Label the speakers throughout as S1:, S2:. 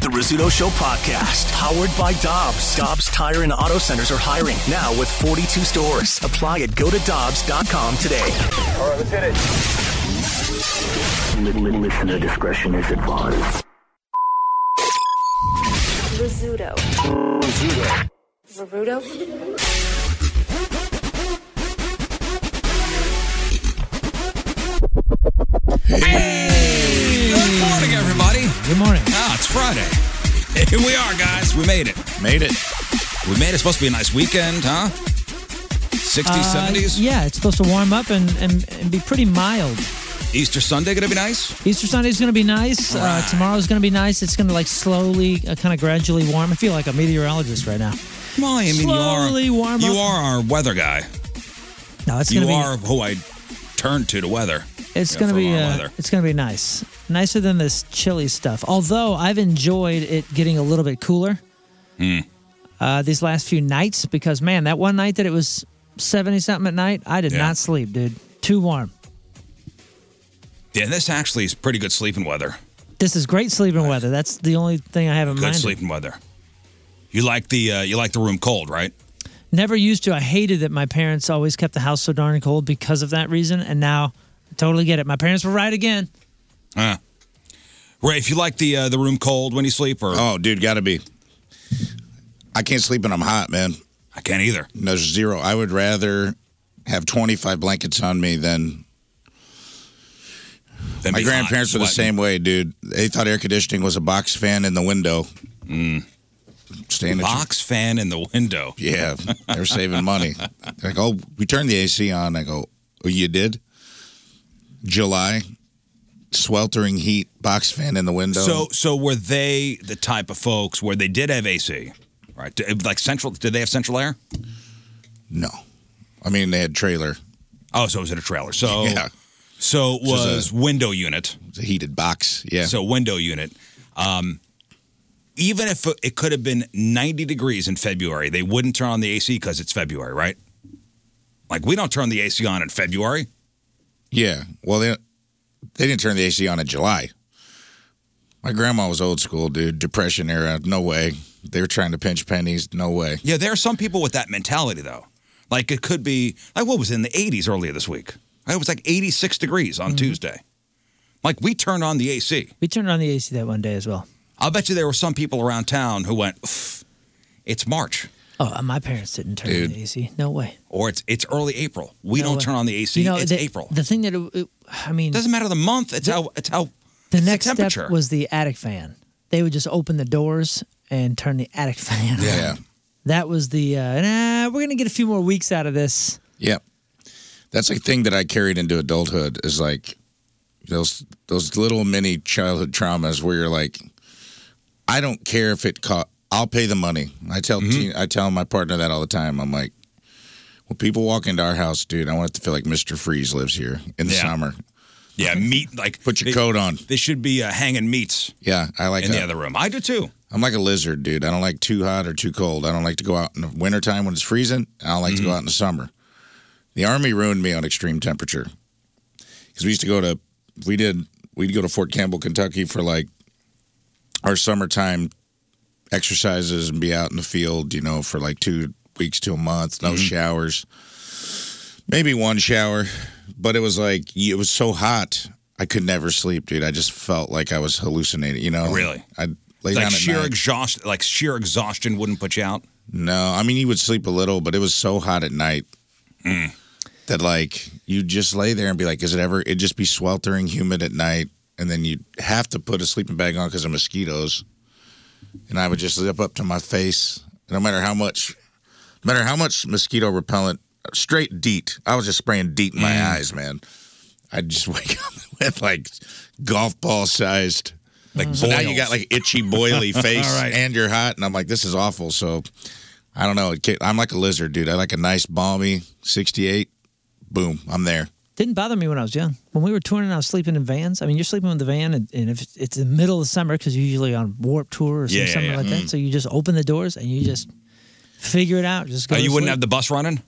S1: The Rizzuto Show podcast, powered by Dobbs. Dobbs Tire and Auto Centers are hiring now with 42 stores. Apply at go to Dobbs.com today.
S2: All right, let's hit it.
S1: Listener discretion is advised.
S3: Rizzuto. Rizzuto.
S4: Good morning, everybody. Good morning. Ah, it's Friday. Here we are, guys. We made it. Made it. We made it. Supposed to be a nice weekend, huh? 60s,
S5: Uh,
S4: 70s.
S5: Yeah, it's supposed to warm up and, and, and be pretty mild.
S4: Easter Sunday gonna be nice.
S5: Easter Sunday's going to be nice. Uh, tomorrow's going to be nice. It's going to like slowly, uh, kind of gradually warm. I feel like a meteorologist right now.
S4: Well, I mean,
S5: slowly
S4: you are
S5: warm
S4: you
S5: up.
S4: are our weather guy.
S5: No, it's
S4: you
S5: gonna be-
S4: are who I turn to to weather.
S5: It's
S4: Yeah,
S5: gonna
S4: for
S5: be
S4: my
S5: uh,
S4: weather.
S5: it's gonna be nice, nicer than this chilly stuff. Although I've enjoyed it getting a little bit cooler uh, these last few nights because man, that one night that it was seventy something at night, I did
S4: Yeah.
S5: not sleep, dude. Too warm.
S4: Yeah, this actually is pretty good sleeping weather.
S5: This is great sleeping weather. That's the only thing I have in
S4: Good
S5: mind.
S4: sleeping weather. You like the uh, you like the room cold, right?
S5: Never used to. I hated that my parents always kept the house so darn cold because of that reason, and now I totally get it. My parents were right again.
S4: Huh. Ray, if you like the uh, the room cold when you sleep, or
S6: oh, dude, gotta be. I can't sleep when I'm hot, man.
S4: I can't either.
S6: No zero. I would rather have 25 blankets on me than.
S4: Than
S6: My
S4: be hot,
S6: grandparents were the
S4: sweating.
S6: same way, dude. They thought air conditioning was a box fan in the window. Mm. Staying at your-
S4: box fan in the window.
S6: Yeah, they're saving money. Like, oh, we turned the AC on. I go, oh, you did? July, sweltering heat, box fan in the window.
S4: So so were they the type of folks where they did have AC, right? Did- Like central? Did they have central air?
S6: no, I mean they had trailer.
S4: Oh, so it was in a trailer. So
S6: Yeah.
S4: so it
S6: This is a-
S4: was window unit.
S6: It's a heated box. Yeah.
S4: So window unit. Um, even if it could have been 90 degrees in February, they wouldn't turn on the AC because it's February, right? Like we don't turn the AC on in February.
S6: Yeah. Well, they they didn't turn the AC on in July. My grandma was old school, dude. Depression era. No way. They were trying to pinch pennies. No way.
S4: Yeah, there are some people with that mentality though. Like it could be like what was it, in the 80s earlier this week. It was like 86 degrees on Tuesday. Like we turned on the AC.
S5: We turned on the AC that one day as well.
S4: I'll bet you there were some people around town who went, "Pff, "It's March."
S5: Oh, my parents didn't turn on
S4: Dude.
S5: the AC. No way.
S4: or it's it's early April. We
S5: No
S4: don't
S5: way.
S4: turn on the AC.
S5: You know,
S4: it's
S5: the-
S4: April.
S5: The thing that it, it- I mean,
S4: doesn't matter the month. It's how it's how
S5: the
S4: it's
S5: next
S4: temperature.
S5: step was the attic fan. They would just open the doors and turn the attic fan. on.
S6: Yeah.
S5: That was the uh, nah. We're gonna get a few more weeks out of this.
S6: Yeah. That's a thing that I carried into adulthood is like those those little mini childhood traumas where you're like, I don't care if it caught I'll pay the money. I tell
S4: Mm-hmm.
S6: te- I tell my partner that all the time. I'm like, when people walk into our house, dude, I want it to feel like Mr. Freeze lives here in the
S4: Yeah.
S6: summer.
S4: Yeah, meat like
S6: Put your coat on.
S4: They should be uh, hanging meats
S6: Yeah, I like
S4: in the
S6: that.
S4: other room. I do too.
S6: I'm like a lizard, dude. I don't like too hot or too cold. I don't like to go out in the wintertime when it's freezing. I don't like to go out in the summer. The Army ruined me on extreme temperature because we used to go to, we did, we'd go to Fort Campbell, Kentucky for like our summertime exercises and be out in the field, you know, for like two weeks to a month, no
S4: Mm-hmm.
S6: showers, maybe one shower. But it was like, it was so hot. I could never sleep, dude. I just felt like I was hallucinating, you know?
S4: Really?
S6: I'd Oh, lay down
S4: Like
S6: at
S4: sheer
S6: night.
S4: exhaust, like sheer exhaustion wouldn't put you out.
S6: No, I mean you would sleep a little, but it was so hot at night that like you just lay there and be like, is it ever? It'd just be sweltering, humid at night, and then you'd have to put a sleeping bag on because of mosquitoes. And I would just zip up to my face, no matter how much, no matter how much mosquito repellent, straight DEET. I was just spraying DEET in my eyes, man. I'd just wake up with like golf ball sized. Like so now you got like itchy boily face and you're hot and I'm like this is awful so I don't know it ca- I'm like a lizard dude I like a nice balmy 68 boom I'm there
S5: Didn't bother me when I was young. When we were touring, I was sleeping in vans. I mean, you're sleeping in the van, and, and if it's the middle of the summer, because you're usually on warp tour or some,
S4: Yeah, yeah,
S5: something
S4: yeah.
S5: like that, so you just open the doors and you just figure it out. Just go.
S4: Uh,
S5: to
S4: you wouldn't
S5: sleep.
S4: have the bus running.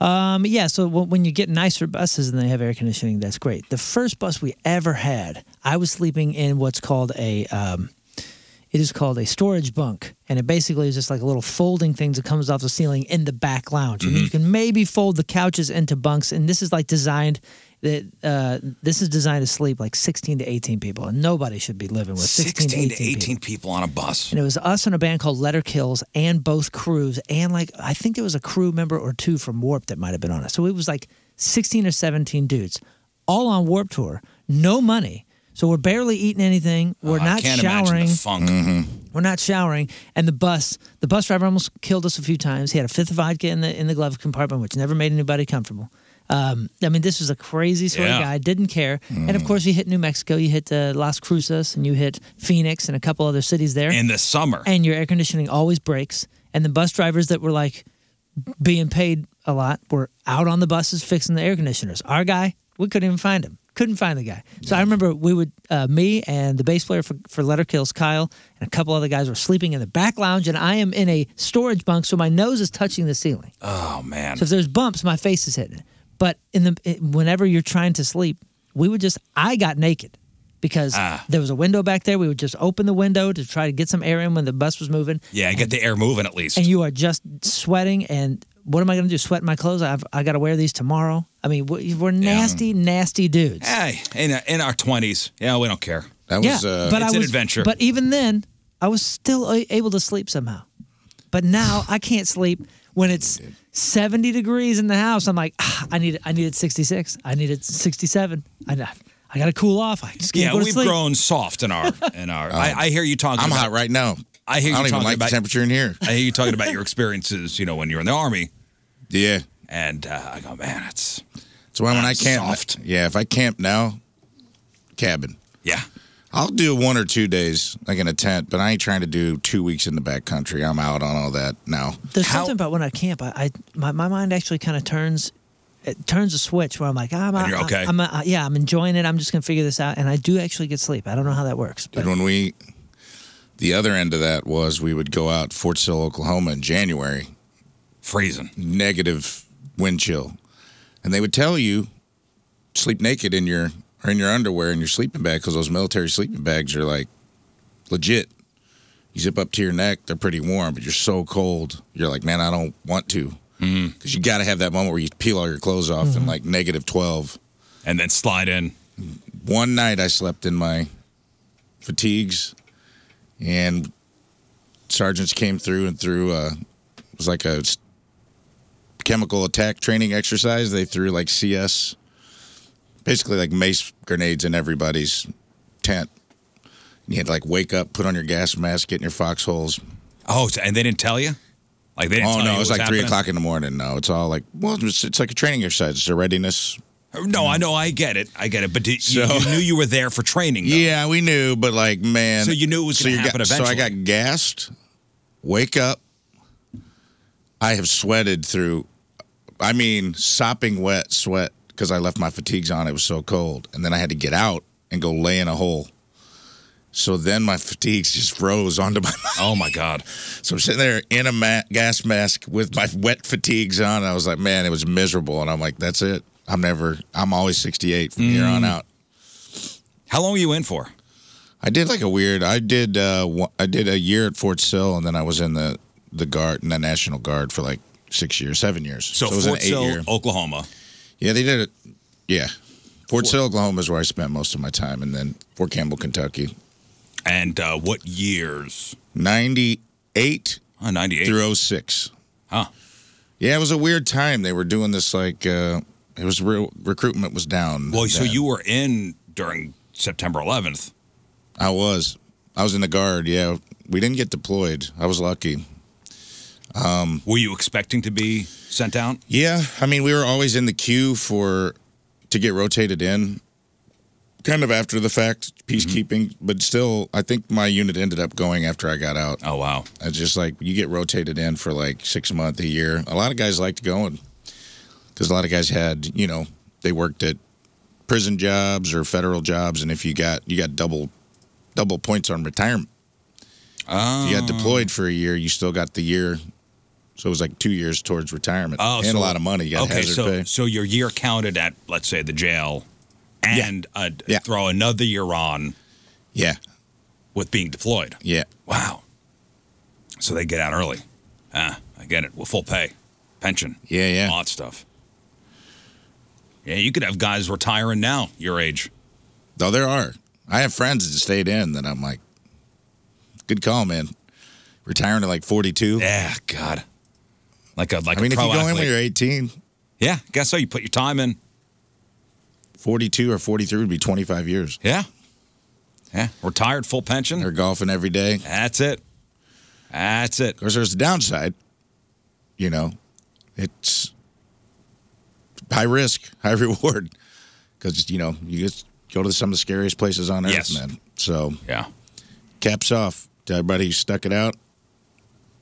S5: Um, yeah, so w- when you get nicer buses and they have air conditioning, that's great. The first bus we ever had, I was sleeping in what's called a, um, it is called a storage bunk, and it basically is just like a little folding thing that comes off the ceiling in the back lounge, and you
S4: Mm-hmm.
S5: can maybe fold the couches into bunks, and this is like designed. That uh, this is designed to sleep like 16 to 18 people, and nobody should be living with 16,
S4: Sixteen
S5: to 18 people
S4: people on a bus.
S5: and it was us and a band called Letter Kills and both crews and like I think there was a crew member or two from Warp that might have been on it. So it was like 16 or 17 dudes all on Warp tour, no money. So we're barely eating anything. We're
S4: Oh, I
S5: not
S4: can't
S5: showering.
S4: imagine the funk.
S5: We're not showering, and the bus, the bus driver almost killed us a few times. He had a fifth of vodka in the in the glove compartment, which never made anybody comfortable. Um, I mean, this was a crazy sort
S4: Yeah.
S5: of guy. Didn't care, and of course, you hit New Mexico, you hit uh, Las Cruces, and you hit Phoenix, and a couple other cities there
S4: In the summer,
S5: and your air conditioning always breaks. And the bus drivers that were like being paid a lot were out on the buses fixing the air conditioners. Our guy, we couldn't even find him. Couldn't find the guy. So I remember we would, uh, me and the bass player for, for Letter Kills, Kyle, and a couple other guys were sleeping in the back lounge, and I am in a storage bunk, so my nose is touching the ceiling.
S4: oh man,
S5: So if there's bumps, my face is hitting it. But in the it- whenever you're trying to sleep, we would just I got naked because
S4: Ah.
S5: there was a window back there. We would just open the window to try to get some air in when the bus was moving,
S4: yeah, get the air moving at least.
S5: and you are just sweating. And what am I going to do? Sweat my clothes? I've I got to wear these tomorrow. I mean, we- we're nasty, nasty dudes.
S4: hey, in, in our twenties, yeah, we don't care.
S6: that
S5: yeah,
S6: was uh,
S5: but
S4: It's
S5: I
S4: an
S5: was,
S4: adventure.
S5: But even then, I was still a- able to sleep somehow. But now I can't sleep when it's 70 degrees in the house. I'm like, ah, I need I needed 66. I needed 67. I I got to cool off. I just can't
S4: Yeah,
S5: go to
S4: we've
S5: sleep.
S4: grown soft in our in our. I, I hear you talking.
S6: Um, I'm
S4: about,
S6: hot right now
S4: I hear you
S6: don't even
S4: talking
S6: like
S4: about-
S6: the temperature in here
S4: I hear you talking about your experiences. You know, when you're in the army,
S6: yeah
S4: and uh, I go, man, it's
S6: that's why when
S4: Ah,
S6: I camp
S4: soft.
S6: yeah if I camp now cabin
S4: yeah,
S6: I'll do one or two days like in a tent but I ain't trying to do two weeks in the back country I'm out on all that now
S5: There's
S4: How-
S5: something about when I camp. I, I my, my mind actually kind of turns it turns a switch where I'm like, ah, I'm
S4: And you're
S5: I-
S4: okay.
S5: I'm, uh, yeah, I'm enjoying it. I'm just gonna figure this out, and I do actually get sleep. I don't know how that works. But
S6: Dude, when we, the other end of that was we would go out Fort Sill, Oklahoma in January,
S4: freezing.
S6: negative wind chill, and they would tell you sleep naked in your or in your underwear in your sleeping bag because those military sleeping bags are like legit. You zip up to your neck, they're pretty warm, but you're so cold. You're like, man, I don't want to, because you got to have that moment where you peel all your clothes off in like negative twelve.
S4: and then slide in.
S6: one night I slept in my fatigues, and sergeants came through and threw. Uh, it was like a s- chemical attack training exercise. They threw like CS, basically like mace grenades in everybody's tent. And you had to like wake up, put on your gas mask, get in your foxholes.
S4: Oh, so- and they didn't tell you? Like they didn't
S6: Oh
S4: tell
S6: no,
S4: you
S6: it was
S4: what
S6: like three
S4: happening?
S6: o'clock in the morning. No, it's all like well, it's, it's like a training exercise. It's a readiness
S4: No, I know, I get it, I get it. But did, you,
S6: So-
S4: you knew you were there for training. Though.
S6: Yeah, we knew, but like, man.
S4: So you knew it was gonna
S6: you
S4: happen
S6: got, So I
S4: eventually.
S6: got gassed wake up. I have sweated through, I mean, sopping wet sweat because I left my fatigues on. It was so cold. And then I had to get out and go lay in a hole. So then my fatigues just froze onto my.
S4: Oh my god!
S6: So I'm sitting there in a ma- gas mask with my wet fatigues on, and I was like, "Man, it was miserable." And I'm like, "That's it. I'm never. I'm always 68 from here
S4: Mm.
S6: on out."
S4: How long were you in for?
S6: I did like a weird. I did. Uh, one- I did a year at Fort Sill, and then I was in the the guard, in the National Guard, for like six years, seven years.
S4: So,
S6: it was
S4: Fort
S6: an eight
S4: Sill,
S6: year.
S4: Oklahoma.
S6: Yeah, they did it. Yeah, Fort Sill, Oklahoma, is where I spent most of my time, and then Fort Campbell, Kentucky,
S4: And uh, what years?
S6: 98
S4: Uh, 98.
S6: through 06.
S4: Huh.
S6: Yeah, it was a weird time. They were doing this like uh it was real recruitment was down.
S4: Well, so
S6: then.
S4: you were in during September 11th.
S6: I was. I was in the guard, yeah. We didn't get deployed. I was lucky. Um,
S4: Were you expecting to be sent out?
S6: Yeah, I mean we were always in the queue for to get rotated in. Kind of after the fact,
S4: Mm-hmm.
S6: peacekeeping, but still I think my unit ended up going after I got out.
S4: Oh wow.
S6: It's just like you get rotated in for like six month a year. A lot of guys liked going because a lot of guys had you know they worked at prison jobs or federal jobs, and if you got you got double double points on retirement.
S4: Oh.
S6: If you got deployed for a year, you still got the year. So it was like two years towards retirement
S4: Oh,
S6: and
S4: so-
S6: a lot of money. You got
S4: okay,
S6: hazard
S4: so
S6: pay.
S4: so your year counted at let's say the jail, and Uh,
S6: Yeah.
S4: throw another year on
S6: Yeah,
S4: with being deployed.
S6: yeah,
S4: Wow. So they get out early. Ah, I get it. Well, full pay, pension,
S6: yeah, yeah.
S4: all that stuff. Yeah, you could have guys retiring now your age.
S6: Though there are, I have friends that stayed in that I'm like, good call, man. Retiring at like 42.
S4: Yeah, God. Like a like
S6: I mean,
S4: a
S6: if you
S4: pro
S6: go in
S4: athlete.
S6: when you're 18,
S4: yeah, guess so. You put your time in.
S6: 42 or 43 would be 25 years.
S4: Yeah. Yeah. Retired, full pension.
S6: They're golfing every day. Of
S4: That's it. That's it.
S6: course, there's the downside. You know, it's high risk, high reward. Because, you know, you just go to some of the scariest places on earth,
S4: Yes.
S6: man. So,
S4: Yeah.
S6: caps off to everybody who stuck it out.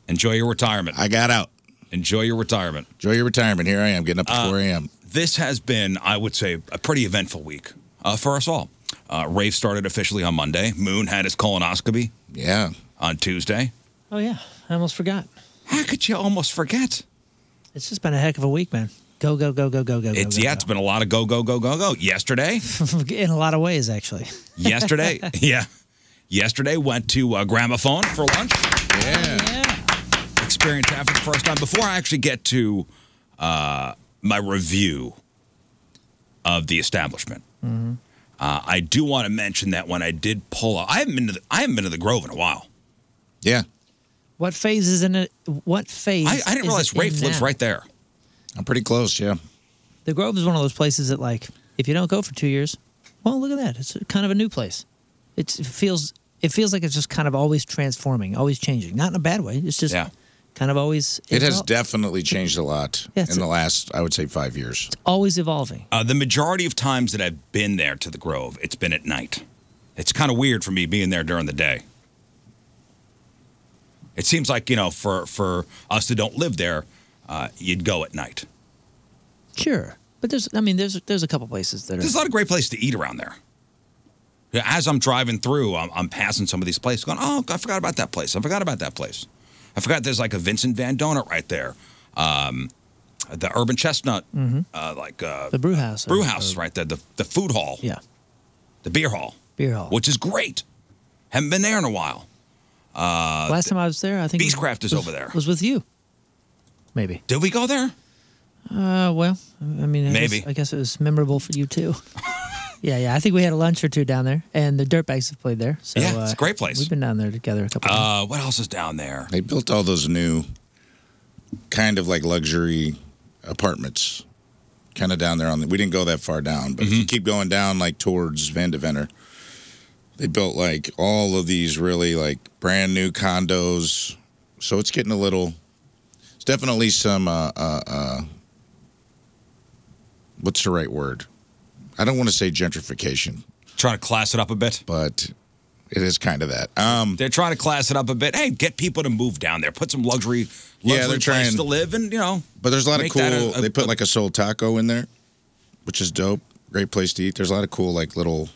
S4: Enjoy your retirement.
S6: I got out.
S4: Enjoy your retirement.
S6: Enjoy your retirement. Here I am, getting up at
S4: Uh,
S6: 4 a.m.
S4: This has been, I would say, a pretty eventful week uh, for us all. Uh, Rave started officially on Monday. Moon had his colonoscopy
S6: Yeah.
S4: on Tuesday.
S5: Oh yeah, I almost forgot.
S4: How could you almost forget?
S5: It's just been a heck of a week, man. Go go go go go go.
S4: It's
S5: go,
S4: yeah, it's
S5: go,
S4: been a lot of go go go go go. Yesterday,
S5: go. in a lot of ways actually.
S4: yesterday, yeah, yesterday went to uh, Gramophone for lunch.
S5: Yeah.
S4: experience that for the first time. Before I actually get to uh, my review of the establishment, uh, I do want to mention that when I did pull up, I haven't been to the, I haven't been to the Grove in a while.
S6: Yeah.
S5: What phase is in it? What phase?
S4: I, I didn't
S5: is
S4: realize
S5: it in
S4: Rafe lives
S5: now?
S4: right there.
S6: I'm pretty close. Yeah.
S5: The Grove is one of those places that, like, if you don't go for two years, well, look at that. It's kind of a new place. It's, it feels it feels like it's just kind of always transforming, always changing. Not in a bad way. It's just
S4: Yeah.
S5: kind of always.
S6: It has
S5: evol-
S6: definitely changed a lot
S5: Yeah, it's
S6: in
S5: a-
S6: the last, I would say, five years.
S5: always evolving.
S4: Uh, the majority of times that I've been there to the Grove, it's been at night. It's kind of weird for me being there during the day. It seems like you know, for for us that don't live there, uh, you'd go at night.
S5: Sure, but there's I mean there's there's a couple places that
S4: There's a
S5: are.
S4: lot of great places to eat around there. Yeah, As I'm driving through, I'm, I'm passing some of these places, going, "Oh, I forgot about that place. I forgot about that place. I forgot there's like a Vincent Van Donut right there, um, the Urban Chestnut, uh, like uh,
S5: The brew house.
S4: brew
S5: or-
S4: house
S5: or-
S4: right there, the the food hall,
S5: Yeah,
S4: the beer hall,
S5: beer hall.
S4: which is great. Haven't been there in a while.
S5: Last time I was there, I think was-
S4: Beechcraft is
S5: was-
S4: over there.
S5: Was with you, maybe.
S4: Did we go there?
S5: Uh, well, I mean, I
S4: Maybe.
S5: Guess, I guess it was memorable for you too. yeah, yeah. I think we had a lunch or two down there, and the Dirtbags have played there. So
S4: Yeah, it's a
S5: uh,
S4: great place.
S5: We've been down there together a couple. times.
S4: Uh, what else is down there?
S6: They built all those new, kind of like luxury apartments, kind of down there on the. We didn't go that far down, but if you keep going down like towards Van Deventer, they built like all of these really like brand new condos. So it's getting a little. It's definitely some. Uh, uh, uh, what's the right word? I don't want to say gentrification,
S4: Trying to class it up a bit.
S6: but It is kind of that. Um,
S4: they're trying to class it up a bit. Hey, get people to move down there. Put some luxury, luxury
S6: Yeah, they're
S4: place
S6: trying-
S4: to live, and you know.
S6: But there's a lot of
S4: make
S6: cool.
S4: that a- a-
S6: they put like a soul taco in there, which is dope. Great place to eat. There's a lot of cool like little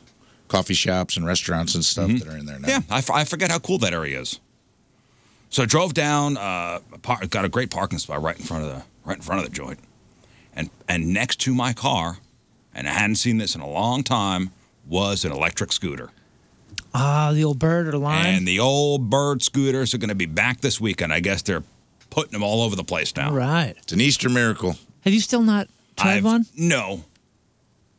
S6: coffee shops and restaurants and stuff that are in there now.
S4: Mm-hmm. Yeah, I, f- I forget how cool that area is. So I drove down, uh, par- got a great parking spot right in front of the right in front of the joint, and and next to my car, and I hadn't seen this in a long time, was an electric scooter.
S5: Ah, the old bird or line.
S4: And the old bird scooters are going to be back this weekend. I guess they're putting them all over the place now.
S5: All right.
S6: It's an Easter miracle.
S5: Have you still not tried
S4: I've-
S5: one?
S4: No.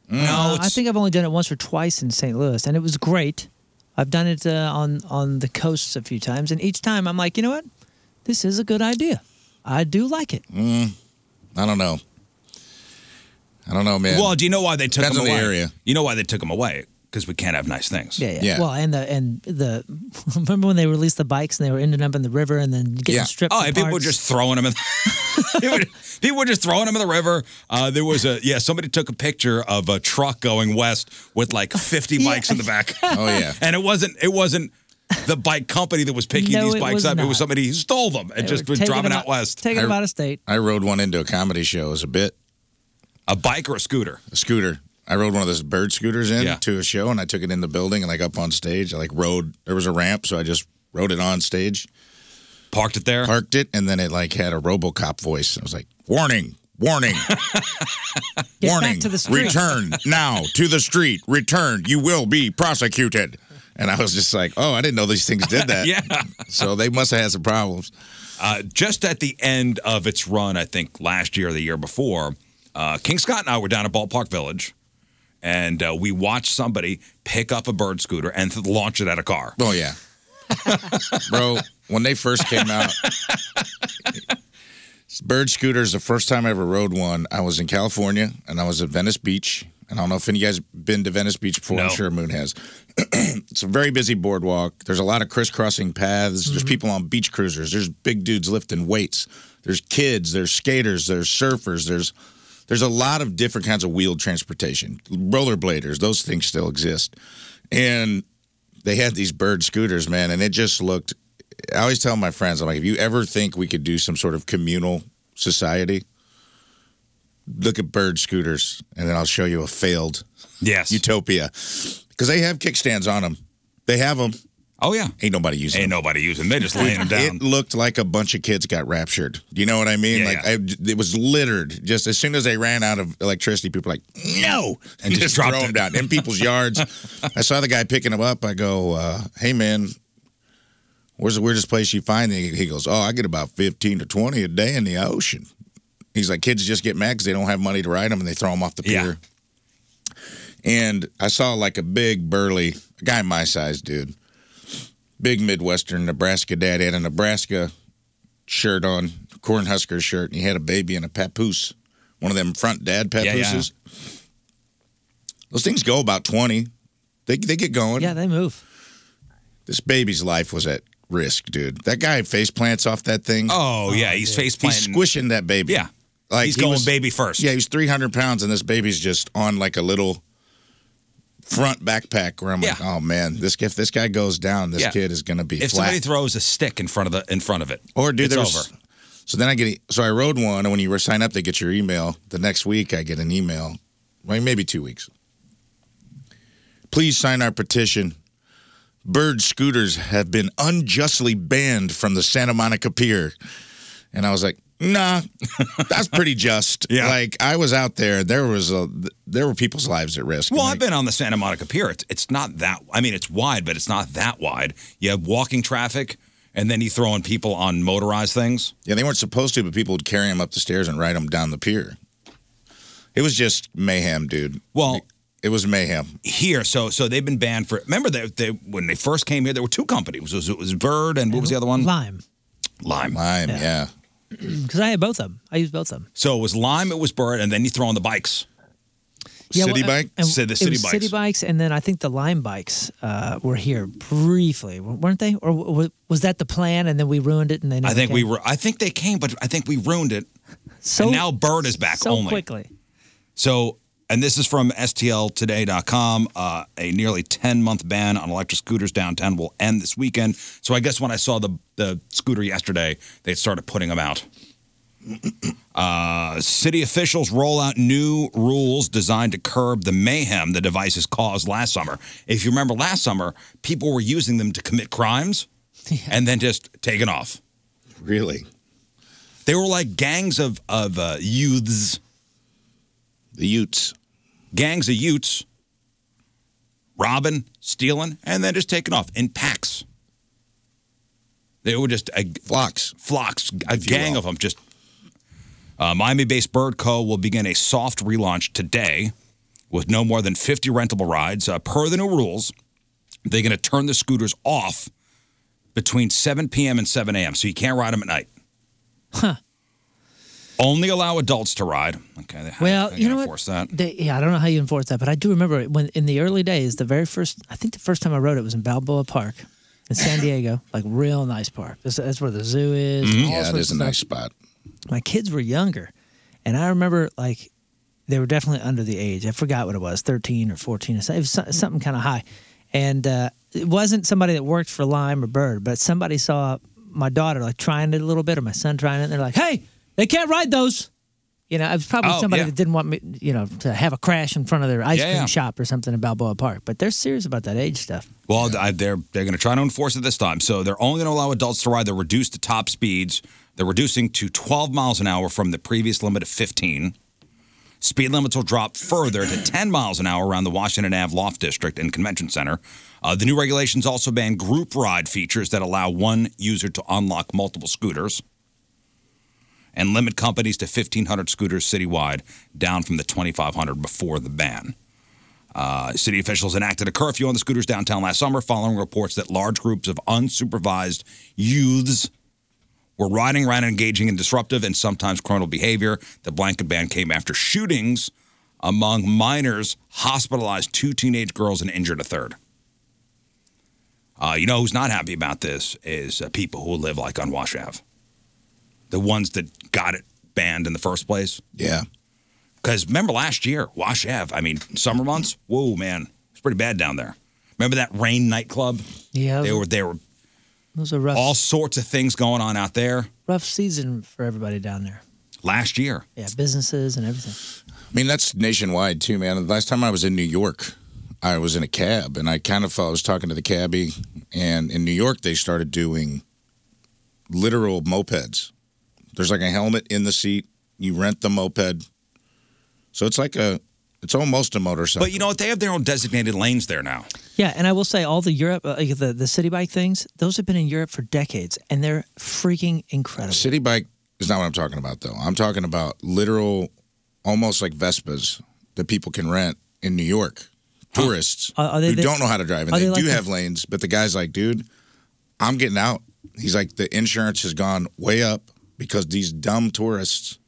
S6: Mm.
S5: Uh,
S4: No,
S5: I
S4: it's,
S5: think I've only done it once or twice in St. Louis, and it was great. I've done it uh, on on the coasts a few times, and each time I'm like, you know what, this is a good idea. I do like it.
S4: Mm-hmm.
S6: I don't know. I don't know, man.
S4: well, do you know why they took
S6: Depends
S4: them
S6: on the
S4: away?
S6: area.
S4: You know why they took them away? Because we can't have nice things.
S5: Yeah, yeah.
S6: Yeah.
S5: Well, and the and the remember when they released the bikes and they were ending up in the river and then getting
S6: Yeah.
S5: stripped.
S4: Oh,
S5: for
S4: and people were
S5: parts?
S4: just throwing them in. people, were- people were just throwing them in the river. Uh, there was a yeah. Somebody took a picture of a truck going west with like fifty bikes in the back.
S6: oh yeah.
S4: and it wasn't it wasn't the bike company that was picking
S5: No,
S4: these
S5: it
S4: bikes
S5: was
S4: up. It
S5: not.
S4: was somebody who stole them and
S5: They
S4: just
S5: were
S4: was
S5: taking
S4: driving
S5: them
S4: out west.
S5: taking them
S6: I-
S5: out of state.
S6: I rode one into a comedy show. It was a bit
S4: A bike or a scooter?
S6: a scooter. I rode one of those bird scooters in
S4: Yeah.
S6: to a show, and I took it in the building and like up on stage. I like rode. There was a ramp, so I just rode it on stage,
S4: Parked it there.
S6: parked it, and then it like had a RoboCop voice. I was like, "Warning, warning."
S5: Get
S6: Warning.
S5: back to the street.
S6: Return now to the street. Return. You will be prosecuted. And I was just like, oh, I didn't know these things did that.
S4: Yeah.
S6: So they must have had some problems.
S4: Uh, just at the end of its run, I think last year or the year before, uh, King Scott and I were down at Ballpark Village, and uh, we watched somebody pick up a bird scooter and th- launch it at a car.
S6: Oh, yeah. Bro, when they first came out, bird scooters, the first time I ever rode one, I was in California and I was at Venice Beach. And I don't know if any of you guys been to Venice Beach before. I'm
S4: No.
S6: sure Moon has. it's a very busy boardwalk. There's a lot of crisscrossing paths. There's people on beach cruisers. There's big dudes lifting weights. There's kids. There's skaters. There's surfers. There's there's a lot of different kinds of wheeled transportation. Rollerbladers. Those things still exist. And they had these bird scooters, man, and it just looked. I always tell my friends, I'm like, if you ever think we could do some sort of communal society, look at bird scooters, and then I'll show you a failed
S4: Yes.
S6: utopia because they have kickstands on them. They have them.
S4: oh yeah.
S6: Ain't nobody using
S4: Ain't
S6: them.
S4: nobody using. They just laying them down.
S6: It looked like a bunch of kids got raptured. Do you know what I mean?
S4: Um, Yeah,
S6: like
S4: yeah.
S6: I, it was littered. Just as soon as they ran out of electricity, people were like no, and
S4: just
S6: just,
S4: dropped
S6: throw
S4: it.
S6: them down in people's yards. I saw the guy picking them up. I go, uh, hey man, where's the weirdest place you find? it? He goes, oh, I get about fifteen to twenty a day in the ocean. He's like, kids just get mad because they don't have money to ride them and they throw them off the
S4: Yeah.
S6: pier and I saw like a big burly a guy my size dude, big Midwestern Nebraska dad had a Nebraska shirt on, Cornhusker shirt, and he had a baby in a papoose, one of them front dad
S4: yeah.
S6: papooses. Those things go about twenty. They they get going.
S5: Yeah, they move.
S6: This baby's life was at risk, dude. That guy face plants off that thing.
S4: Oh, yeah, he's face
S6: he's
S4: planting.
S6: squishing that baby.
S4: Yeah,
S6: like
S4: he's
S6: he
S4: going
S6: was-
S4: baby first.
S6: Yeah, he's 300 pounds, and this baby's just on like a little front backpack where I'm like,
S4: Yeah.
S6: oh man, this if this guy goes down, this
S4: Yeah.
S6: kid is gonna be
S4: If
S6: flat.
S4: somebody throws a stick in front of the in front of it,
S6: or dude,
S4: it's
S6: there was-
S4: over.
S6: So then I get e, so I rode one, and when you sign up, they get your email. The next week, I get an email, well, maybe two weeks. Please sign our petition. Bird scooters have been unjustly banned from the Santa Monica Pier, and I was like, nah, that's pretty just.
S4: Yeah.
S6: like I was out there. There was a there were people's lives at risk.
S4: Well,
S6: And
S4: I've been on the Santa Monica Pier. It's, it's not that. I mean, it's wide, but it's not that wide. You have walking traffic, and then you throwing people on motorized things.
S6: Yeah, they weren't supposed to, but people would carry them up the stairs and ride them down the pier. It was just mayhem, dude.
S4: Well-
S6: it was mayhem.
S4: Here, so so they've been banned for. Remember that they, when they first came here, there were two companies. It was, it was Bird and what was the other one?
S5: Lime,
S4: Lime.
S6: Lime, yeah.
S5: because I had both of them. I used both of them.
S4: So it was Lime. It was Bird, and then you throw on the bikes.
S6: City
S5: well, uh,
S6: bike?
S5: and
S4: Ci- the
S5: it
S4: city
S5: was
S4: bikes.
S5: City bikes, and then I think the Lime bikes uh, were here briefly, w- weren't they? Or w- w- was that the plan, and then we ruined it? And then
S4: I think we were. I think they came, but I think we ruined it.
S5: so
S4: and now Bird is back
S5: so
S4: only.
S5: quickly.
S4: So And this is from STLtoday.com. Uh, a nearly 10 month ban on electric scooters downtown will end this weekend. So I guess when I saw the, the scooter yesterday, they started putting them out. Uh, city officials roll out new rules designed to curb the mayhem the devices caused last summer. If you remember last summer, people were using them to commit crimes and then just taking off.
S6: Really?
S4: They were like gangs of, of uh, youths.
S6: The Utes.
S4: Gangs of Utes. Robbing, stealing, and then just taking off in packs. They were just a,
S6: flocks,
S4: flocks, a gang of them. Just uh, Miami-based Bird Co. will begin a soft relaunch today, with no more than 50 rentable rides. Uh, per the new rules, they're going to turn the scooters off between 7 p.m. and 7 a.m. So you can't ride them at night.
S5: Huh.
S4: Only allow adults to ride. Okay. They,
S5: Well,
S4: they
S5: you know
S4: gotta
S5: what?
S4: Force that.
S5: They, yeah, I don't know how you enforce that, but I do remember it when in the early days, the very first, I think the first time I rode it was in Balboa Park in San Diego, like real nice park. That's, that's where the zoo is. and all
S6: Mm-hmm. Yeah, it
S5: sorts
S6: is a
S5: of stuff.
S6: nice spot.
S5: My kids were younger, and I remember like they were definitely under the age. I forgot what it was, thirteen or fourteen or something, it was so- something kind of high. And uh, it wasn't somebody that worked for Lime or Bird, but somebody saw my daughter like trying it a little bit, or my son trying it. and They're like, "Hey, they can't ride those." You know, it was probably
S4: Oh,
S5: somebody
S4: yeah.
S5: that didn't want me, you know, to have a crash in front of their ice
S4: Yeah,
S5: cream
S4: yeah.
S5: shop or something in Balboa Park. But they're serious about that age stuff.
S4: Well, I, they're they're going to try to enforce it this time. So they're only going to allow adults to ride. They're reduced to top speeds. They're reducing to 12 miles an hour from the previous limit of 15. Speed limits will drop further to 10 miles an hour around the Washington Ave Loft District and Convention Center. Uh, the new regulations also ban group ride features that allow one user to unlock multiple scooters and limit companies to 1,500 scooters citywide, down from the 2,500 before the ban. Uh, city officials enacted a curfew on the scooters downtown last summer following reports that large groups of unsupervised youths were riding around and engaging in disruptive and sometimes criminal behavior. The blanket ban came after shootings among minors hospitalized two teenage girls and injured a third. Uh, you know who's not happy about this is uh, people who live like on Wash Ave. The ones that got it banned in the first place.
S6: Yeah.
S4: Because remember last year, Wash Ave, I mean, summer months, whoa, man, it's pretty bad down there. Remember that rain nightclub?
S5: Yeah,
S4: They
S5: it
S4: were, there were
S5: was a rough,
S4: all sorts of things going on out there
S5: rough season for everybody down there.
S4: last year.
S5: Yeah, businesses and everything.
S6: I mean, that's nationwide too, man. The last time I was in New York, I was in a cab and I kind of felt I was talking to the cabbie. And in New York, they started doing literal mopeds. There's like a helmet in the seat. You rent the moped. So it's like a, it's almost a motorcycle.
S4: But you know what? They have their own designated lanes there now.
S5: Yeah, and I will say all the Europe, uh, like the the city bike things, those have been in Europe for decades, and they're freaking incredible.
S6: City bike is not what I'm talking about, though. I'm talking about literal, almost like Vespas that people can rent in New York. Tourists
S5: Are- are they-
S6: who
S5: they-
S6: don't know how to drive, and
S5: are
S6: they,
S5: they like
S6: do
S5: the-
S6: have lanes, but the guy's like, dude, I'm getting out. He's like, the insurance has gone way up because these dumb tourists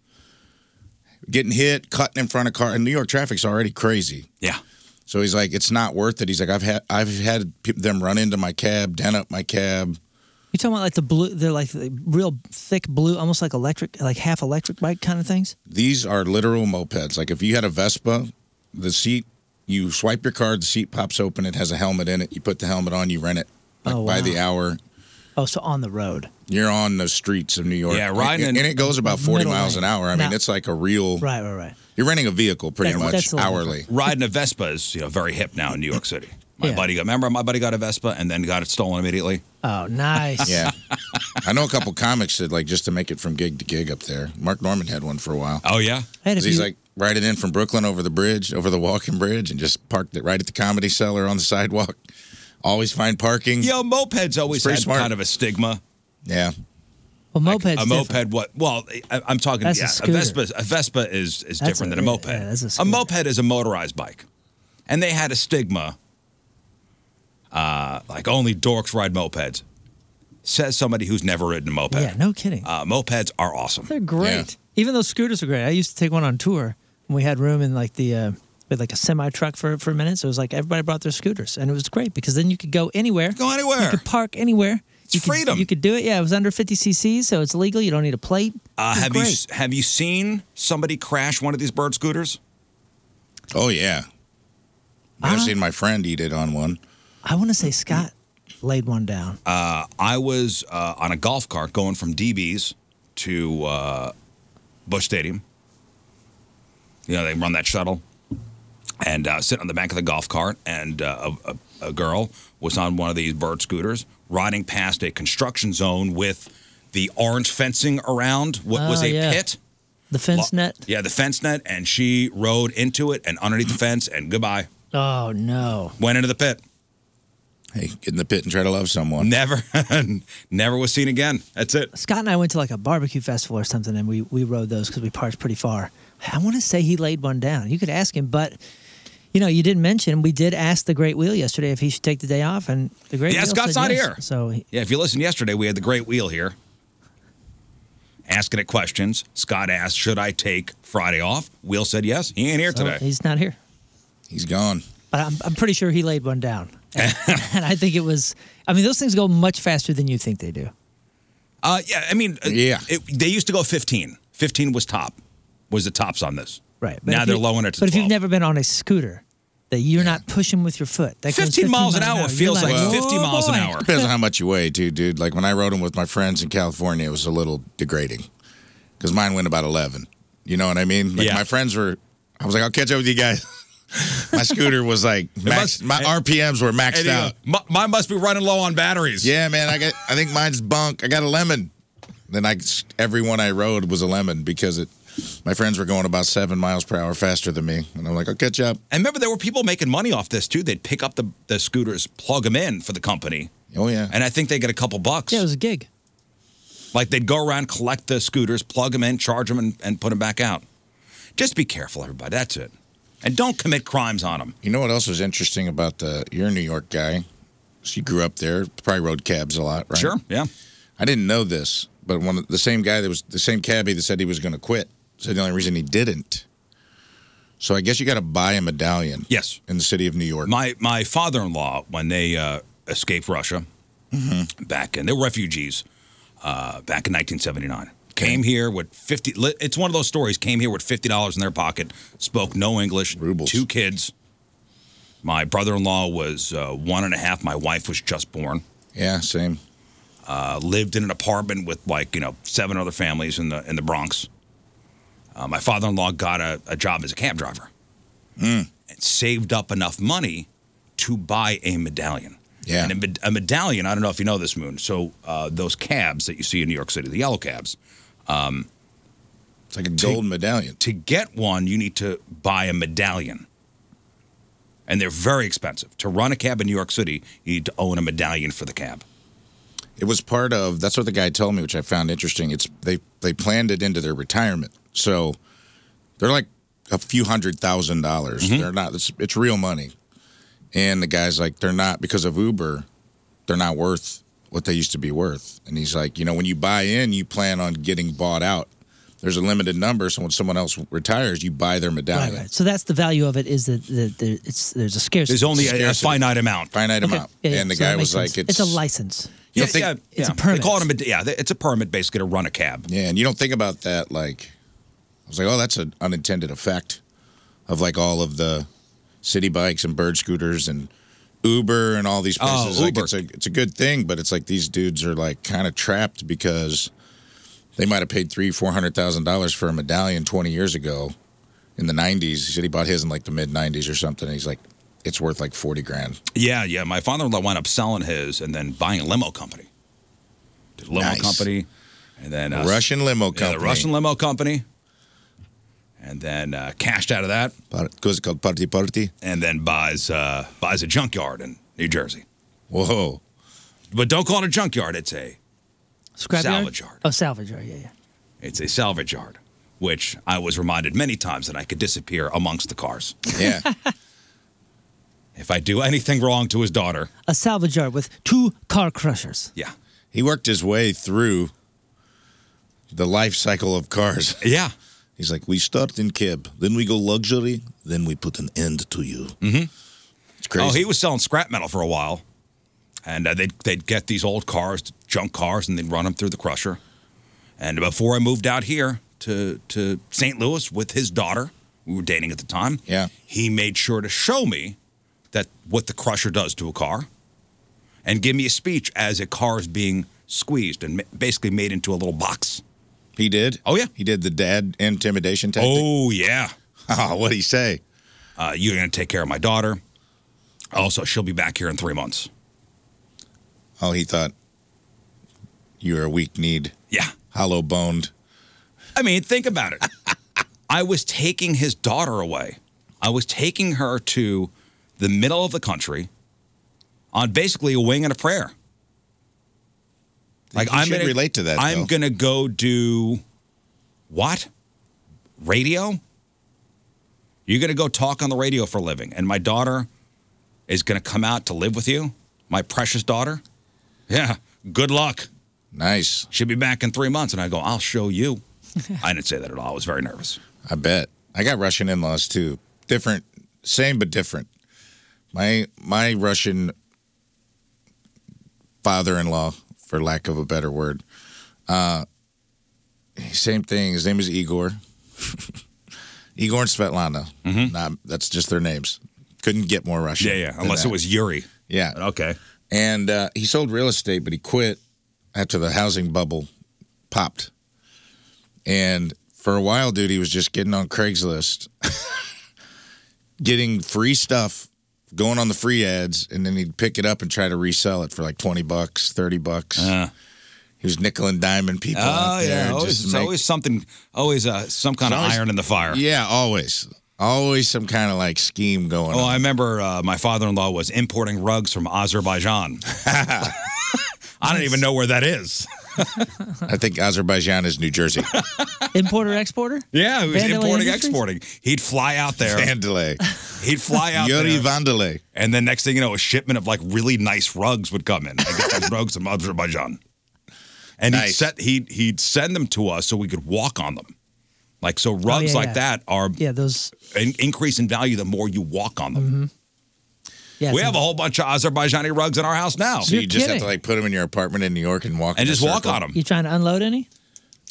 S6: getting hit, cutting in front of car, and New York traffic's already crazy.
S4: Yeah.
S6: So he's like, it's not worth it. He's like, I've had I've had pe- them run into my cab, dent up my cab.
S5: You talking about like the blue? They're like the real thick blue, almost like electric, like half electric bike kind of things.
S6: These are literal mopeds. Like if you had a Vespa, the seat, you swipe your card, the seat pops open, it has a helmet in it. You put the helmet on, you rent it like
S5: Oh,
S6: by
S5: wow.
S6: the hour.
S5: Oh, so on the road,
S6: You're on the streets of New York.
S4: Yeah, riding
S6: And,
S4: in-
S6: and it goes about 40
S5: Middle
S6: miles
S5: lane.
S6: an hour. I mean,
S5: Now-
S6: it's like a real,
S5: right, right, right.
S6: you're renting a vehicle pretty
S5: That's-
S6: much
S5: that's a little
S6: hourly.
S4: Riding a Vespa is, you know, very hip now in New York City. My
S5: Yeah.
S4: buddy got, remember my buddy got a Vespa and then got it stolen immediately?
S5: Oh, nice.
S6: Yeah. I know a couple comics that like just to make it from gig to gig up there. Mark Norman had one for a while.
S4: Oh, yeah?
S5: I had a
S6: 'Cause he's
S5: few-
S6: like riding in from Brooklyn over the bridge, over the walking bridge, and just parked it right at the comedy cellar on the sidewalk. Always find parking.
S4: Yo, mopeds always
S6: It's pretty
S4: had
S6: smart.
S4: kind of a stigma.
S6: Yeah.
S5: well, mopeds.
S4: a
S5: different.
S4: moped what well I, i'm talking
S5: That's a
S4: yeah a,
S5: scooter.
S4: vespa a vespa is is
S5: That's
S4: different
S5: a-
S4: than a moped
S5: yeah, that's a
S4: a
S5: scooter.
S4: moped is a motorized bike and they had a stigma uh like only dorks ride mopeds says somebody who's never ridden a moped
S5: Yeah, no kidding.
S4: uh, mopeds are awesome
S5: They're great. Even those scooters are great. I used to take one on tour when we had room in like the uh, with like a semi truck for for a minute. So it was like everybody brought their scooters, and it was great because then you could go anywhere.
S4: Go anywhere.
S5: You could park anywhere.
S4: It's
S5: you could-
S4: freedom.
S5: you could do it. Yeah, it was under 50 cc, so it's legal. You don't need a plate.
S4: uh,
S5: It was
S4: have you
S5: great.
S4: s- have you seen somebody crash one of these bird scooters
S6: Oh yeah. I've seen my friend eat it on one.
S5: I want to say Scott laid one down.
S4: Uh, I was uh, on a golf cart going from DB's to uh, Bush Stadium. You know, they run that shuttle. And uh, sitting on the back of the golf cart, and uh, a, a, a girl was on one of these bird scooters riding past a construction zone with the orange fencing around what was
S5: Oh,
S4: a
S5: yeah.
S4: pit.
S5: The fence
S4: Lo-
S5: net.
S4: Yeah, the fence net. And she rode into it and underneath the fence, and goodbye.
S5: Oh no.
S4: Went into the pit.
S6: Hey, get in the pit and try to love someone.
S4: Never, never was seen again. That's it.
S5: Scott and I went to like a barbecue festival or something, and we we rode those because we parked pretty far. I want to say he laid one down. You could ask him, but you know, you didn't mention we did ask the Great Wheel yesterday if he should take the day off, and the Great
S4: Yeah,
S5: Wheel
S4: Scott's
S5: said
S4: not
S5: yes.
S4: here.
S5: So he-
S4: Yeah, if you listened yesterday, we had the great wheel here asking it questions. Scott asked, Should I take Friday off? Wheel said yes. He ain't here
S5: so
S4: today.
S5: he's not here.
S6: He's gone.
S5: But I'm I'm pretty sure he laid one down, and, and I think it was. I mean, those things go much faster than you think they do.
S4: Uh, yeah, I mean, uh,
S6: Yeah.
S4: it- they used to go 15. 15 was top, was the tops on this.
S5: Right.
S4: now
S5: if
S4: they're
S5: you-
S4: lowering it to
S5: But if you've
S4: 12.
S5: never been on a scooter, that you're not pushing with your foot. That goes
S4: 15 miles an hour
S5: you're
S4: feels like
S5: "Whoa,
S4: 50 miles an
S5: oh, boy."
S4: hour.
S6: Depends on how much you weigh, too, dude. Like when I rode them with my friends in California, it was a little degrading because mine went about 11. You know what I mean? Like
S4: Yeah.
S6: my friends were, I was like, I'll catch up with you guys. my scooter was like, max,
S4: must-
S6: my RPMs were maxed
S4: And he
S6: out.
S4: goes, "Mi- Mine must be running low on batteries.
S6: Yeah, man, I got, I think mine's bunk. I got a lemon. Then I, every one I rode was a lemon because it, my friends were going about seven miles per hour faster than me. And I'm like, I'll catch up.
S4: And remember, there were people making money off this too. They'd pick up the, the scooters, plug them in for the company.
S6: Oh, yeah.
S4: And I think they get a couple bucks.
S5: Yeah, it was a gig.
S4: Like they'd go around, collect the scooters, plug them in, charge them, and, and put them back out. Just be careful, everybody. That's it. And don't commit crimes on them.
S6: You know what else was interesting about the? You're a New York guy, so you grew up there. Probably rode cabs a lot, right?
S4: Sure. Yeah.
S6: I didn't know this, but one of the same guy that was the same cabbie that said he was going to quit said the only reason he didn't. So I guess you got to buy a medallion.
S4: Yes.
S6: In the city of New York.
S4: My my father in law, when they uh, escaped Russia back in, they were refugees uh, back in 1979. Came here with 50. li- It's one of those stories. Came here with $50 in their pocket, spoke no English,
S6: Rubles.
S4: two kids. My brother in law was uh, one and a half. My wife was just born.
S6: yeah, same.
S4: lived in an apartment with like you know seven other families in the in the Bronx. Uh, my father-in-law got a, a job as a cab driver and saved up enough money to buy a medallion.
S6: Yeah.
S4: and a, med- a medallion. I don't know if you know this, Moon. So uh, those cabs that you see in New York City, the yellow cabs,
S6: It's like a gold medallion.
S4: to get one, you need to buy a medallion. And they're very expensive. To run a cab in New York City, you need to own a medallion for the cab.
S6: It was part of. That's what the guy told me, which I found interesting. It's they they planned it into their retirement, so they're like a few hundred thousand dollars.
S4: Mm-hmm.
S6: They're not. It's, it's real money, and the guy's like, they're not because of Uber. They're not worth what they used to be worth. And he's like, you know, when you buy in, you plan on getting bought out. There's a limited number, so when someone else retires, you buy their medallion.
S5: Right, right. So that's the value of it is that the, the, it's there's a scarcity.
S4: There's only a, a
S6: Scarcity.
S4: finite amount.
S6: Finite
S5: Okay.
S6: amount.
S5: Yeah, yeah.
S6: And the
S5: So that
S6: guy was
S5: makes
S6: like,
S5: sense. it's, a license.
S6: You
S4: Yeah,
S6: don't think-
S4: yeah,
S5: It's
S4: yeah.
S5: a permit.
S4: They call it a, med- yeah, th- it's a permit basically to run a cab.
S6: Yeah, and you don't think about that. Like, I was like, oh, that's an unintended effect of like all of the city bikes and bird scooters and Uber and all these
S4: Oh,
S6: places. like,
S4: Uber.
S6: it's a it's a good thing, but it's like these dudes are like kind of trapped because they might have paid three four hundred thousand dollars for a medallion twenty years ago in the nineties. He said he bought his in like the mid nineties or something. And he's like, it's worth like forty grand.
S4: Yeah, yeah. My father-in-law wound up selling his and then buying a limo company. Did a limo
S6: Nice.
S4: company, and then uh,
S6: Russian limo
S4: yeah,
S6: company.
S4: the Russian limo company, and then uh, cashed out of that,
S6: What's it called? Party party.
S4: and then buys uh, buys a junkyard in New Jersey.
S6: Whoa.
S4: But don't call it a junkyard; it's a
S5: Scrap
S4: Salvage yard.
S5: Oh, salvage yard. Yeah, yeah.
S4: it's a salvage yard, which I was reminded many times that I could disappear amongst the cars
S6: Yeah.
S4: if I do anything wrong to his daughter.
S5: A salvage yard with two car crushers.
S4: Yeah,
S6: He worked his way through the life cycle of cars.
S4: yeah.
S6: He's like, we start in cab, then we go luxury, then we put an end to you. Mm-hmm. It's crazy.
S4: Oh, he was selling scrap metal for a while, and uh, they'd they'd get these old cars, junk cars, and they'd run them through the crusher. And before I moved out here to to St. Louis with his daughter, we were dating at the time.
S6: Yeah.
S4: He made sure to show me that what the crusher does to a car, and give me a speech as a car is being squeezed and ma- basically made into a little box.
S6: He did?
S4: Oh yeah.
S6: He did the dad intimidation tactic?
S4: Oh yeah.
S6: Oh, what'd he say?
S4: Uh, you're going to take care of my daughter. Also, she'll be back here in three months.
S6: Oh, he thought you were a weak kneed,
S4: Yeah.
S6: hollow boned.
S4: I mean, think about it. I was taking his daughter away. I was taking her to the middle of the country on basically a wing and a prayer. Like
S6: You
S4: I'm
S6: should
S4: gonna,
S6: relate to that,
S4: I'm
S6: though.
S4: gonna go do what? Radio? You're gonna go talk on the radio for a living, and my daughter is gonna come out to live with you, my precious daughter. Yeah. Good luck.
S6: Nice.
S4: She'll be back in three months, and I go. I'll show you. I didn't say that at all. I was very nervous.
S6: I bet. I got Russian in laws too. Different, same but different. My my Russian father in law, for lack of a better word, uh, same thing. His name is Igor. Igor and Svetlana. Nah, that's just their names. Couldn't get more Russian.
S4: Mm-hmm. Yeah, yeah.
S6: than
S4: Unless
S6: that.
S4: it was Yuri.
S6: Yeah.
S4: Okay.
S6: And uh, he sold real estate, but he quit after the housing bubble popped. And for a while, dude, he was just getting on Craigslist, getting free stuff, going on the free ads, and then he'd pick it up and try to resell it for like 20 bucks, 30 bucks.
S4: Uh.
S6: He was nickel and diamond people.
S4: Oh
S6: out there
S4: yeah.
S6: just
S4: Always,
S6: to
S4: it's
S6: make-
S4: always something. Always uh, some kind of
S6: It's always-
S4: iron in the fire.
S6: Yeah, always. Always some kind of like scheme going
S4: Oh,
S6: on.
S4: I remember uh, my father-in-law was importing rugs from Azerbaijan. I don't even know where that is.
S6: I think Azerbaijan is New Jersey.
S5: Importer, exporter?
S4: Yeah, he was
S5: Vandalay
S4: importing,
S5: Industries?
S4: exporting. He'd fly out there.
S6: Vandalay.
S4: He'd fly out
S6: Yuri
S4: there,
S6: Vandalay.
S4: and then next thing you know, a shipment of like really nice rugs would come in. I get these rugs from Azerbaijan, and he'd,
S6: Nice. Oh,
S4: set, he'd he'd send them to us so we could walk on them. Like so, rugs
S5: Oh, yeah,
S4: like
S5: yeah.
S4: that are
S5: Yeah, those. Mm-hmm.
S4: an increase in value the more you walk on them.
S5: Yeah,
S4: We have a whole bunch of Azerbaijani rugs in our house now.
S6: So you
S5: You're
S6: just have
S5: kidding.
S6: to like put them in your apartment in New York and walk
S4: and
S6: in a
S4: just walk
S6: circle?
S4: on them.
S5: You trying to unload any?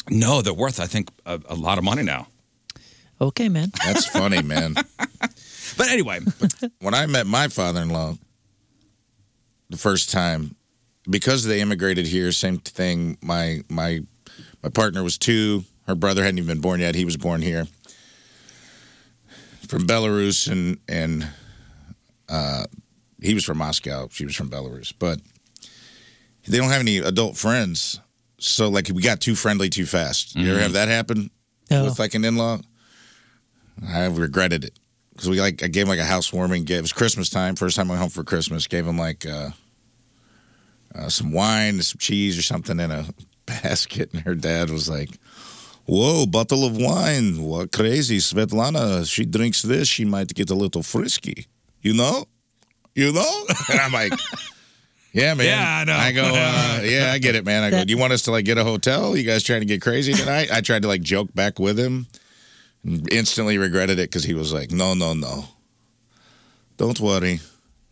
S4: No, they're worth, I think, a, a lot of money now.
S5: Okay, man.
S6: That's funny, man.
S4: But anyway,
S6: when I met my father-in-law the first time, because they immigrated here, same thing. My my my partner was two. Her brother hadn't even been born yet. He was born here from Belarus, and and uh, he was from Moscow. She was from Belarus, but they don't have any adult friends. So like we got too friendly too fast. You ever have that happen
S5: No.
S6: with like an in-law? I regretted it because we like I gave him like a housewarming gift. It was Christmas time, first time I went home for Christmas. Gave him like uh, uh, some wine, and some cheese, or something in a basket, and her dad was like, "Whoa, bottle of wine! What crazy Svetlana? She drinks this, she might get a little frisky, you know, you know." And I'm like. Yeah, man.
S4: Yeah, I know.
S6: I go, uh, yeah, I get it, man. I go, do you want us to like get a hotel? You guys trying to get crazy tonight? I tried to like joke back with him instantly regretted it because he was like, no, no, no. Don't worry.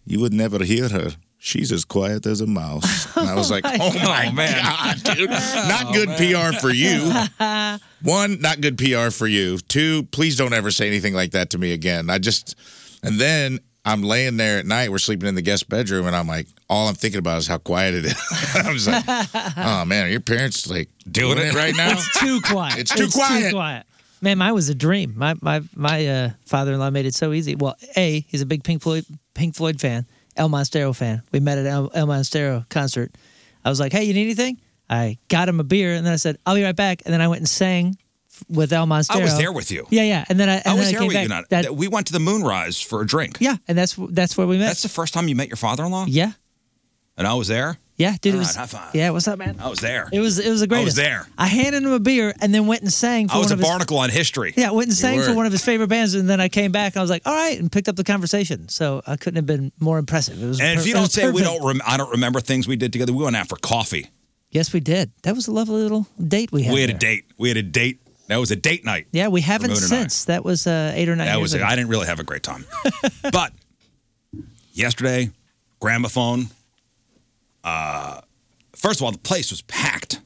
S6: You would never hear her. She's as quiet as a mouse. And I was like, oh my
S4: man.
S6: God, dude.
S4: Oh,
S6: Not good PR for you. One, not good PR for you. Two, please don't ever say anything like that to me again. I just, and then I'm laying there at night. We're sleeping in the guest bedroom, and I'm like, all I'm thinking about is how quiet it is. I'm just like, oh man, are your parents like
S4: Doing
S6: doing
S4: it?
S6: it right now?
S5: too quiet.
S6: It's too quiet.
S5: Man, mine was a dream. My my my uh, father-in-law made it so easy. Well, a he's a big Pink Floyd Pink Floyd fan, El Monstero fan. We met at El, El Monstero concert. I was like, "Hey, you need anything?" I got him a beer, and then I said, "I'll be right back." And then I went and sang f- with El Monstero.
S4: I was there with you.
S5: Yeah, yeah. And then I, and
S4: I was
S5: then
S4: there
S5: came
S4: with
S5: back.
S4: you. Not,
S5: That-
S4: we went to the Moonrise for a drink.
S5: yeah, and that's that's where we met.
S4: That's the first time you met your father-in-law,
S5: yeah,
S4: and I was there.
S5: yeah, dude.
S4: All
S5: it
S4: right,
S5: was,
S4: high five. Oh.
S5: Yeah, what's up, man?
S4: I was there.
S5: It was it was a great.
S4: there.
S5: I handed him a beer and then went and sang. For
S4: I was
S5: one
S4: a
S5: of his-
S4: barnacle on history.
S5: Yeah, went and sang for
S6: were.
S5: one of his favorite bands, and then I came back and I was like, "All right," and picked up the conversation. So I couldn't have been more impressive. It was.
S4: And if
S5: per-
S4: you
S5: it
S4: don't
S5: was
S4: say we
S5: perfect.
S4: don't, rem- I don't remember things we did together. We went out for coffee.
S5: yes, we did. That was a lovely little date we had.
S4: we had a
S5: there.
S4: date. We had a date. That was a date night.
S5: Yeah, we haven't
S4: Ramon and I.
S5: since. That was uh, eight or nine.
S4: That
S5: years
S4: was it.
S5: ago.
S4: I didn't really have a great time. but yesterday, gramophone. Uh, first of all, the place was packed.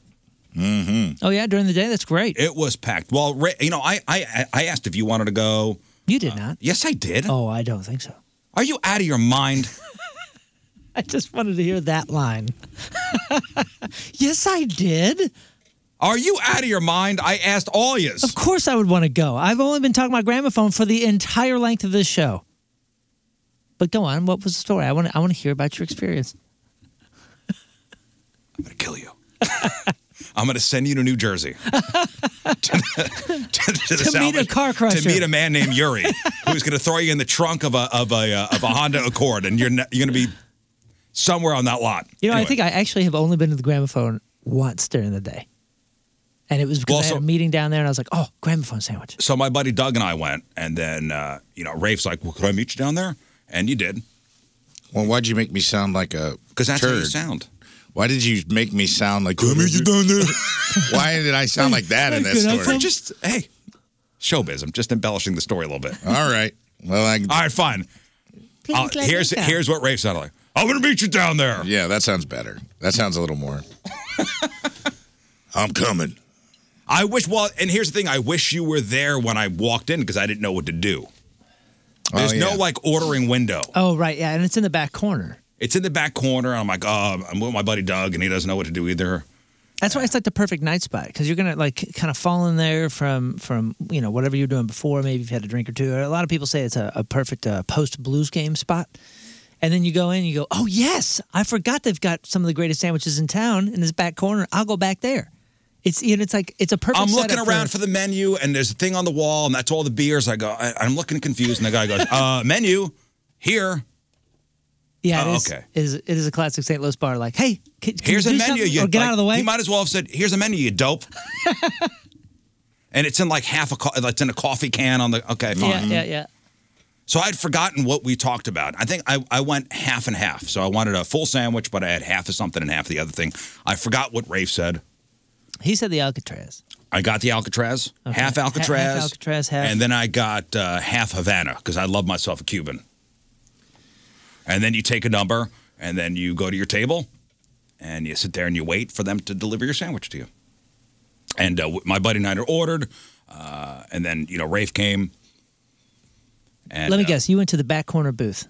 S5: oh yeah, during the day, that's great.
S4: It was packed. Well, Ra- you know, I, I I asked if you wanted to go.
S5: You did not.
S4: Yes, I did.
S5: Oh, I don't think so.
S4: Are you out of your mind?
S5: I just wanted to hear that line. yes, I did.
S4: Are you out of your mind? I asked all yous.
S5: Of course, I would want to go. I've only been talking about gramophone for the entire length of this show. But go on. What was the story? I want. To, I want to hear about your experience.
S4: I'm gonna kill you. I'm gonna send you to New Jersey to, the- to the
S5: To meet a
S4: salvage-
S5: car
S4: to
S5: crusher.
S4: meet a man named Yuri who's gonna throw you in the trunk of a of a uh, of a Honda Accord, and you're ne- you're gonna be somewhere on that lot.
S5: You know, I
S4: Anyway.
S5: think I actually have only been to the gramophone once during the day, and it was because
S4: Well,
S5: I
S4: so-
S5: had a meeting down there, and I was like, "Oh, gramophone sandwich."
S4: so my buddy Doug and I went, and then uh, you know Rafe's like, "Well, could I meet you down there?" And you did,
S6: Well, why'd you make me sound like a
S4: because that's how you
S6: turd?
S4: sound.
S6: Why did you make me sound like?
S4: down there.
S6: Why did I sound like that in that
S5: Good, I
S6: story?
S5: sound-
S4: just hey, showbiz. I'm just embellishing the story a little bit.
S6: All right. Well, I,
S4: All right, fine. I'll- Uh, here's here's what Rafe sounded like. I'm gonna meet you down there.
S6: yeah, that sounds better. That sounds a little more. I'm coming.
S4: I wish. Well, and here's the thing. I wish you were there when I walked in because I didn't know what to do. There's
S6: Oh, yeah.
S4: no like ordering window.
S5: Oh, right. Yeah, and it's in the back corner.
S4: It's in the back corner. I'm like, oh, I'm with my buddy Doug, and he doesn't know what to do either.
S5: That's why it's like the perfect night spot because you're gonna like kind of fall in there from from you know whatever you're doing before. Maybe you've had a drink or two. A lot of people say it's a, a perfect uh, post blues game spot. And then you go in, and you go, oh yes, I forgot they've got some of the greatest sandwiches in town in this back corner. I'll go back there. It's you know, it's like it's a perfect.
S4: I'm looking
S5: setup
S4: around for the menu, and there's a thing on the wall, and that's all the beers. I go, I, I'm looking confused, and the guy goes, uh, menu here.
S5: yeah.
S4: Oh,
S5: it is,
S4: okay.
S5: it is it is a classic St. Louis bar? Like, hey, can, can
S4: Here's
S5: you
S4: a
S5: do
S4: menu.
S5: something? or get
S4: like,
S5: out of the way.
S4: You might as well have said, "Here's a menu, you dope." and it's in like half a, co- it's in a coffee can on the. Okay, fine.
S5: yeah, yeah, yeah.
S4: So I'd forgotten what we talked about. I think I, I went half and half. So I wanted a full sandwich, but I had half of something and half of the other thing. I forgot what Rafe said.
S5: He said the Alcatraz.
S4: I got the Alcatraz,
S5: Okay.
S4: half
S5: Ha- half
S4: Alcatraz,
S5: Alcatraz, half-
S4: and then I got uh, half Havana because I love myself a Cuban. And then you take a number, and then you go to your table, and you sit there and you wait for them to deliver your sandwich to you. And uh, w- my buddy and I had ordered, uh, and then you know Rafe came. And,
S5: Let me
S4: uh,
S5: guess. You went to the back corner booth.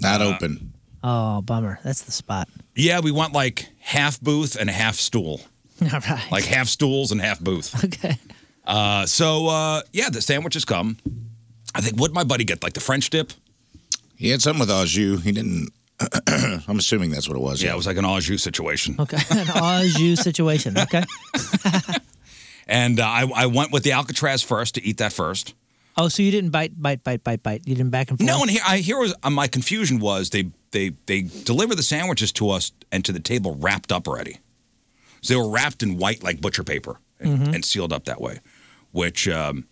S6: Not open.
S5: Oh, bummer. That's the spot.
S4: Yeah, we want like half booth and half stool,
S5: All right.
S4: like half stools and half booth.
S5: okay.
S4: Uh, so uh, yeah, the sandwiches come. I think what my buddy get like the French dip.
S6: He had something with au jus. He didn't. I'm assuming that's what it was.
S4: Yeah, it was like an au jus situation.
S5: Okay, an au jus situation. Okay.
S4: And uh, I, I went with the Alcatraz first to eat that first.
S5: Oh, so you didn't bite, bite, bite, bite, bite. You didn't back and forth.
S4: No, and here, I, here was uh, my confusion was they they they deliver the sandwiches to us and to the table wrapped up already. So they were wrapped in white like butcher paper and, and sealed up that way, which um,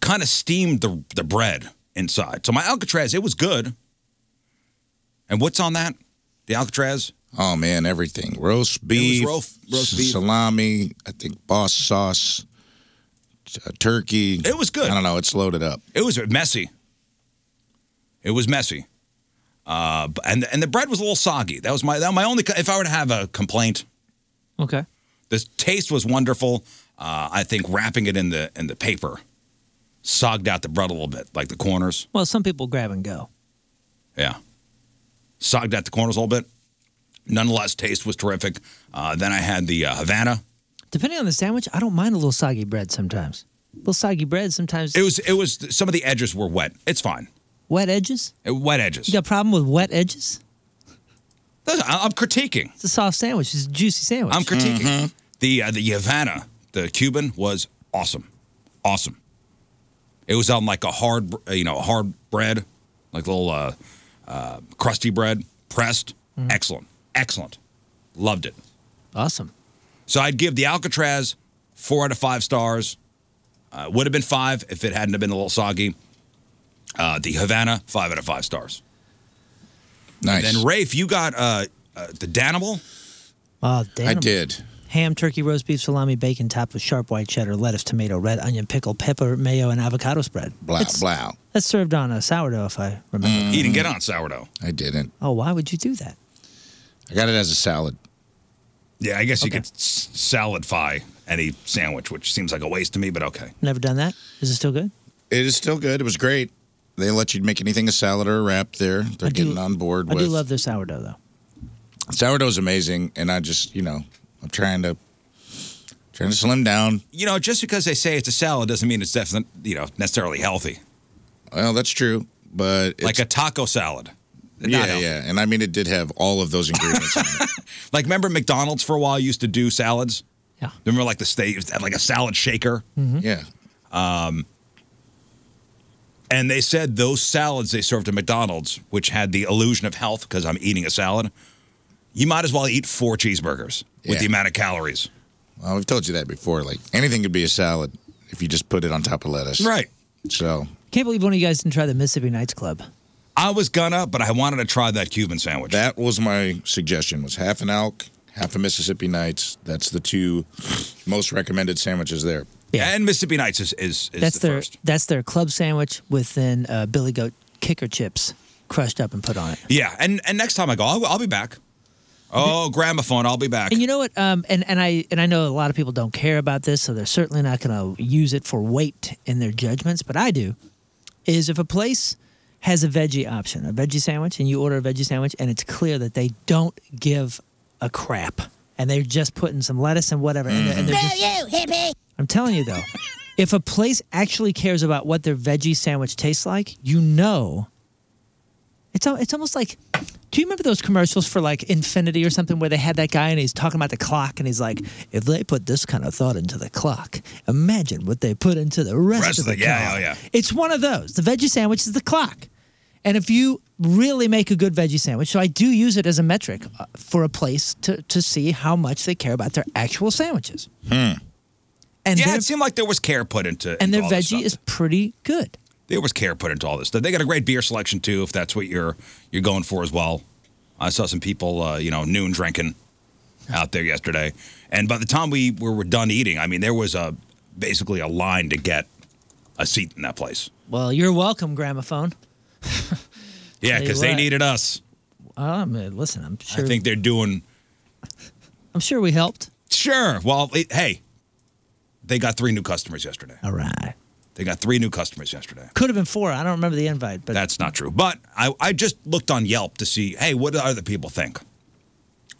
S4: kind of steamed the the bread inside. So my Alcatraz it was good. And what's on that? The Alcatraz.
S6: Oh man, everything. Roast beef,
S4: roast- roast beef.
S6: salami, I think boss sauce, uh, turkey.
S4: It was good.
S6: I don't know, it's loaded up.
S4: It was messy. It was messy. Uh, b- and and the bread was a little soggy. That was my that was my only. co- If I were to have a complaint,
S5: Okay.
S4: the taste was wonderful. Uh, I think wrapping it in the in the paper sogged out the bread a little bit, like the corners.
S5: Well, some people grab and go.
S4: Yeah, sogged out the corners a little bit. Nonetheless, taste was terrific. Uh, then I had the uh, Havana.
S5: Depending on the sandwich, I don't mind a little soggy bread sometimes. A little soggy bread sometimes.
S4: It was it was some of the edges were wet. It's fine.
S5: wet edges.
S4: It- wet edges.
S5: You got a problem with wet edges?
S4: Those- I- I'm critiquing.
S5: It's a soft sandwich. It's a juicy sandwich.
S4: I'm critiquing the uh, the Havana, the Cuban was awesome, awesome. It was on like a hard, br- uh, you know, a hard bread, like little uh, uh, crusty bread, pressed. Excellent, excellent. Loved it.
S5: awesome.
S4: So I'd give the Alcatraz four out of five stars. Uh, would have been five if it hadn't have been a little soggy. Uh, the Havana, five out of five stars.
S6: Nice.
S4: Then Rafe, you got uh, uh, the Danimal.
S5: Oh, damn.
S6: I did.
S5: Ham, turkey, roast beef, salami, bacon, topped with sharp white cheddar, lettuce, tomato, red onion, pickle, pepper, mayo, and avocado spread.
S6: Blah
S5: That's-
S6: blah. Mm-hmm.
S5: That's served on a sourdough, if I remember.
S4: He didn't get on sourdough.
S6: I didn't.
S5: Oh, why would you do that?
S6: I got it as a salad.
S4: Yeah, I guess you
S5: Okay.
S4: could s- saladify any sandwich, which seems like a waste to me, but okay.
S5: Never done that. Is it still good?
S6: It is still good. It was great. They let you make anything a salad or a wrap there. They're
S5: I do-
S6: getting on board
S5: I
S6: with
S5: do love their sourdough though.
S6: sourdough's amazing, and I just you know I'm trying to trying to slim down.
S4: You know, just because they say it's a salad doesn't mean it's definitely, you know, necessarily healthy.
S6: Well, that's true, but it's,
S4: Like a taco salad. Not
S6: yeah,
S4: healthy.
S6: yeah, and I mean it did have all of those ingredients. in it.
S4: Like, remember McDonald's for a while used to do salads?
S5: Yeah.
S4: Remember, like the state, like a salad shaker,
S5: Mm-hmm.
S6: Yeah,
S4: and they said those salads they served at McDonald's, which had the illusion of health because I'm eating a salad, you might as well eat four cheeseburgers with
S6: Yeah.
S4: the amount of calories.
S6: well, we've told you that before. Like anything could be a salad if you just put it on top of lettuce.
S4: Right.
S6: So
S5: Can't believe one of you guys didn't try the Mississippi Nights Club.
S4: I was gonna, but I wanted to try that Cuban sandwich.
S6: that was my suggestion: was half an elk, half a Mississippi Nights. That's the two most recommended sandwiches there.
S4: and Mississippi Nights is is, is
S5: that's
S4: the
S5: their
S4: first.
S5: that's their club sandwich with then uh, Billy Goat kicker chips crushed up and put on it.
S4: Yeah, and and next time I go, I'll, I'll be back. Oh, gramophone, I'll be back.
S5: And you know what? Um, and and I and I know a lot of people don't care about this, so they're certainly not going to use it for weight in their judgments. But I do. Is if a place has a veggie option, a veggie sandwich, and you order a veggie sandwich, and it's clear that they don't give a crap, and they're just putting some lettuce and whatever. And they're, and they're just, I'm telling you though, if a place actually cares about what their veggie sandwich tastes like, you know. It's al- it's almost like, do you remember those commercials for like Infinity or something where they had that guy and he's talking about the clock and he's like, if they put this kind of thought into the clock, imagine what they put into the rest, of the
S4: yeah,
S5: clock.
S4: yeah, yeah.
S5: It's one of those. The veggie sandwich is the clock. And if you really make a good veggie sandwich, so I do use it as a metric uh, for a place to, to see how much they care about their actual sandwiches. And
S4: yeah,
S5: their-
S4: it seemed like there was care put into
S5: and their
S4: into Hmm. all this
S5: veggie
S4: stuff.
S5: is pretty good.
S4: there was care put into all this. They got a great beer selection too, if that's what you're you're going for as well. I saw some people, uh, you know, noon drinking out there yesterday, and by the time we were, were done eating, I mean, there was a basically a line to get a seat in that place.
S5: Well, you're welcome, gramophone.
S4: Yeah,
S5: Tell you
S4: because they
S5: what.
S4: needed us.
S5: Um, uh, listen, I'm sure.
S4: I think they're doing
S5: I'm sure we helped.
S4: sure. Well, it, hey, they got three new customers yesterday.
S5: All right.
S4: They got three new customers yesterday.
S5: Could have been four. I don't remember the invite, but
S4: That's not true. But I, I just looked on Yelp to see, hey, what do other people think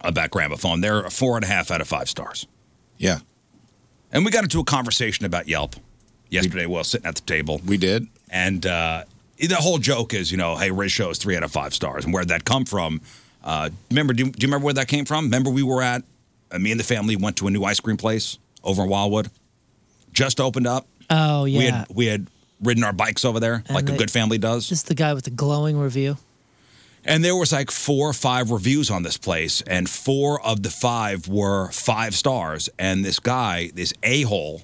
S4: about Gramophone? They're a four and a half out of five stars.
S6: Yeah,
S4: And we got into a conversation about Yelp yesterday while sitting at the table.
S6: we did.
S4: And uh, the whole joke is, you know, hey, Riz show is three out of five stars. And where'd that come from? Uh, remember, do, do you remember where that came from? Remember we were at, uh, me and the family went to a new ice cream place over in Wildwood. Just opened up.
S5: oh yeah,
S4: We had we had ridden our bikes over there like a
S5: they-
S4: good family does.
S5: just the guy with the glowing review.
S4: And there was like four or five reviews on this place, and four of the five were five stars. And this guy, this a hole,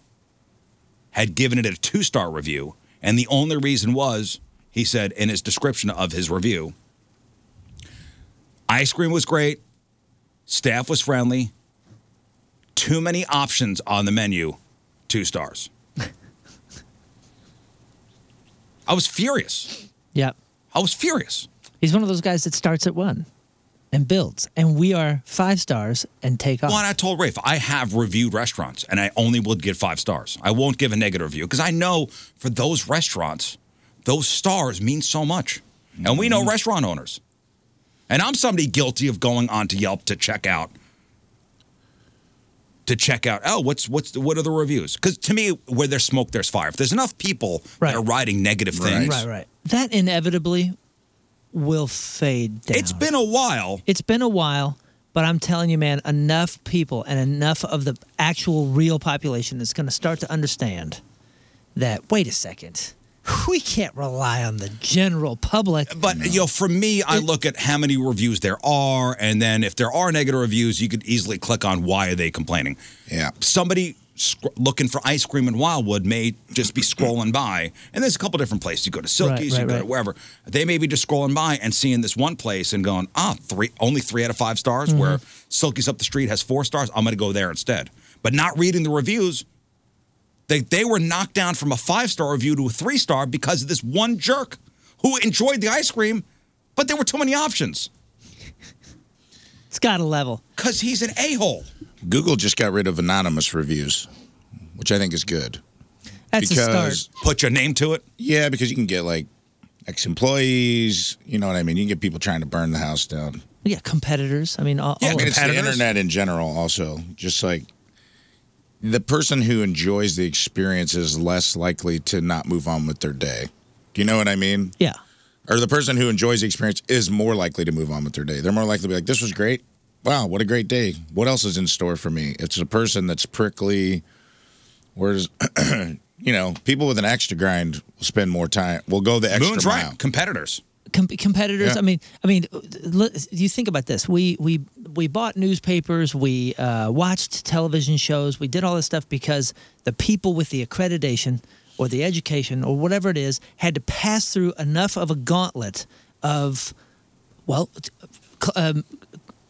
S4: had given it a two star review. And the only reason was, he said in his description of his review, ice cream was great, staff was friendly, too many options on the menu, two stars. I was furious.
S5: Yep.
S4: I was furious.
S5: He's one of those guys that starts at one and builds, and we are five stars and take off.
S4: Well, and I told Rafe, I have reviewed restaurants and I only will give five stars. I won't give a negative review because I know for those restaurants, those stars mean so much. And we
S5: Mm-hmm.
S4: know restaurant owners. And I'm somebody guilty of going onto Yelp to check out to check out, oh, what's what's what are the reviews? Because to me, where there's smoke, there's fire. If there's enough people
S5: Right.
S4: that are writing negative things,
S5: right, right. That inevitably will fade down.
S4: it's been a while.
S5: it's been a while, but I'm telling you, man, enough people and enough of the actual real population is going to start to understand that. Wait a second, we can't rely on the general public.
S4: But you know, for me, I look at how many reviews there are, and then if there are negative reviews, you could easily click on why are they complaining.
S6: Yeah.
S4: Somebody sc- looking for ice cream in Wildwood may just be scrolling by, and there's a couple different places. You go to Silky's,
S5: right,
S4: you go to
S5: right.
S4: wherever. They may be just scrolling by and seeing this one place and going, ah, three, only three out of five stars. Where
S5: Mm-hmm.
S4: Silky's up the street has four stars. I'm going to go there instead. But not reading the reviews. They, they were knocked down from a five star review to a three star because of this one jerk who enjoyed the ice cream, but there were too many options
S5: It's got a level.
S4: because he's an a hole.
S6: Google just got rid of anonymous reviews, which I think is good.
S5: That's a start.
S4: Put your name to it.
S6: Yeah, because you can get like ex-employees. You know what I mean? You can get people trying to burn the house down.
S5: Yeah, competitors. I mean, all,
S6: Yeah,
S5: all
S6: I mean,
S5: of
S6: it's the internet in general. Also, just like the person who enjoys the experience is less likely to not move on with their day. Do you know what I mean?
S5: Yeah.
S6: Or the person who enjoys the experience is more likely to move on with their day. They're more likely to be like, "This was great. Wow, what a great day. What else is in store for me?" It's a person that's prickly. Whereas, you know, people with an extra grind will spend more time. Will go the extra
S4: Moon's
S6: mile.
S4: right. Competitors.
S5: com- competitors.
S6: Yeah.
S5: I mean, I mean, l- you think about this. We we we bought newspapers, we uh, watched television shows, we did all this stuff because the people with the accreditation or the education or whatever it is had to pass through enough of a gauntlet of well t- c- um,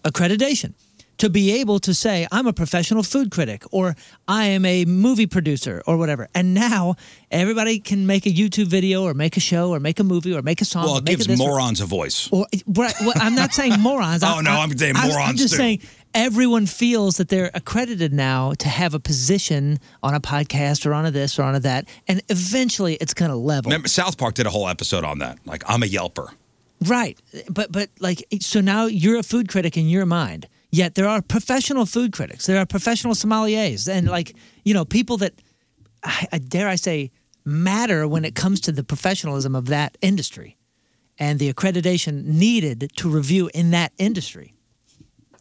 S5: accreditation to be able to say I'm a professional food critic or I am a movie producer or whatever. And now everybody can make a YouTube video or make a show or make a movie or make a song.
S4: Well,
S5: or
S4: it
S5: make
S4: gives
S5: this or-
S4: morons a voice.
S5: or right, well, I'm not saying morons.
S4: Oh, no, I'm saying
S5: I'm
S4: morons,
S5: just
S4: too.
S5: saying everyone feels that they're accredited now to have a position on a podcast or on a this or on a that, and eventually it's going to level.
S4: Remember, South Park did a whole episode on that. Like, I'm a yelper.
S5: Right, but but like so now you're a food critic in your mind. Yet there are professional food critics. There are professional sommeliers, and like you know people that I, I dare I say matter when it comes to the professionalism of that industry and the accreditation needed to review in that industry.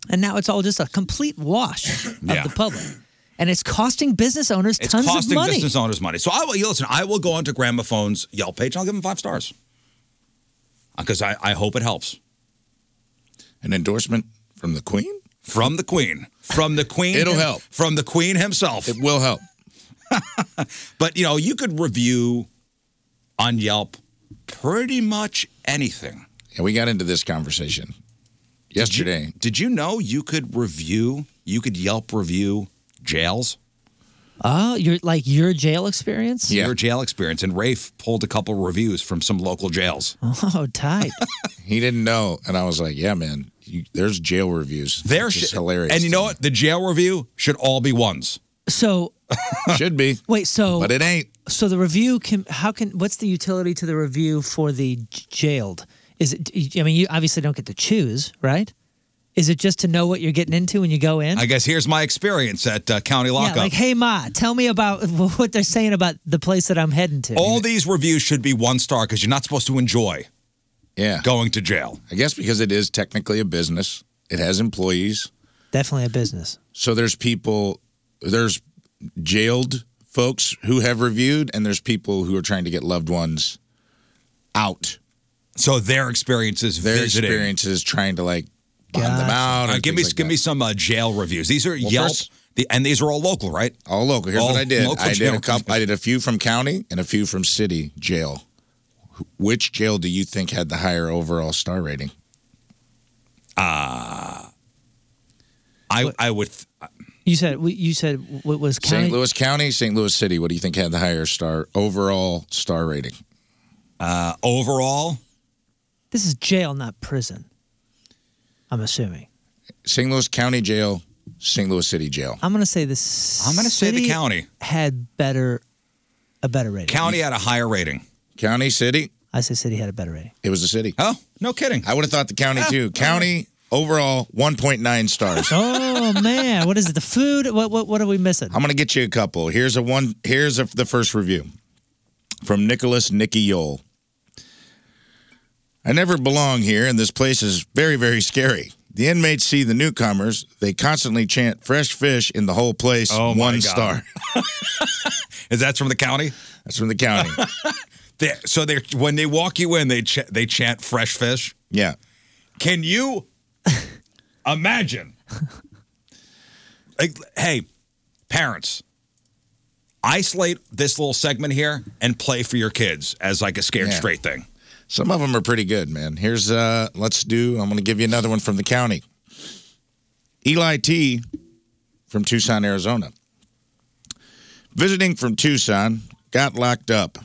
S5: And now it's all just a complete wash of
S4: Yeah.
S5: the public, and it's costing business owners
S4: It's
S5: tons
S4: costing
S5: of money.
S4: business owners money. So I will you listen. I will go onto Gramophone's Yelp page. and I'll give them five stars because I, I hope it helps.
S6: An endorsement from the Queen.
S4: From the Queen. From the Queen.
S6: It'll help.
S4: From the Queen himself.
S6: It will help.
S4: But you know, you could review on Yelp pretty much anything.
S6: And we got into this conversation yesterday.
S4: Did you know you could review, you could Yelp review jails?
S5: Oh, your like your jail experience?
S6: Yeah.
S4: Your jail experience. And Rafe pulled a couple reviews from some local jails.
S5: Oh, tight.
S6: He didn't know, and I was like, "Yeah, man, you, there's jail reviews.
S4: They're
S6: which is
S4: sh-
S6: hilarious."
S4: And you know
S6: to
S4: what? The jail review should all be ones.
S5: so
S6: me. Should be,
S5: wait, so
S6: but it ain't.
S5: So the review can how can what's the utility to the review for the j- jailed? Is it? I mean, you obviously don't get to choose, right? Is it just to know what you're getting into when you go in?
S4: I guess here's my experience at uh, County
S5: yeah,
S4: Lockup.
S5: like hey ma, tell me about what they're saying about the place that I'm heading to.
S4: all these reviews should be one star because you're not supposed to enjoy
S6: Yeah,
S4: going to jail.
S6: I guess because it is technically a business. It has employees,
S5: Definitely a business.
S6: so there's people, there's jailed folks who have reviewed, and there's people who are trying to get loved ones out.
S4: So their experience is
S6: Their
S4: visiting.
S6: experiences trying to like bond them
S5: Gotcha.
S6: out.
S4: All
S6: and
S4: right, give me
S6: things like
S4: give me
S6: that.
S4: some uh, jail reviews. These are
S6: Well,
S4: Yelp,
S6: first-
S4: the, and these are all local, right?
S6: all local. Here's
S4: all
S6: what I did.
S4: local
S6: I did
S4: jail.
S6: a couple. I did a few from county and a few from city jail. Which jail do you think had the higher overall star rating?
S4: I I would
S5: You said you said what was county?
S6: St. Louis County, St. Louis City. What do you think had the higher star overall star rating?
S4: uh, overall.
S5: This is jail, not prison. I'm assuming.
S6: St. Louis County Jail, St. Louis City Jail.
S5: I'm gonna say this.
S4: I'm gonna say the county.
S5: had better a better rating.
S4: County had a higher rating.
S6: County, city.
S5: I say city had a better rating.
S6: It was the city.
S4: Oh, no kidding.
S6: I would have thought the county too. County overall 1.9 stars.
S5: Oh man, what is it? The food? What what what are we missing?
S6: I'm gonna get you a couple. Here's a one. Here's a, the first review from Nicholas Nicky Yole. I never belong here, and this place is very, very scary. The inmates see the newcomers. They constantly chant "fresh fish" in the whole place.
S4: Oh,
S6: One
S4: my God.
S6: star.
S4: Is that from the county?
S6: That's from the county.
S4: They, so they when they walk you in, they ch- they chant fresh fish.
S6: yeah.
S4: Can you imagine? Like, hey, parents, isolate this little segment here and play for your kids as like a scared
S6: Yeah.
S4: straight thing.
S6: Some of them are pretty good, man. Here's uh let's do I'm going to give you another one from the county. Eli T from Tucson, Arizona. Visiting from Tucson, got locked up.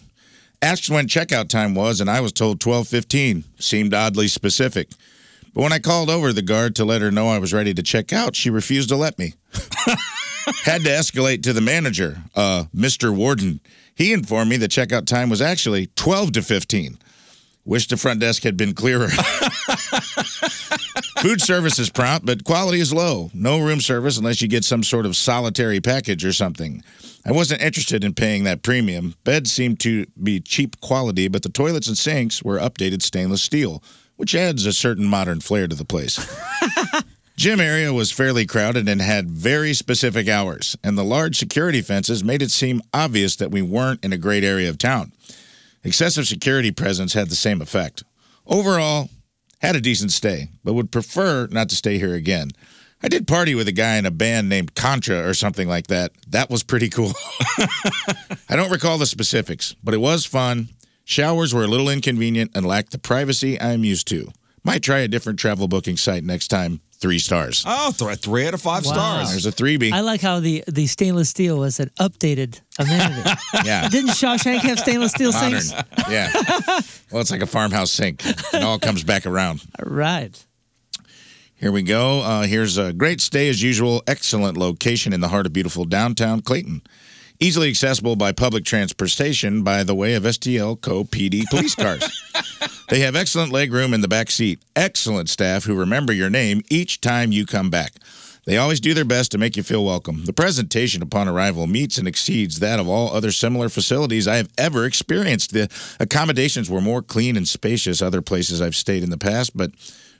S6: Asked when checkout time was and I was told 12:15. Seemed oddly specific. But when I called over the guard to let her know I was ready to check out, she refused to let me. Had to escalate to the manager, uh, Mr. Warden. He informed me the checkout time was actually 12 to 15. Wish the front desk had been clearer. Food service is prompt, but quality is low. No room service unless you get some sort of solitary package or something. I wasn't interested in paying that premium. Beds seemed to be cheap quality, but the toilets and sinks were updated stainless steel, which adds a certain modern flair to the place. Gym area was fairly crowded and had very specific hours, and the large security fences made it seem obvious that we weren't in a great area of town. Excessive security presence had the same effect. Overall, had a decent stay, but would prefer not to stay here again. I did party with a guy in a band named Contra or something like that. That was pretty cool. I don't recall the specifics, but it was fun. Showers were a little inconvenient and lacked the privacy I'm used to. Might try a different travel booking site next time. Three stars.
S4: Oh, th- three out of five
S5: Wow.
S4: stars.
S6: There's a three B.
S5: I like how the, the stainless steel was an updated amenity.
S6: Yeah.
S5: Didn't Shawshank have stainless steel
S6: Modern.
S5: sinks?
S6: Yeah. Well, it's like a farmhouse sink. It all comes back around.
S5: Right.
S6: Here we go. Uh, here's a great stay as usual. Excellent location in the heart of beautiful downtown Clayton. Easily accessible by public transportation by the way of STL Co. PD police cars. they have excellent legroom in the back seat. Excellent staff who remember your name each time you come back. They always do their best to make you feel welcome. The presentation upon arrival meets and exceeds that of all other similar facilities I have ever experienced. The accommodations were more clean and spacious other places I've stayed in the past, but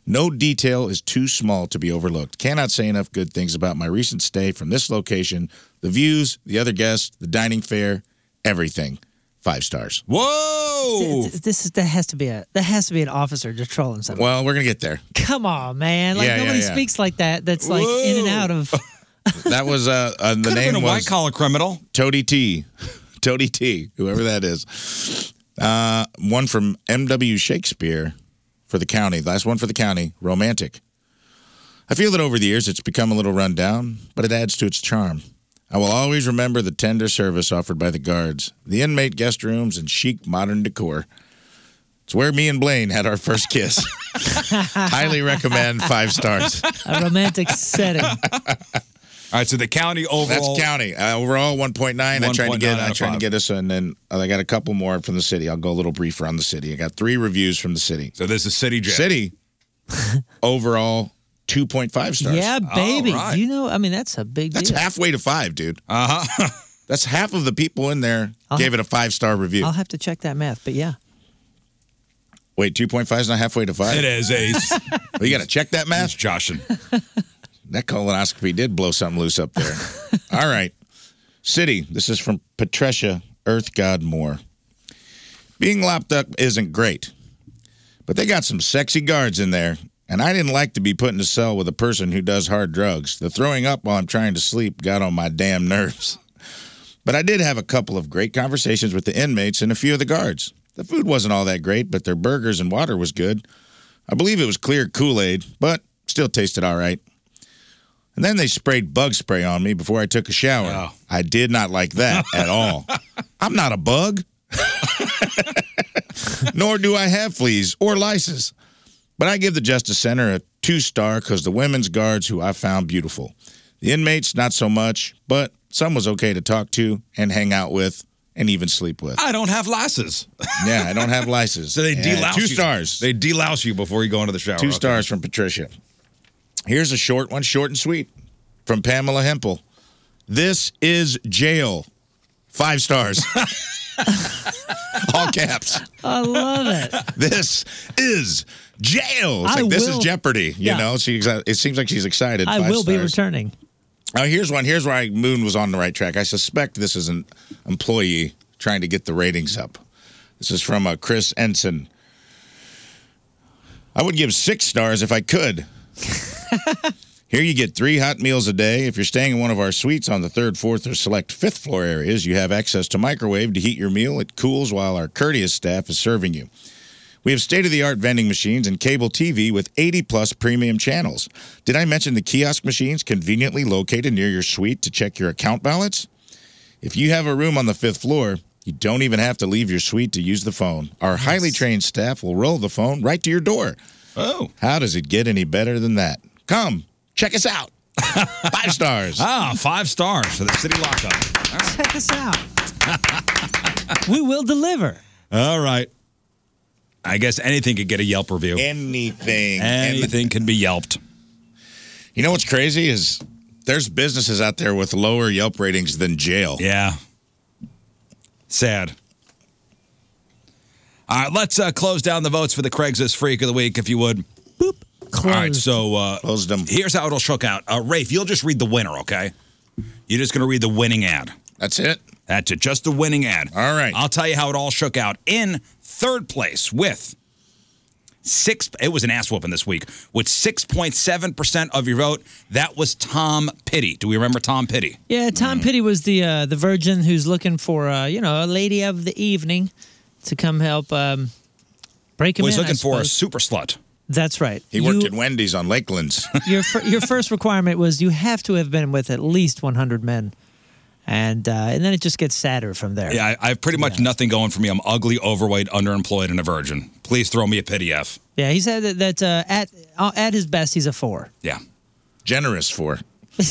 S6: no detail is too small to be overlooked. Cannot say enough good things about my recent stay from this location, the views, the other guests, the dining fare, everything. Five stars.
S4: Whoa!
S5: Th- th- This is that has to be a that has to be an officer just trolling something.
S6: Well, we're going to get there.
S5: Come on, man! Like
S6: Yeah, yeah,
S5: nobody
S6: yeah.
S5: speaks like that. That's like in and
S4: Whoa.
S5: out of.
S6: That was uh, uh the
S4: Could have
S6: name
S4: been a
S6: was
S4: white collar criminal.
S6: Toady T. Toady T, whoever that is. Uh, one from M.W. Shakespeare for the county. Last one for the county. Romantic. I feel that over the years it's become a little run down, but it adds to its charm. I will always remember the tender service offered by the guards, the inmate guest rooms, and chic modern decor. It's where me and Blaine had our first kiss. Highly recommend five stars.
S5: a romantic setting.
S4: All right, so the county
S6: That's
S4: overall.
S6: county uh, overall one point nine. I tried to
S4: 1.9
S6: get
S4: out
S6: I
S4: of
S6: tried to
S4: five.
S6: get us, and then uh, I got a couple more from the city. I'll go a little briefer on the city. I got three reviews from the city.
S4: So this is city jail.
S6: City overall two point five stars.
S5: Yeah, baby.
S4: All right.
S5: You know, I mean, that's a big
S6: that's
S5: deal.
S6: halfway to five, dude. Uh huh.
S4: Uh-huh.
S6: that's half of the people in there gave it a five star review.
S5: I'll have to check that math, but yeah,
S6: Wait, two point five is not halfway to five.
S4: It is a
S6: Well, you got to check that math.
S4: That's Joshin.
S6: That colonoscopy did blow something loose up there. All right. City. This is from Patricia Earth God Moore. Being lopped up isn't great, but they got some sexy guards in there, and I didn't like to be put in a cell with a person who does hard drugs. The throwing up while I'm trying to sleep got on my damn nerves. But I did have a couple of great conversations with the inmates and a few of the guards. The food wasn't all that great, but their burgers and water was good. I believe it was clear Kool Aid, but still tasted all right. And then they sprayed bug spray on me before I took a shower. I did not like that at all. I'm not a bug, nor do I have fleas or lices. But I give the Justice Center a two star because the women's guards, who I found beautiful. The inmates, not so much, but some was okay to talk to and hang out with and even sleep with.
S4: I don't have lasses.
S6: Yeah, I don't have lices.
S4: So they
S6: Yeah,
S4: delouse
S6: Two
S4: you.
S6: stars.
S4: They delouse you before you go into the shower.
S6: Two
S4: Okay.
S6: stars from Patricia. Here's a short one, short and sweet, from Pamela Hempel. This is jail. Five stars. All caps.
S5: I love it.
S6: This is jail. Oh, It's
S5: I
S6: like this
S5: will-
S6: is Jeopardy. You
S5: Yeah.
S6: know, she's. It seems like she's excited.
S5: I
S6: Five
S5: will be
S6: stars.
S5: returning.
S6: Now, here's one. Here's where I, Moon was on the right track. I suspect this is an employee trying to get the ratings up. This is from uh, Chris Ensign. I would give six stars if I could. Here you get three hot meals a day. If you're staying in one of our suites on the third, fourth, or select fifth floor areas, you have access to microwave to heat your meal. It cools while our courteous staff is serving you. We have state of the art vending machines and cable TV with 80 plus premium channels. Did I mention the kiosk machines conveniently located near your suite to check your account balance? If you have a room on the fifth floor, you don't even have to leave your suite to use the phone. Our highly trained staff will roll the phone right to your door.
S4: Oh,
S6: How does it get any better than that? Come, check us out. Five stars.
S4: Ah, five stars for the city lockup.
S5: Check us out. we will deliver.
S4: All right. I guess anything could get a Yelp review.
S6: Anything.
S4: Anything can be Yelped.
S6: You know what's crazy is there's businesses out there with lower Yelp ratings than jail.
S4: Yeah. Sad. All right, let's uh, close down the votes for the Craigslist Freak of the Week, if you would. All right, so uh,
S6: Closed them.
S4: here's how it'll shook out. Uh, Rafe, you'll just read the winner, okay? You're just going to read the winning ad.
S6: That's it.
S4: That's it, just the winning ad.
S6: All right.
S4: I'll tell you how it all shook out. In third place with six, it was an ass whooping this week, with 6.7% of your vote. That was Tom Pitty. Do we remember Tom Pitty?
S5: Yeah,
S6: Mm.
S5: Tom Pitty was the uh, the virgin who's looking for uh, you know a lady of the evening to come help um, break him
S4: Well, he's
S5: in. I
S4: looking for a
S5: suppose.
S4: super slut.
S5: That's right.
S6: He worked
S5: You-
S6: at Wendy's on Lakeland's.
S5: your fir- your first requirement was you have to have been with at least 100 men, and uh, and then it just gets sadder from there.
S4: Yeah, I, I have pretty much nothing going for me. I'm ugly, overweight, underemployed, and a virgin. Please throw me a pity F.
S5: Yeah, he said that, that uh, at uh, at his best he's a four.
S4: Yeah.
S6: generous for.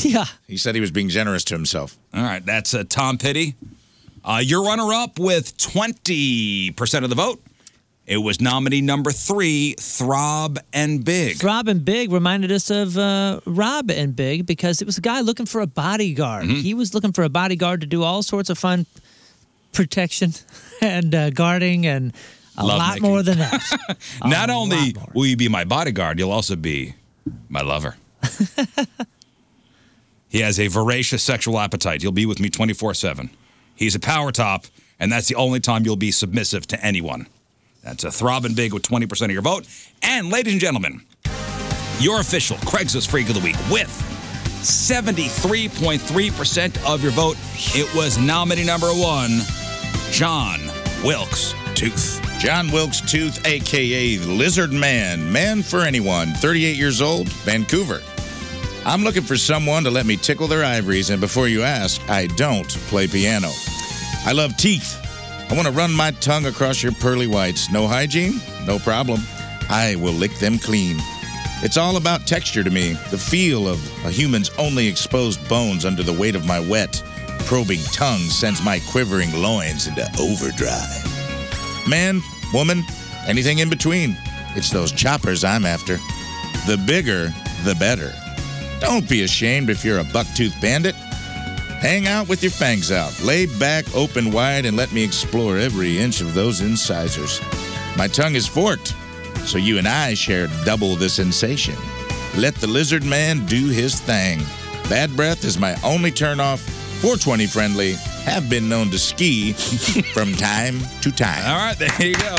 S5: yeah,
S6: He said he was being generous to himself.
S4: All right, that's uh, Tom Pitty. Uh, your runner up with 20% of the vote. It was nominee number three, Throb and Big.
S5: Rob and Big reminded us of uh, Rob and Big because it was a guy looking for a bodyguard.
S4: Mm-hmm.
S5: He was looking for a bodyguard to do all sorts of fun protection and uh, guarding and a
S4: Love
S5: lot
S4: making.
S5: more than that. A
S4: Not only
S5: lot more.
S4: will you be my bodyguard, you'll also be my lover. he has a voracious sexual appetite. You'll be with me 24 7. He's a power top, and that's the only time you'll be submissive to anyone. That's a throbbing big with 20% of your vote. And ladies and gentlemen, your official Craigslist Freak of the Week with 73.3% of your vote. It was nominee number one, John Wilkes Tooth.
S6: John Wilkes Tooth, aka Lizard Man, man for anyone, 38 years old, Vancouver. I'm looking for someone to let me tickle their ivories, and before you ask, I don't play piano. I love teeth. I want to run my tongue across your pearly whites. No hygiene? No problem. I will lick them clean. It's all about texture to me, the feel of a human's only exposed bones under the weight of my wet, probing tongue sends my quivering loins into overdrive. Man, woman, anything in between. It's those choppers I'm after. The bigger, the better. Don't be ashamed if you're a bucktooth bandit. Hang out with your fangs out, lay back, open wide, and let me explore every inch of those incisors. My tongue is forked, so you and I share double the sensation. Let the lizard man do his thing. Bad breath is my only turnoff. 420 friendly, have been known to ski from time to time.
S4: All right, there you go.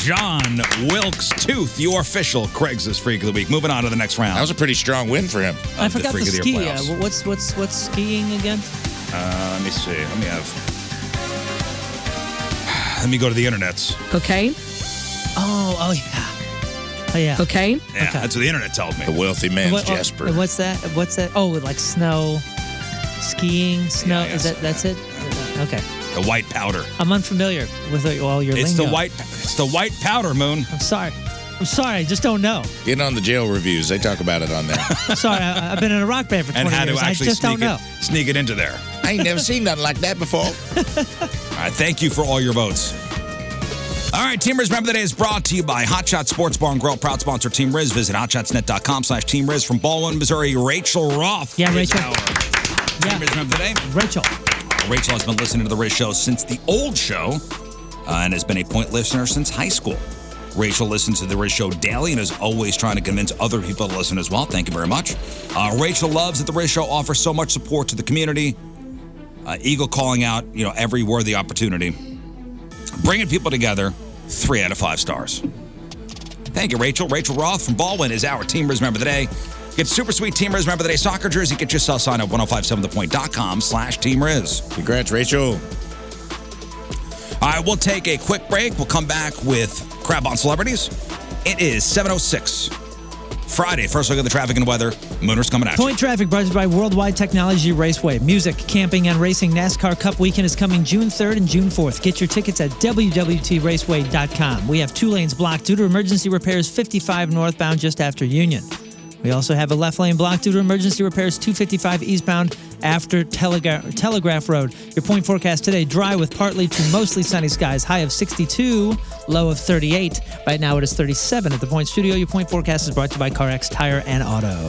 S4: John Wilkes Tooth, your official Craigslist Freak of the Week. Moving on to the next round.
S6: That was a pretty strong win for him.
S5: I
S4: of the
S5: forgot the,
S4: Freak of the
S5: ski.
S4: Year
S5: Uh,
S4: playoffs.
S5: what's what's what's skiing again?
S4: Uh, let me see. Let me have. Let me go to the internets.
S2: Cocaine?
S5: Oh, oh yeah, oh yeah.
S2: Cocaine?
S4: Yeah,
S5: Okay.
S4: that's what the internet tells me.
S6: The wealthy man's
S5: What- oh,
S6: Jasper.
S5: and what's that? What's that? Oh, like snow, skiing, snow.
S4: Yeah, I
S5: is
S4: guess.
S5: that that's it? Okay,
S4: The white powder.
S5: I'm unfamiliar with all your.
S4: It's the
S5: lingo.
S4: white. It's the white powder, Moon.
S5: I'm sorry. I'm sorry. I just don't know.
S6: Get on the jail reviews. They talk about it on there.
S5: I'm sorry. I, I've been in a rock band for 20
S4: And how to
S5: years.
S4: actually
S5: I just
S4: sneak
S5: don't know.
S4: it, sneak it into there.
S6: I ain't never seen nothing like that before.
S4: All right, thank you for all your votes. All right, Teamers, remember today is brought to you by Hot Shot Sports Bar and Grill, proud sponsor of Team Riz. Visit hotshotsnet.com slash Team Riz from Baldwin, Missouri. Rachel Roth.
S5: Yeah,
S4: is
S5: Rachel.
S4: Our
S5: Yeah.
S4: Teamers, remember today?
S5: Rachel.
S4: Rachel has been listening to the Riz Show since the old show uh, and has been a point listener since high school. Rachel listens to the Riz Show daily and is always trying to convince other people to listen as well. Thank you very much. Uh, Rachel loves that the Riz Show offers so much support to the community. Uh, Eagle calling out, you know, every worthy opportunity, bringing people together. Three out of five stars. Thank you, Rachel. Rachel Roth from Baldwin is our Team Riz member today. Get super sweet Team Riz member today soccer jersey. Get yourself signed oh up 1057thepoint.com slash Team Riz.
S6: Congrats, Rachel.
S4: All right, we'll take a quick break. We'll come back with Crab on Celebrities. It is 7.06. Friday, first look at the traffic and weather. Mooner's coming at you.
S5: Point Traffic brought to you by Worldwide Technology Raceway. Music, camping, and racing NASCAR Cup weekend is coming June 3rd and June 4th. Get your tickets at WWTRaceway.com. We have two lanes blocked due to emergency repairs 55 northbound just after Union. We also have a left lane block due to emergency repairs 255 eastbound after Telegra- Telegraph Road. Your point forecast today dry with partly to mostly sunny skies, high of 62, low of 38. Right now it is 37 at the Point Studio. Your point forecast is brought to you by CarX Tire and Auto.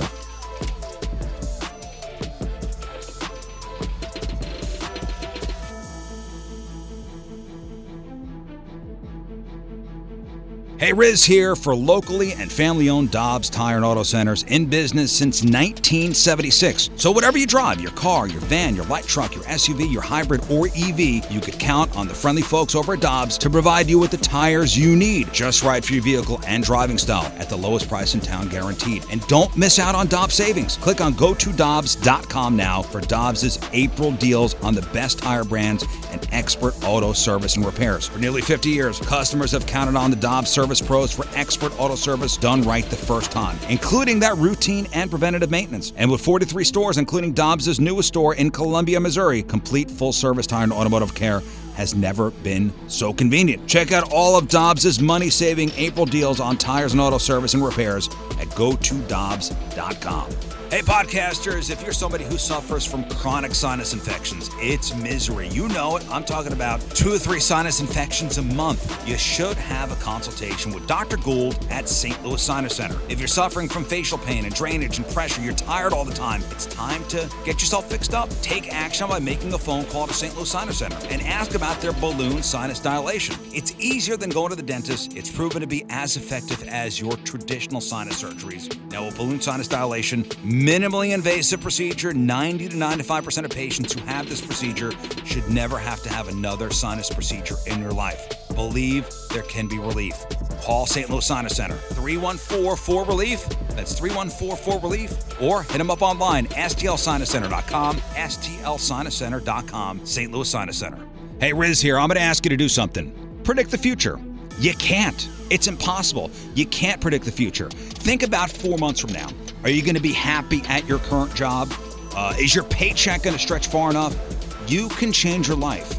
S4: Hey, Riz here for locally and family owned Dobbs Tire and Auto Centers in business since 1976. So, whatever you drive your car, your van, your light truck, your SUV, your hybrid, or EV you could count on the friendly folks over at Dobbs to provide you with the tires you need just right for your vehicle and driving style at the lowest price in town guaranteed. And don't miss out on Dobbs savings. Click on go to Dobbs.com now for Dobbs's April deals on the best tire brands and expert auto service and repairs. For nearly 50 years, customers have counted on the Dobbs Service Pros for expert auto service done right the first time, including that routine and preventative maintenance. And with 43 stores, including Dobbs's newest store in Columbia, Missouri, complete full service tire and automotive care has never been so convenient. Check out all of Dobbs's money saving April deals on tires and auto service and repairs at gotodobbs.com. Hey, podcasters, if you're somebody who suffers from chronic sinus infections, it's misery. You know it. I'm talking about two or three sinus infections a month. You should have a consultation with Dr. Gould at St. Louis Sinus Center. If you're suffering from facial pain and drainage and pressure, you're tired all the time, it's time to get yourself fixed up. Take action by making a phone call to St. Louis Sinus Center and ask about their balloon sinus dilation. It's easier than going to the dentist. It's proven to be as effective as your traditional sinus surgeries. Now, a balloon sinus dilation, minimally invasive procedure, 90 to 95% of patients who have this procedure should never have to have another sinus procedure in their life. Believe there can be relief. Call St. Louis Sinus Center, 314 relief That's 314 relief Or hit them up online, stlsinuscenter.com, stlsinuscenter.com, St. Louis Sinus Center. Hey, Riz here. I'm going to ask you to do something. Predict the future. You can't. It's impossible. You can't predict the future. Think about four months from now. Are you going to be happy at your current job? Uh, is your paycheck going to stretch far enough? You can change your life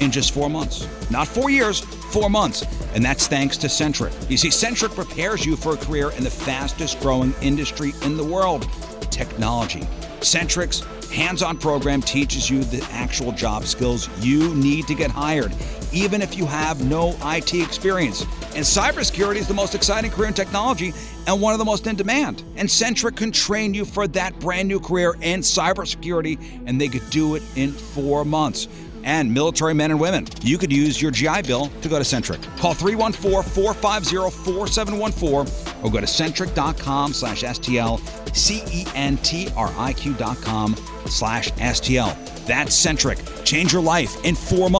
S4: in just four months. Not four years, four months. And that's thanks to Centric. You see, Centric prepares you for a career in the fastest growing industry in the world technology. Centric's hands on program teaches you the actual job skills you need to get hired, even if you have no IT experience. And cybersecurity is the most exciting career in technology and one of the most in demand. And Centric can train you for that brand new career in cybersecurity, and they could do it in four months and military men and women. You could use your GI Bill to go to Centric. Call 314-450-4714 or go to centric.com slash STL, C-E-N-T-R-I-Q dot com slash STL. That's Centric. Change your life in four months.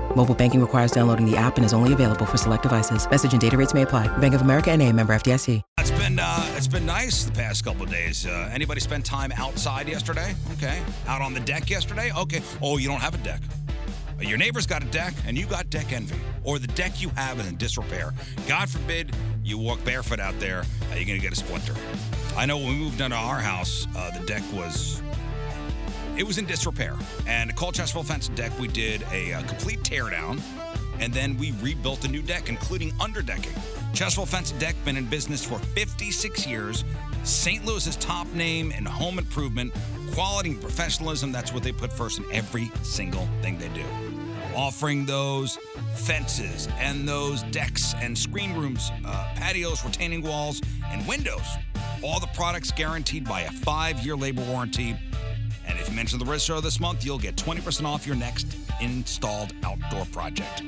S2: Mobile banking requires downloading the app and is only available for select devices. Message and data rates may apply. Bank of America and a member FDIC.
S4: It's been uh, it's been nice the past couple of days. Uh, anybody spend time outside yesterday? Okay. Out on the deck yesterday? Okay. Oh, you don't have a deck. Uh, Your neighbor's got a deck, and you got deck envy, or the deck you have is in disrepair. God forbid you walk barefoot out there. Uh, you're gonna get a splinter. I know when we moved into our house, uh, the deck was it was in disrepair. And at Colchesterville Fence and Deck, we did a uh, complete teardown, and then we rebuilt a new deck, including underdecking. Chesterville Fence and Deck been in business for 56 years. St. Louis's top name in home improvement, quality and professionalism. That's what they put first in every single thing they do. Offering those fences and those decks and screen rooms, uh, patios, retaining walls, and windows. All the products guaranteed by a five year labor warranty. And if you mention the Riz Show this month, you'll get 20% off your next installed outdoor project.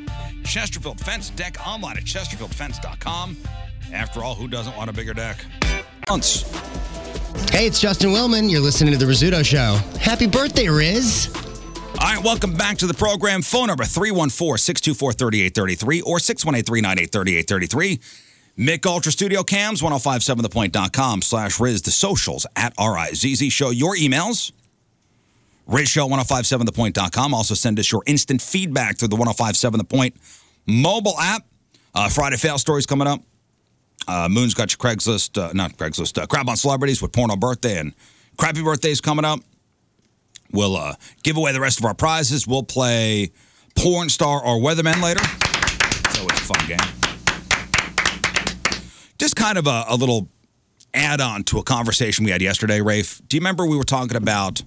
S4: Chesterfield Fence Deck online at chesterfieldfence.com. After all, who doesn't want a bigger deck? Months.
S3: Hey, it's Justin Willman. You're listening to The Rizzuto Show. Happy birthday, Riz.
S4: All right, welcome back to the program. Phone number 314 624 3833 or 618 398 3833. Mick Ultra Studio Cams, 1057thepoint.com slash Riz, the socials at R I Z Z Show. oh Your emails RateShow1057thepoint.com. Also send us your instant feedback through the 1057 The Point mobile app. Uh, Friday fail stories coming up. Uh, Moon's got your Craigslist, uh, not Craigslist, uh, Crap on Celebrities with Porno Birthday and Crappy Birthdays coming up. We'll uh, give away the rest of our prizes. We'll play Porn Star or Weatherman later. It's always a fun game. Just kind of a, a little add on to a conversation we had yesterday, Rafe. Do you remember we were talking about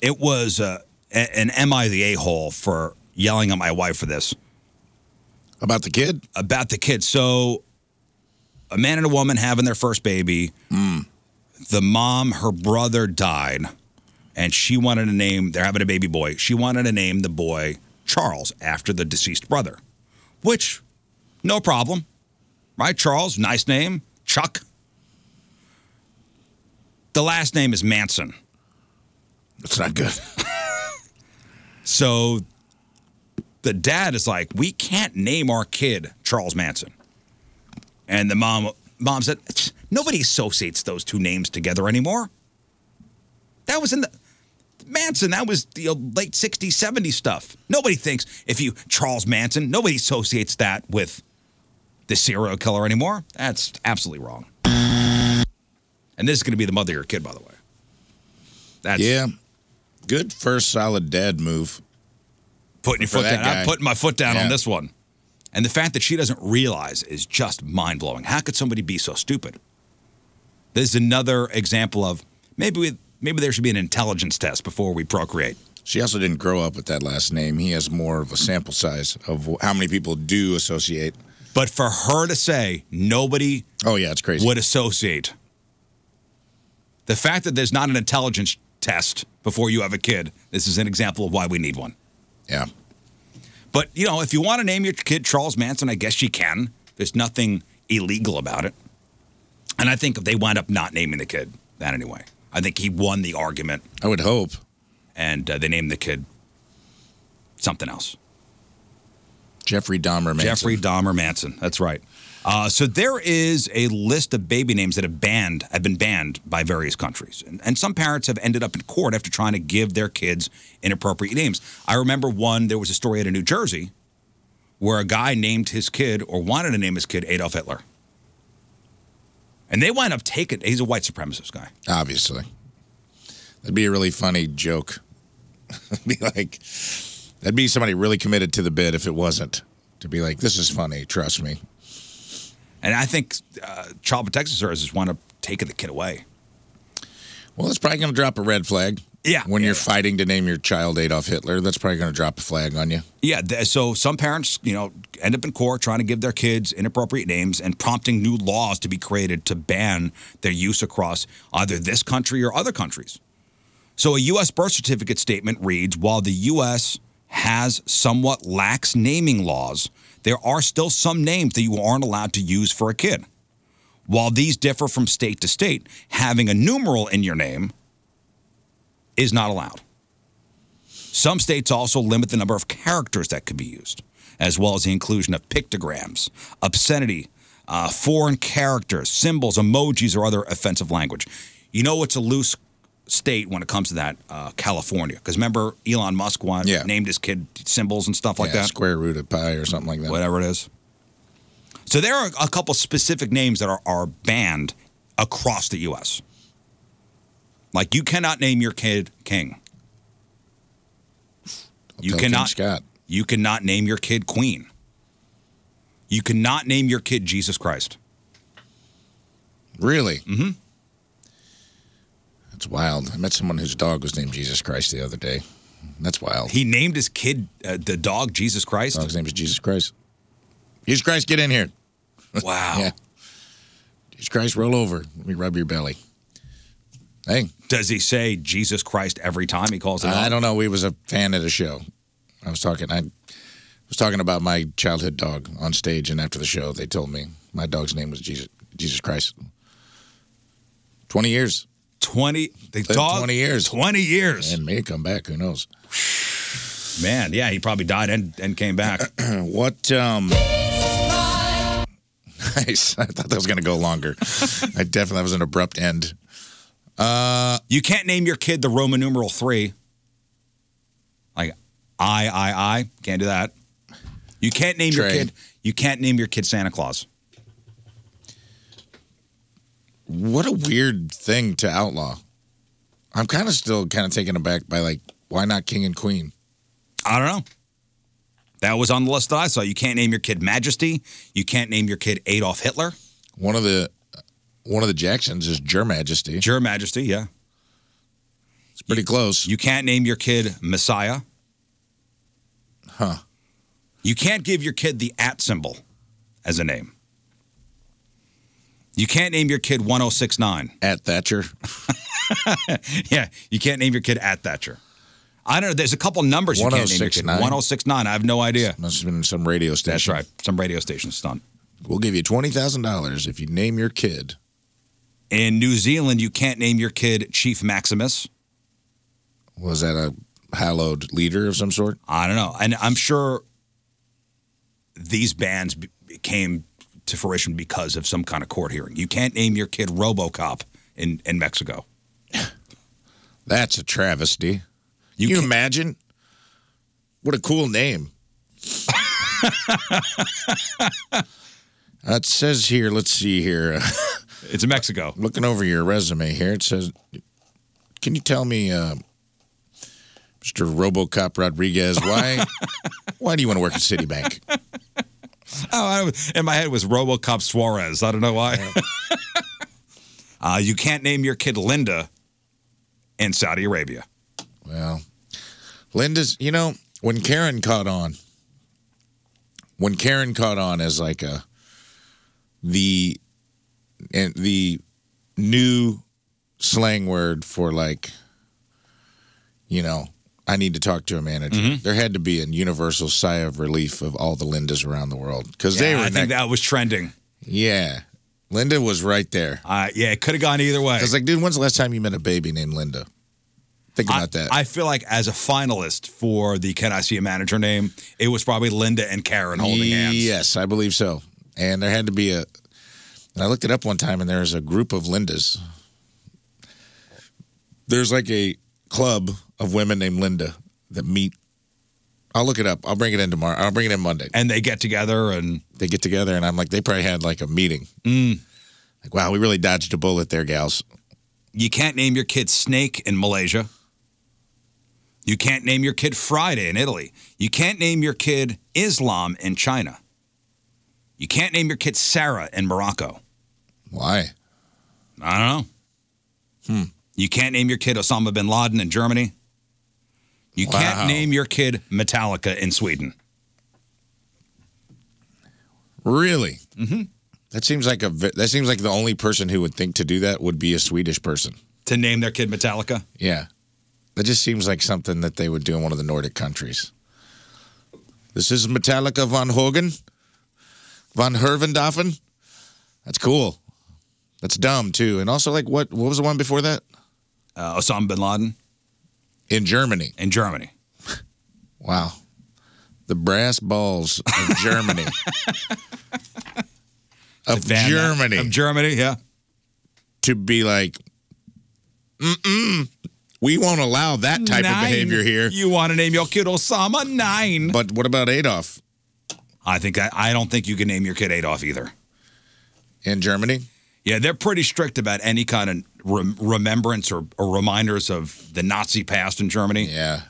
S4: it was uh, a- an Am I the a hole for yelling at my wife for this? About the kid? About the kid. So a man and a woman having their first baby. The mom, her brother died, and she wanted to name, they're having a baby boy. She wanted to name the boy Charles after the deceased brother, which, no problem. Right? Charles, nice name. Chuck. The last name is Manson. It's not good. so the dad is like, we can't name our kid Charles Manson. And the mom mom said, nobody associates those two names together anymore. That was in the Manson, that was the late 60s, 70s stuff. Nobody thinks if you Charles Manson, nobody associates that with the serial killer anymore. That's absolutely wrong. And this is going to be the mother of your kid, by the way. That's
S6: yeah. Good first solid dad move.
S4: Putting your
S6: For
S4: foot
S6: that
S4: down.
S6: guy.
S4: I'm putting my foot down on
S6: Yeah.
S4: this one. And the fact that she doesn't realize is just mind blowing. How could somebody be so stupid? This is another example of maybe we, maybe there should be an intelligence test before we procreate.
S6: She also didn't grow up with that last name. He has more of a sample size of wh- how many people do associate.
S4: But for her to say nobody
S6: Oh yeah, it's crazy.
S4: would associate. The fact that there's not an intelligence test before you have a kid, this is an example of why we need one.
S6: Yeah.
S4: But, you know, if you want to name your kid Charles Manson, I guess you can. There's nothing illegal about it. And I think if they wind up not naming the kid that anyway, I think he won the argument.
S6: I would hope.
S4: And uh, they named the kid something else.
S6: Jeffrey Dahmer Manson.
S4: Jeffrey Dahmer Manson. That's right. Uh, so there is a list of baby names that have banned have been banned by various countries, and, and some parents have ended up in court after trying to give their kids inappropriate names. I remember one. There was a story out of New Jersey where a guy named his kid or wanted to name his kid Adolf Hitler, and they wind up taking. He's a white supremacist guy.
S6: Obviously. That'd be a really funny joke. be like that'd be somebody really committed to the bit if it wasn't. To be like, this is funny, trust me.
S4: And I think uh, Child Protective Services wind up taking the kid away.
S6: Well, it's probably gonna drop a red flag.
S4: Yeah.
S6: When you're fighting to name your child Adolf Hitler, that's probably gonna drop a flag on you.
S4: Yeah, th- so some parents, you know, end up in court trying to give their kids inappropriate names and prompting new laws to be created to ban their use across either this country or other countries. So a U.S. birth certificate statement reads While the U.S. has somewhat lax naming laws, there are still some names that you aren't allowed to use for a kid. While these differ from state to state, having a numeral in your name is not allowed. Some states also limit the number of characters that could be used, as well as the inclusion of pictograms, obscenity, uh, foreign characters, symbols, emojis, or other offensive language. You know, it's a loose state when it comes to that, uh, California. Because remember, Elon Musk wanted, named his kid symbols and stuff like
S6: Yeah,
S4: that?
S6: Square root of pi or something like that.
S4: Whatever it is. So there are a couple specific names that are, are banned across the U.S. Like you cannot name your kid King. You
S6: tell King
S4: cannot.
S6: Scott.
S4: You cannot name your kid Queen. You cannot name your kid Jesus Christ.
S6: Really? Mm-hmm. That's wild. I met someone whose dog was named Jesus Christ the other day. That's wild.
S4: He named his kid uh, the dog Jesus Christ.
S6: Oh. Dog's name is Jesus Christ. Jesus Christ, get in here.
S4: Wow.
S6: yeah. Jesus Christ, roll over. Let me rub your belly. Hey.
S4: Does he say Jesus Christ every time he calls it?
S6: I
S4: out?
S6: don't know. We was a fan at a show. I was talking. I was talking about my childhood dog on stage, and after the show, they told me my dog's name was Jesus Jesus Christ. Twenty years.
S4: Twenty. The
S6: Lived
S4: dog-
S6: Twenty years.
S4: Twenty years.
S6: And may come back. Who knows?
S4: Man, yeah, he probably died and, and came back.
S6: what? um Nice. I thought that was going to go longer. I definitely that was an abrupt end.
S4: Uh, you can't name your kid the Roman numeral three. Like I, I, I can't do that. You can't name your
S6: Trey.
S4: kid. You can't name your kid Santa Claus.
S6: What a weird thing to outlaw. I'm kind of still kind of taken aback by like, why not king and queen?
S4: I don't know. That was on the list that I saw. You can't name your kid Majesty. You can't name your kid Adolf Hitler.
S6: One of the one of the Jacksons is Your Majesty.
S4: Your Majesty, yeah.
S6: It's pretty close.
S4: You can't name your kid Messiah.
S6: Huh.
S4: You can't give your kid the at symbol as a name. You can't name your kid 1069.
S6: At Thatcher.
S4: yeah, you can't name your kid at Thatcher. I don't know. There's a couple numbers you can't name your kid.
S6: 1069.
S4: 1069. I have no idea.
S6: Must have been oh some radio station.
S4: That's right. Some radio station stunt.
S6: We'll give you twenty thousand dollars if you name your kid.
S4: In New Zealand, you can't name your kid Chief Maximus.
S6: Was that a hallowed leader of some sort?
S4: I don't know. And I'm sure these bans be- came to fruition because of some kind of court hearing. You can't name your kid Robocop in, in Mexico.
S6: That's a travesty. You, you imagine? What a cool name. Uh, it says here, let's see here.
S4: it's in Mexico.
S6: Looking over your resume here, it says, can you tell me, uh, Mr. Robocop Rodriguez, why why do you want to work at Citibank?
S4: Oh, I, in my head was RoboCop Suarez. I don't know why. uh, you can't name your kid Linda in Saudi Arabia.
S6: Well, Linda's, you know, when Karen caught on, when Karen caught on as like a the and the new slang word for like you know, I need to talk to a manager. There had to be a universal sigh of relief of all the Lindas around the world cuz they
S4: Yeah,
S6: were
S4: I
S6: in
S4: think that was trending.
S6: yeah. Linda was right there.
S4: Uh, yeah, it could have gone either way.
S6: I was like, dude, when's the last time you met a baby named Linda? Think about that.
S4: I feel like as a finalist for the Can I See a Manager name, it was probably Linda and Karen holding hands.
S6: Yes, I believe so. And there had to be a. And I looked it up one time, and there's a group of Lindas. There's like a club of women named Linda that meet. I'll look it up. I'll bring it in tomorrow. I'll bring it in Monday.
S4: And they get together, and
S6: they get together, and I'm like, they probably had like a meeting. Like, wow, we really dodged a bullet there, gals.
S4: You can't name your kid Snake in Malaysia. You can't name your kid Friday in Italy. You can't name your kid Islam in China. You can't name your kid Sarah in Morocco.
S6: Why? Hmm.
S4: I don't know. You can't name your kid Osama bin Laden in Germany. You
S6: Wow.
S4: can't name your kid Metallica in Sweden.
S6: Really? Mm-hmm. That seems like a. ve- That seems like the only person who would think to do that would be a Swedish person.
S4: To name their kid Metallica?
S6: Yeah. That just seems like something that they would do in one of the Nordic countries. This is Metallica von Hogan, von Hervendoffen. That's cool. That's dumb too. And also, like, what what was the one before that?
S4: Uh, Osama bin Laden.
S6: In Germany.
S4: In Germany.
S6: wow. The brass balls of Germany. of
S4: Van-
S6: Germany.
S4: Of Germany, yeah.
S6: To be like, mm-mm, we won't allow that type
S4: Nine.
S6: of behavior here.
S4: You want to name your kid Osama? Nine.
S6: But what about Adolf?
S4: I think I, I don't think you can name your kid Adolf either.
S6: In Germany?
S4: Yeah, they're pretty strict about any kind of rem- remembrance or, or reminders of the Nazi past in Germany.
S6: Yeah.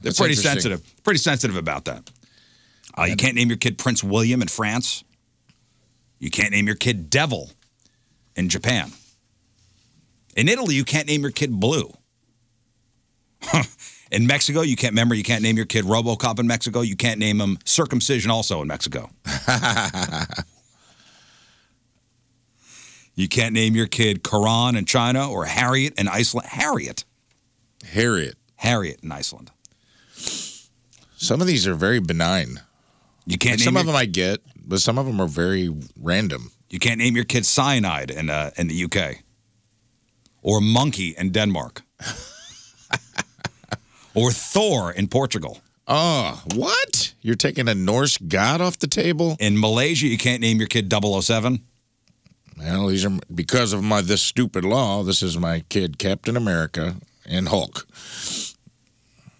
S4: They're
S6: That's
S4: pretty
S6: interesting.
S4: sensitive. Pretty sensitive about that. Uh, you can't name your kid Prince William in France. You can't name your kid Devil in Japan. In Italy, you can't name your kid Blue. in Mexico, you can't remember. You can't name your kid RoboCop in Mexico. You can't name him Circumcision also in Mexico. you can't name your kid Quran in China or Harriet in Iceland. Harriet.
S6: Harriet.
S4: Harriet in Iceland.
S6: Some of these are very benign.
S4: You can't
S6: Like,
S4: name
S6: some
S4: your-
S6: of them I get, but some of them are very random.
S4: You can't name your kid cyanide in uh, in the UK, or monkey in Denmark, or Thor in Portugal.
S6: Oh, what? You're taking a Norse god off the table?
S4: oh In Malaysia, you can't name your kid 007.
S6: Well, these are because of my this stupid law. This is my kid, Captain America and Hulk.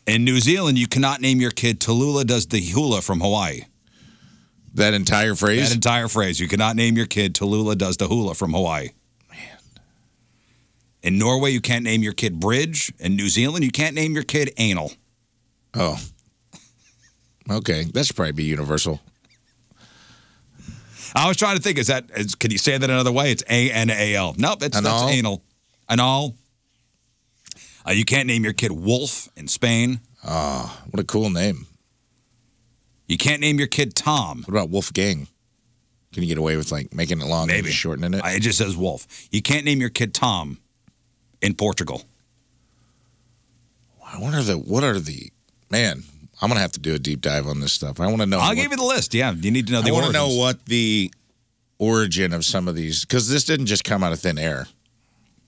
S4: In New Zealand, you cannot name your kid Tallulah does the hula from Hawaii.
S6: That entire phrase?
S4: That entire phrase. You cannot name your kid Tallulah does the hula from Hawaii. Man. In Norway, you can't name your kid Bridge. In New Zealand, you can't name your kid Anal.
S6: Oh. Okay, that should probably be universal.
S4: I was trying to think. Is that? Is, can you say that another way? It's A N A L. Nope, it's that's
S6: Anal?
S4: anal. Anal. Uh, you can't name your kid Wolf in Spain.
S6: Ah, what a cool name.
S4: You can't name your kid Tom.
S6: What about Wolfgang? Can you get away with like making it long and
S4: Maybe.
S6: just shortening it?
S4: Uh, It just says Wolf. You can't name your kid Tom in Portugal.
S6: I wonder the what are the man. I'm gonna have to do a deep dive on this stuff. I want to know.
S4: I'll
S6: what-
S4: give you the list. Yeah, you need to know the
S6: I want to
S4: origins.
S6: know what the origin of some of these because this didn't just come out of thin air.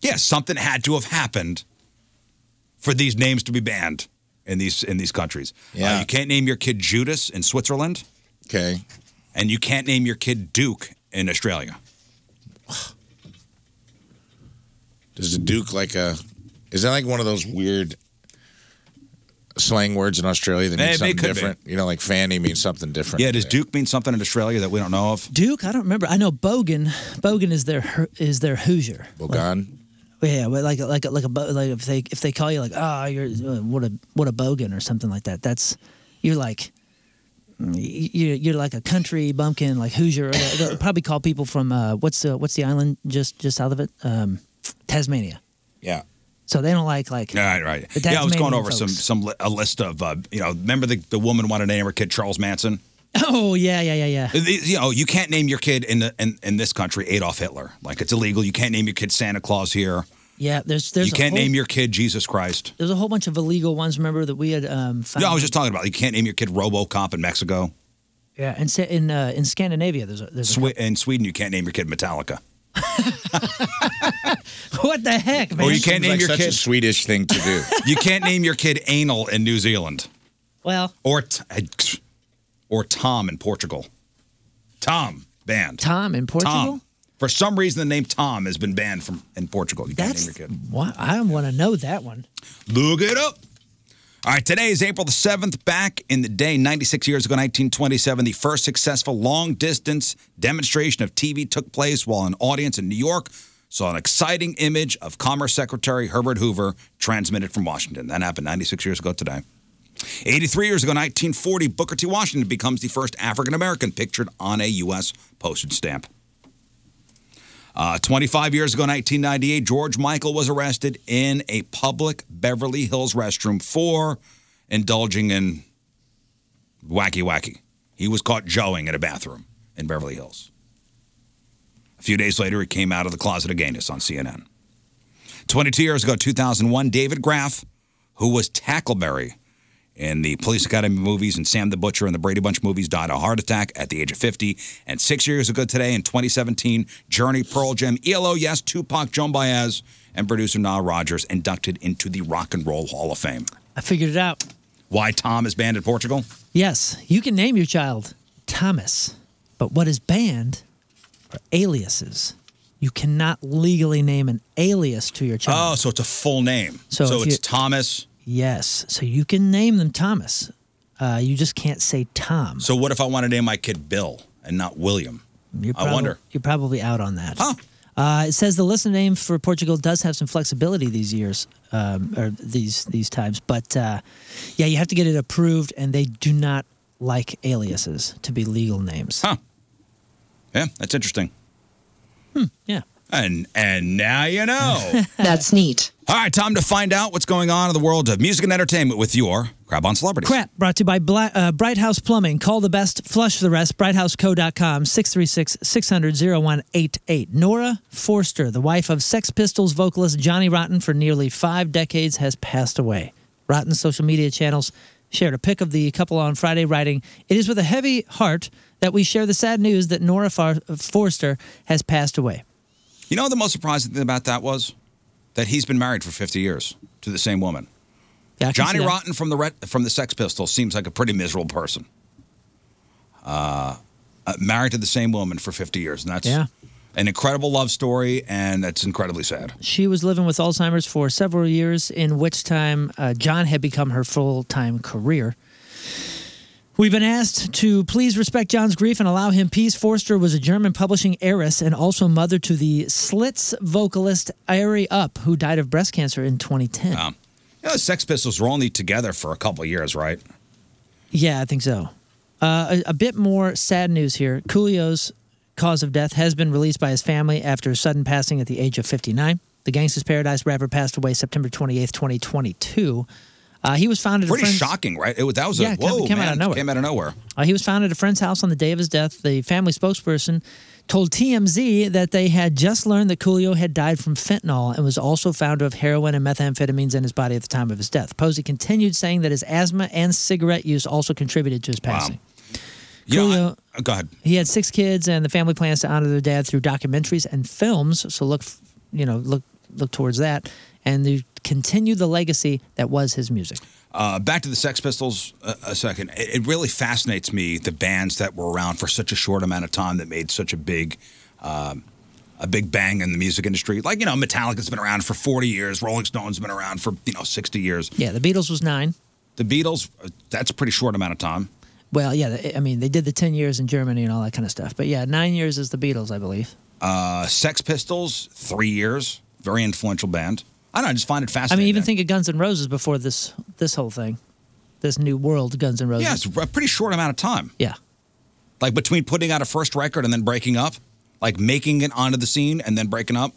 S4: Yeah, something had to have happened for these names to be banned in these in these countries. Yeah, you can't name your kid Judas in Switzerland.
S6: Okay,
S4: and you can't name your kid Duke in Australia.
S6: Is the Duke like a? Is that like one of those weird slang words in Australia that
S4: Eh,
S6: means
S4: it
S6: something
S4: could be.
S6: different? You know, like Fanny means something different.
S4: Yeah, does Duke mean something in Australia that we don't know of?
S5: Duke, I don't remember. I know Bogan. Bogan is their Her- is their Hoosier.
S6: Bogan.
S5: Yeah, but like like like a bo- like if they if they call you like ah you're uh, what a what a bogan or something like that. That's you're like mm, y- you're you're like a country bumpkin like Hoosier. Or they'll they'll probably call people from uh, what's the what's the island just just south of it um, Tasmania.
S6: Yeah.
S5: So they don't like like
S4: Right, right.
S5: The
S4: Yeah, I was going
S5: Tasmanian
S4: over some
S5: folks.
S4: some li- a list of uh, you know. Remember the, the woman wanted to name her kid Charles Manson.
S5: oh yeah yeah yeah yeah.
S4: These- You know, you can't name your kid in the in, in this country Adolf Hitler. Like it's illegal. You can't name your kid Santa Claus here.
S5: Yeah, there's there's
S4: you
S5: a
S4: can't
S5: whole,
S4: name your kid Jesus Christ.
S5: there's a whole bunch of illegal ones. Remember that we had um, found.
S4: No, I was just talking about you can't name your kid RoboCop in Mexico.
S5: yeah, and sa- in uh, in Scandinavia there's a, there's a,
S4: Swe- in Sweden, you can't name your kid Metallica.
S5: what the heck man.
S4: or Oh, you can't name your kid
S6: Swedish thing to do.
S4: you can't name your kid Anal in New Zealand.
S5: Well,
S4: or t- uh, or Tom in Portugal. Tom banned.
S5: Tom in Portugal.
S4: Tom. For some reason, the name Tom has been banned from in Portugal. You can't
S5: That's-
S4: name your kid.
S5: Wow, I want to know that one.
S4: Look it up. All right, today is April the 7th. Back in the day, 96 years ago, 1927, the first successful long distance demonstration of TV took place while an audience in New York saw an exciting image of Commerce Secretary Herbert Hoover transmitted from Washington. That happened 96 years ago today. 83 years ago, 1940, Booker T. Washington becomes the first African American pictured on a U.S. postage stamp. Uh, 25 years ago, 1998, George Michael was arrested in a public Beverly Hills restroom for indulging in wacky wacky. He was caught joeing at a bathroom in Beverly Hills. A few days later, he came out of the closet again. It's on CNN. 22 years ago, 2001, David Graff, who was Tackleberry in the Police Academy movies and Sam the Butcher and the Brady Bunch movies, died of a heart attack at the age of 50. And six years ago today, in 2017, Journey, Pearl Jam, ELO, Yes, Tupac, Joan Baez, and producer Nile Rodgers inducted into the Rock and Roll Hall of Fame.
S5: I figured it out.
S4: Why Tom is banned in Portugal?
S5: Yes, you can name your child Thomas, but what is banned are aliases. You cannot legally name an alias to your child.
S4: Oh, so it's a full name.
S5: So
S4: So,
S5: if
S4: it's
S5: you-
S4: Thomas.
S5: Yes, so you can name them Thomas. Uh, you just can't say Tom.
S4: So what if I want to name my kid Bill and not William?
S5: You're
S4: I wonder.
S5: You're probably out on that. Uh, it says the list of name for Portugal does have some flexibility these years um, or these these times, but uh, yeah, you have to get it approved, and they do not like aliases to be legal names.
S4: Huh. Yeah, that's interesting.
S5: Yeah.
S4: And and now you know.
S7: That's neat.
S4: All right, time to find out what's going on in the world of music and entertainment with your Crab on Celebrities.
S5: Crap brought to you by Bla- uh, Bright House Plumbing. Call the best, flush the rest. BrightHouseCo.com, 636 600 0188. Nora Forster, the wife of Sex Pistols vocalist Johnny Rotten for nearly five decades, has passed away. Rotten's social media channels shared a pic of the couple on Friday, writing, It is with a heavy heart that we share the sad news that Nora Far- Forster has passed away.
S4: You know what the most surprising thing about that was that he's been married for 50 years to the same woman.
S5: Yeah, I can see
S4: Johnny
S5: that.
S4: Rotten from the Red, from the Sex Pistols seems like a pretty miserable person. Uh, uh, married to the same woman for 50 years, and that's
S5: Yeah.
S4: An incredible love story, and that's incredibly sad.
S5: She was living with Alzheimer's for several years, in which time uh, John had become her full time career. We've been asked to please respect John's grief and allow him peace. Forster was a German publishing heiress and also mother to the Slits vocalist Ari Up, who died of breast cancer in 2010.
S4: Um, you know, the Sex Pistols were only together for a couple of years, right?
S5: Yeah, I think so. Uh, a, a bit more sad news here. Coolio's cause of death has been released by his family after his sudden passing at the age of 59. The Gangsta's Paradise rapper passed away September 28th, 2022. Uh, he was found at
S4: Pretty
S5: a friend's,
S4: shocking, right? It was that was
S5: Yeah,
S4: a
S5: it
S4: whoa,
S5: came- came
S4: man,
S5: out of
S4: it
S5: nowhere.
S4: Came out of nowhere.
S5: Uh, he was found at a friend's house on the day of his death. The family spokesperson told TMZ that they had just learned that Coolio had died from fentanyl and was also found to have heroin and methamphetamines in his body at the time of his death. Posey continued saying that his asthma and cigarette use also contributed to his passing.
S4: You know, I- go ahead.
S5: He had six kids, and the family plans to honor their dad through documentaries and films. So look, f- you know, look look towards that, and to continue the legacy that was his music.
S4: Uh, back to the Sex Pistols a, a second. It, it really fascinates me the bands that were around for such a short amount of time that made such a big, um, a big bang in the music industry. Like you know, Metallica's been around for forty years. Rolling Stones been around for you know sixty years.
S5: Yeah, the Beatles was nine.
S4: The Beatles, uh, that's a pretty short amount of time.
S5: Well, yeah, th- I mean, they did the ten years in Germany and all that kind of stuff. But yeah, nine years is the Beatles, I believe.
S4: Uh, Sex Pistols, three years. Very influential band. I don't know. I just find it
S5: I
S4: fascinating.
S5: mean, even think of Guns N' Roses before this this whole thing, this new world Guns N' Roses.
S4: Yeah, it's a pretty short amount of time.
S5: Yeah.
S4: Like between putting out a first record and then breaking up, like making it onto the scene and then breaking up.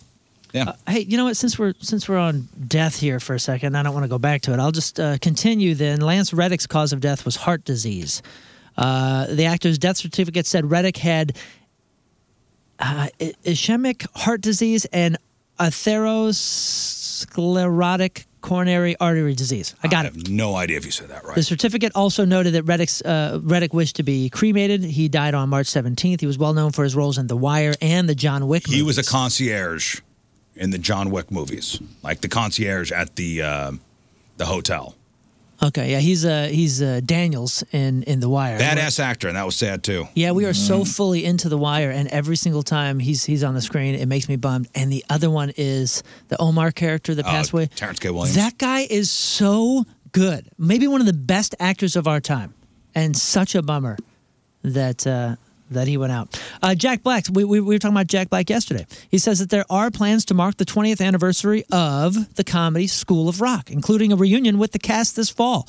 S4: Yeah.
S5: Hey, you know what? Since we're since we're on death here for a second, I don't want to go back to it. I'll just uh, continue. Then Lance Reddick's cause of death was heart disease. Uh, the actor's death certificate said Reddick had uh, i- ischemic heart disease and atherosclerotic coronary artery disease. I got it.
S4: no idea if you said that right.
S5: The certificate also noted that Reddick's, uh, Reddick wished to be cremated. He died on March 17th. He was well known for his roles in The Wire and the John Wick.
S4: He was a concierge in the John Wick movies, like the concierge at the uh, the hotel.
S5: Okay, yeah, he's uh, he's uh, Daniels in in The Wire.
S4: Badass actor, and that was sad too.
S5: Yeah, we are so fully into The Wire, and every single time he's he's on the screen, it makes me bummed. And the other one is the Omar character that
S4: Oh,
S5: passed away.
S4: Terrence K. Williams.
S5: That guy is so good, maybe one of the best actors of our time, and such a bummer that. Uh, that he went out. Uh, Jack Black, we, we, we were talking about Jack Black yesterday. He says that there are plans to mark the 20th anniversary of the comedy School of Rock, including a reunion with the cast this fall.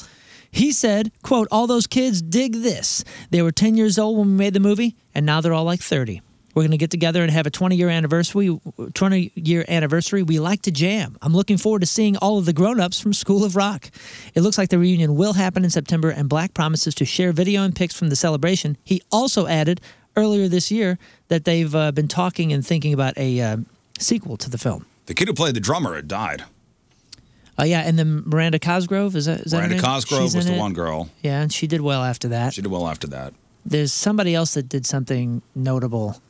S5: He said, quote, all those kids dig this. They were 10 years old when we made the movie, and now they're all like 30. We're going to get together and have a 20 year anniversary. 20 year anniversary. We like to jam. I'm looking forward to seeing all of the grown-ups from School of Rock. It looks like the reunion will happen in September and Black promises to share video and pics from the celebration. He also added earlier this year that they've uh, been talking and thinking about a uh, sequel to the film.
S4: The kid who played the drummer had died.
S5: Oh yeah, and then Miranda Cosgrove is that is that her
S4: Miranda
S5: name?
S4: Cosgrove
S5: She's
S4: was
S5: in
S4: the
S5: it.
S4: one girl.
S5: Yeah, and she did well after that.
S4: She did well after that.
S5: There's somebody else that did something notable.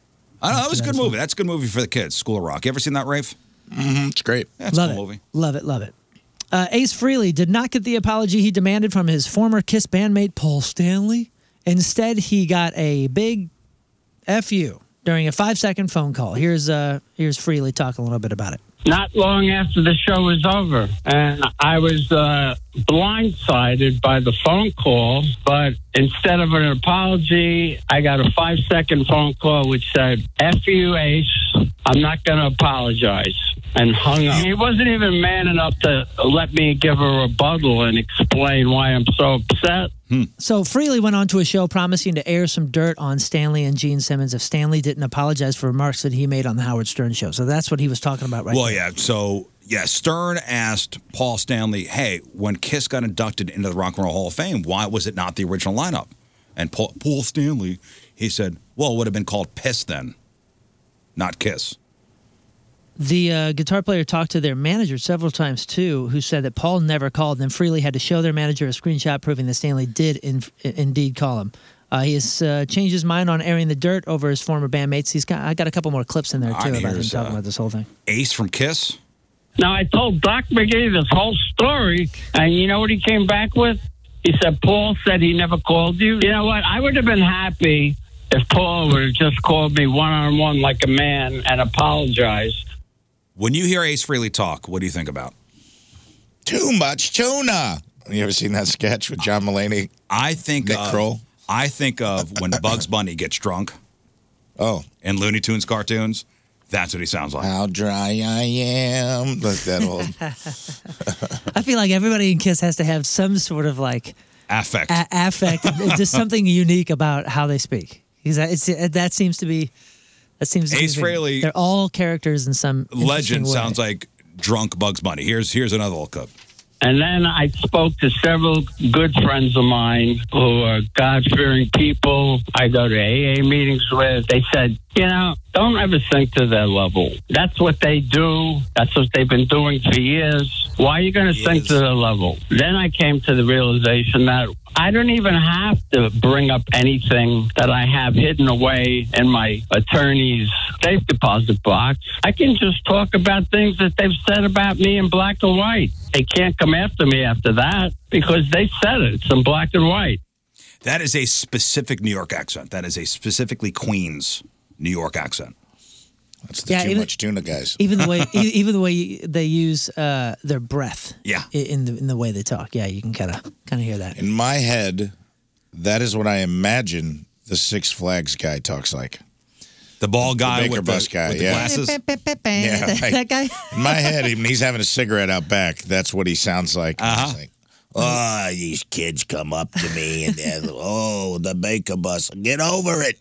S4: I don't know, that was a good movie. That's a good movie for the kids. School of Rock. You ever seen that, Rafe? Mm-hmm. It's great. Yeah, it's
S5: love
S4: a
S5: it.
S4: cool movie.
S5: Love it. Love it. Uh, Ace Freely did not get the apology he demanded from his former Kiss bandmate Paul Stanley. Instead, he got a big "f you" during a five-second phone call. Here's uh, here's Freely talking a little bit about it.
S7: Not long after the show was over, and I was uh, blindsided by the phone call. But instead of an apology, I got a five second phone call which said, F you, Ace, I'm not going to apologize, and hung up. He wasn't even man enough to let me give a rebuttal and explain why I'm so upset.
S5: So Freely went on to a show promising to air some dirt on Stanley and Gene Simmons if Stanley didn't apologize for remarks that he made on the Howard Stern show. So that's what he was talking about, right?
S4: well,
S5: there.
S4: yeah. So, yeah, Stern asked Paul Stanley, hey, when Kiss got inducted into the Rock and Roll Hall of Fame, why was it not the original lineup? And Paul, Paul Stanley, he said, well, it would have been called Piss then, not Kiss.
S5: The uh, guitar player talked to their manager several times too, who said that Paul never called them. Freely had to show their manager a screenshot proving that Stanley did in, indeed call him. Uh, he has uh, changed his mind on airing the dirt over his former bandmates. He's got I got a couple more clips in there
S4: All
S5: too
S4: right,
S5: about him
S4: here's,
S5: talking
S4: uh,
S5: about this whole thing.
S4: Ace from Kiss?
S7: Now, I told Doc McGee this whole story, and you know what he came back with? He said, Paul said he never called you. You know what? I would have been happy If Paul would have just called me one on one like a man and apologized,
S4: When you hear Ace Freely talk, what do you think about?
S6: Too much tuna. You ever seen that sketch with John Mulaney?
S4: I think
S6: Nick
S4: of,
S6: Kroll.
S4: I think of when Bugs Bunny gets drunk.
S6: Oh,
S4: in Looney Tunes cartoons, that's what he sounds like.
S6: How dry I am. Look that old
S5: I feel like everybody in Kiss has to have some sort of like
S4: affect,
S5: a- affect, uh, just something unique about how they speak. Because that- it's, uh, that seems to be that seems to be
S4: Ace
S5: the thing.
S4: Frehley-
S5: They're all characters in some
S4: Legend
S5: interesting way.
S4: sounds like drunk Bugs Bunny. Here's here's another little clip.
S7: And then I spoke to several good friends of mine who are God fearing people I go to AA meetings with. They said, you know, don't ever sink to their level. That's what they do, that's what they've been doing for years. Why are you going to sink to their level? Then I came to the realization that I don't even have to bring up anything that I have hidden away in my attorney's safe deposit box. I can just talk about things that they've said about me in black and white. They can't come after me after that because they said it. It's in black and white.
S4: That is a specific New York accent. That is a specifically Queens New York accent.
S6: That's
S5: the Yeah, too even- much
S6: tuna guys.
S5: even the way e- even the way they use uh, their breath.
S4: Yeah.
S5: i- In the in the way they talk. Yeah, you can kind of kind of hear that.
S6: In my head, that is what I imagine the Six Flags guy talks like.
S4: The ball guy
S6: the Baker
S4: with the-
S6: bus guy,
S4: with the
S6: yeah.
S4: glasses?
S6: Yeah, right.
S5: that guy.
S6: In my head, even he's having a cigarette out back. That's what he sounds like. Uh-huh. like oh, these kids come up to me and they're, oh, the Baker bus, get over it.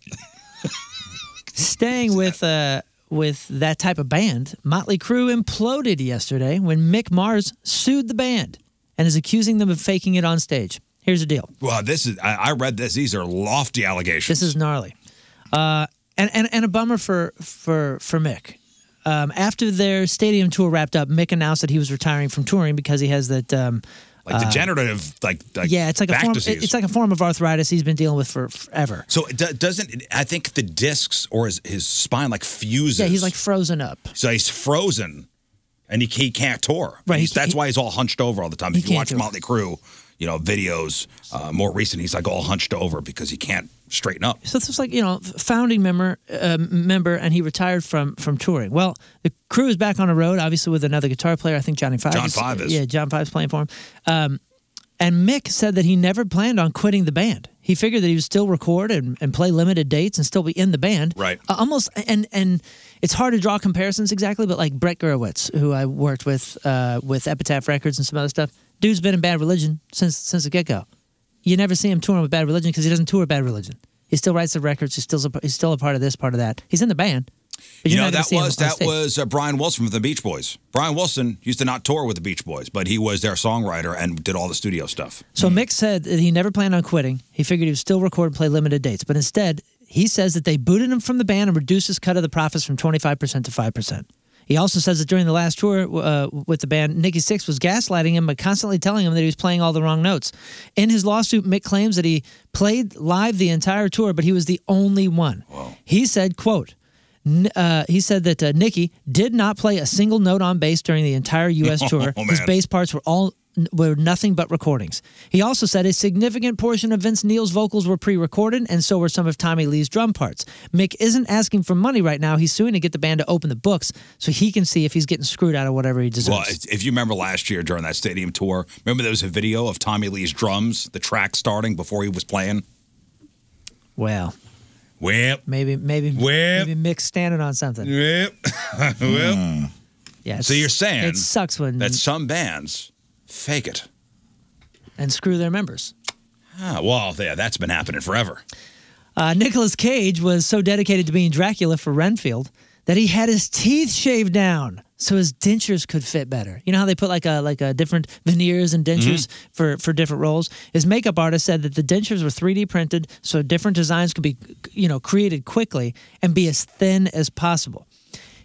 S5: Staying with uh, with that type of band, Motley Crue imploded yesterday when Mick Mars sued the band and is accusing them of faking it on stage. Here's the deal.
S4: Well, this is I, I read this. These are lofty allegations.
S5: This is gnarly, uh, and, and and a bummer for for for Mick. Um, after their stadium tour wrapped up, Mick announced that he was retiring from touring because he has that um,
S4: like
S5: uh,
S4: degenerative, like, like
S5: yeah, it's like a
S4: back
S5: form. it-
S4: disease.
S5: It's like a form of arthritis he's been dealing with for forever.
S4: so it do- doesn't I think the discs or his, his spine like fuses.
S5: Yeah, he's like frozen up.
S4: So he's frozen, and he, he can't tour.
S5: Right,
S4: He's- that's why he's all hunched over all the time.
S5: he
S4: If you
S5: can't
S4: watch
S5: tour.
S4: Motley Crue, you know videos uh, more recent, he's like all hunched over because he can't straighten up.
S5: So this was like you know f- founding member uh, member, and he retired from from touring. Well, the crew is back on the road, obviously with another guitar player. I think Johnny Five.
S4: John Five is.
S5: Yeah, John Five's playing for him. Um, and Mick said that he never planned on quitting the band. He figured that he would still record and, and play limited dates and still be in the band.
S4: Right.
S5: Uh, almost and and it's hard to draw comparisons exactly, but like Brett Gurewitz, who I worked with uh, with Epitaph Records and some other stuff, dude's been in Bad Religion since since the get go. You never see him touring with Bad Religion because he doesn't tour Bad Religion. He still writes the records. He's still a, he's still a part of this, part of that. He's in the band. but you're
S4: You know
S5: not gonna
S4: that
S5: see him
S4: was
S5: on
S4: that
S5: stage.
S4: was uh, Brian Wilson from the Beach Boys. Brian Wilson used to not tour with the Beach Boys, but he was their songwriter and did all the studio stuff.
S5: So Mick said that he never planned on quitting. He figured he would still record and play limited dates, but instead he says that they booted him from the band and reduced his cut of the profits from 25% to 5%. He also says that during the last tour uh, with the band, Nikki Six was gaslighting him but constantly telling him that he was playing all the wrong notes. In his lawsuit, Mick claims that he played live the entire tour, but he was the only one. He said, quote, N- uh, he said that uh, Nikki did not play a single note on bass during the entire U.S. tour.
S8: Oh,
S5: His
S8: man.
S5: bass parts were all were nothing but recordings. He also said a significant portion of Vince Neil's vocals were pre-recorded, and so were some of Tommy Lee's drum parts. Mick isn't asking for money right now. He's suing to get the band to open the books so he can see if he's getting screwed out of whatever he deserves.
S4: Well, if if you remember last year during that stadium tour, remember there was a video of Tommy Lee's drums, the track starting before he was playing.
S5: Well,
S4: Whip,
S5: maybe maybe
S4: Whip.
S5: maybe Mick's standing on something.
S4: whip, whip.
S5: Yeah.
S4: So you're saying
S5: it sucks when
S4: Hmm. that some bands fake it.
S5: and screw their members.
S4: Ah, well, yeah, that's been happening forever.
S5: Uh, Nicolas Cage was so dedicated to being Dracula for Renfield that he had his teeth shaved down so his dentures could fit better. You know how they put like a like a different veneers and dentures for for different roles. His makeup artist said that the dentures were 3D printed so different designs could be you know created quickly and be as thin as possible.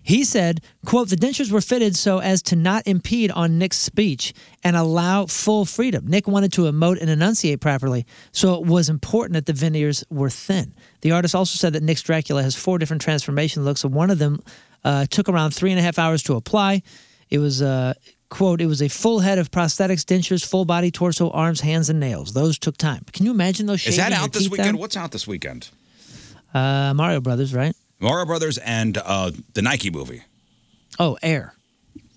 S5: He said, quote, the dentures were fitted so as to not impede on Nick's speech and allow full freedom. Nick wanted to emote and enunciate properly, so it was important that the veneers were thin. The artist also said that Nick's Dracula has four different transformation looks, and one of them uh, took around three and a half hours to apply. It was, uh, quote, it was a full head of prosthetics, dentures, full body, torso, arms, hands, and nails. Those took time. Can you imagine those
S4: Is
S5: shaving
S4: that
S5: your
S4: out this
S5: teeth
S4: weekend?
S5: down?
S4: What's out this weekend?
S5: Uh, Mario Brothers, right?
S4: Mario Brothers and uh, the Nike movie.
S5: Oh, Air,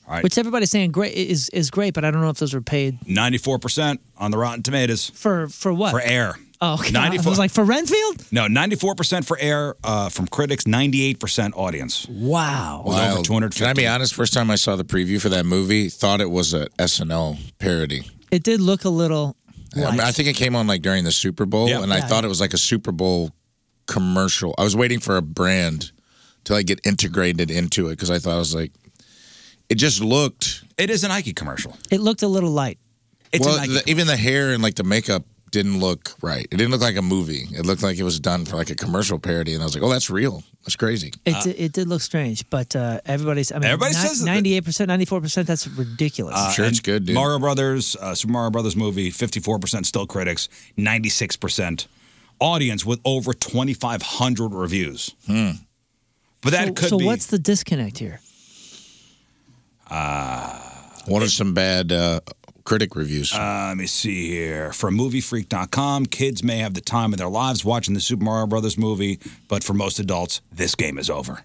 S4: All right.
S5: which everybody's saying great is is great, but I don't know if those were paid
S4: 94% on the Rotten Tomatoes.
S5: for for what?
S4: For Air.
S5: Oh, okay.
S4: 94.
S5: I was like for Renfield.
S4: No, 94% for air uh, from critics, 98% audience.
S5: Wow.
S4: With over
S6: Wild.
S4: 250.
S6: Can I be honest? First time I saw the preview for that movie, thought it was a SNL parody.
S5: It did look a little.
S6: I, mean, I think it came on like during the Super Bowl, and I
S5: Yeah.
S6: thought it was like a Super Bowl commercial. I was waiting for a brand to like get integrated into it because I thought it was like it just looked.
S4: It is a Nike commercial.
S5: It looked a little light.
S4: It's a
S6: well,
S4: Nike
S6: the, even the hair and like the makeup didn't look right. It didn't look like a movie. It looked like it was done for like a commercial parody, and I was like, "Oh, that's real. That's crazy."
S5: It, di- it did look strange, but uh, everybody's. I mean,
S6: Everybody says that-
S5: ninety-eight percent, ninety-four percent. That's ridiculous.
S4: Uh, and Mario Brothers, uh, Super Mario Brothers movie, 54% still critics, 96% audience with over 2,500 reviews.
S6: Hmm.
S4: But that
S5: so,
S4: could
S5: so
S4: be.
S5: what's the disconnect here?
S4: uh,
S6: what are some bad uh, critic reviews?
S4: Uh, let me see here. From MovieFreak.com, kids may have the time of their lives watching the Super Mario Brothers movie, but for most adults, this game is over.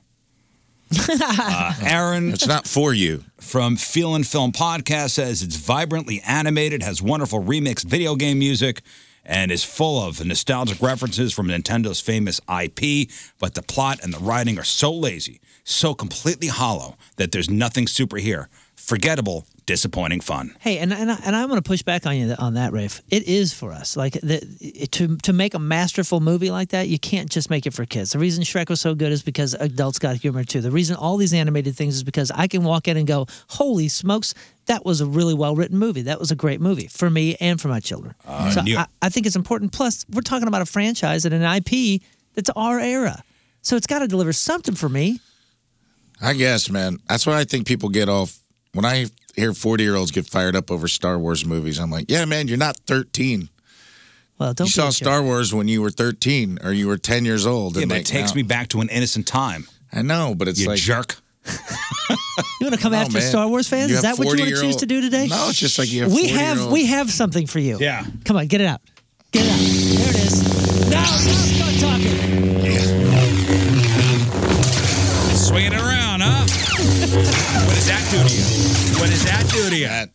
S4: Uh, Aaron,
S6: it's not for you.
S4: From Feelin' Film Podcast says it's vibrantly animated, has wonderful remixed video game music, and is full of nostalgic references from Nintendo's famous IP. But the plot and the writing are so lazy, so completely hollow that there's nothing super here. Forgettable, disappointing fun.
S5: Hey, and and, I, and I'm going to push back on you th- on that, Rafe. It is for us. Like the, it- to to make a masterful movie like that, you can't just make it for kids. The reason Shrek was so good is because adults got humor too. The reason all these animated things is because I can walk in and go, "Holy smokes, that was a really well written movie. That was a great movie for me and for my children."
S4: Uh,
S5: so
S4: and you-
S5: I, I think it's important. Plus, we're talking about a franchise and an IP that's our era, so it's got to deliver something for me.
S6: I guess, man. That's why I think people get off when I hear forty year olds get fired up over Star Wars movies. I'm like, yeah, man, you're not thirteen.
S5: Well, don't
S6: you saw Star Wars when you were thirteen or you were ten years old?
S4: Yeah,
S6: and
S4: but it
S6: like,
S4: takes
S6: now-
S4: me back to an innocent time.
S6: I know, but it's
S4: you
S6: like
S4: jerk.
S5: You want to come
S6: No,
S5: after
S6: man.
S5: Star Wars fans?
S6: You
S5: Is
S6: have
S5: that what you would
S6: 40-year-old
S5: choose to do today?
S6: No, it's just like you have
S5: we have
S6: 40-year-old
S5: we have something for you.
S6: Yeah.
S5: Come on, get it out. Get it out. There it is. No, no, stop talking.
S4: Swinging it around, huh? what does that do to you? What does that do to you?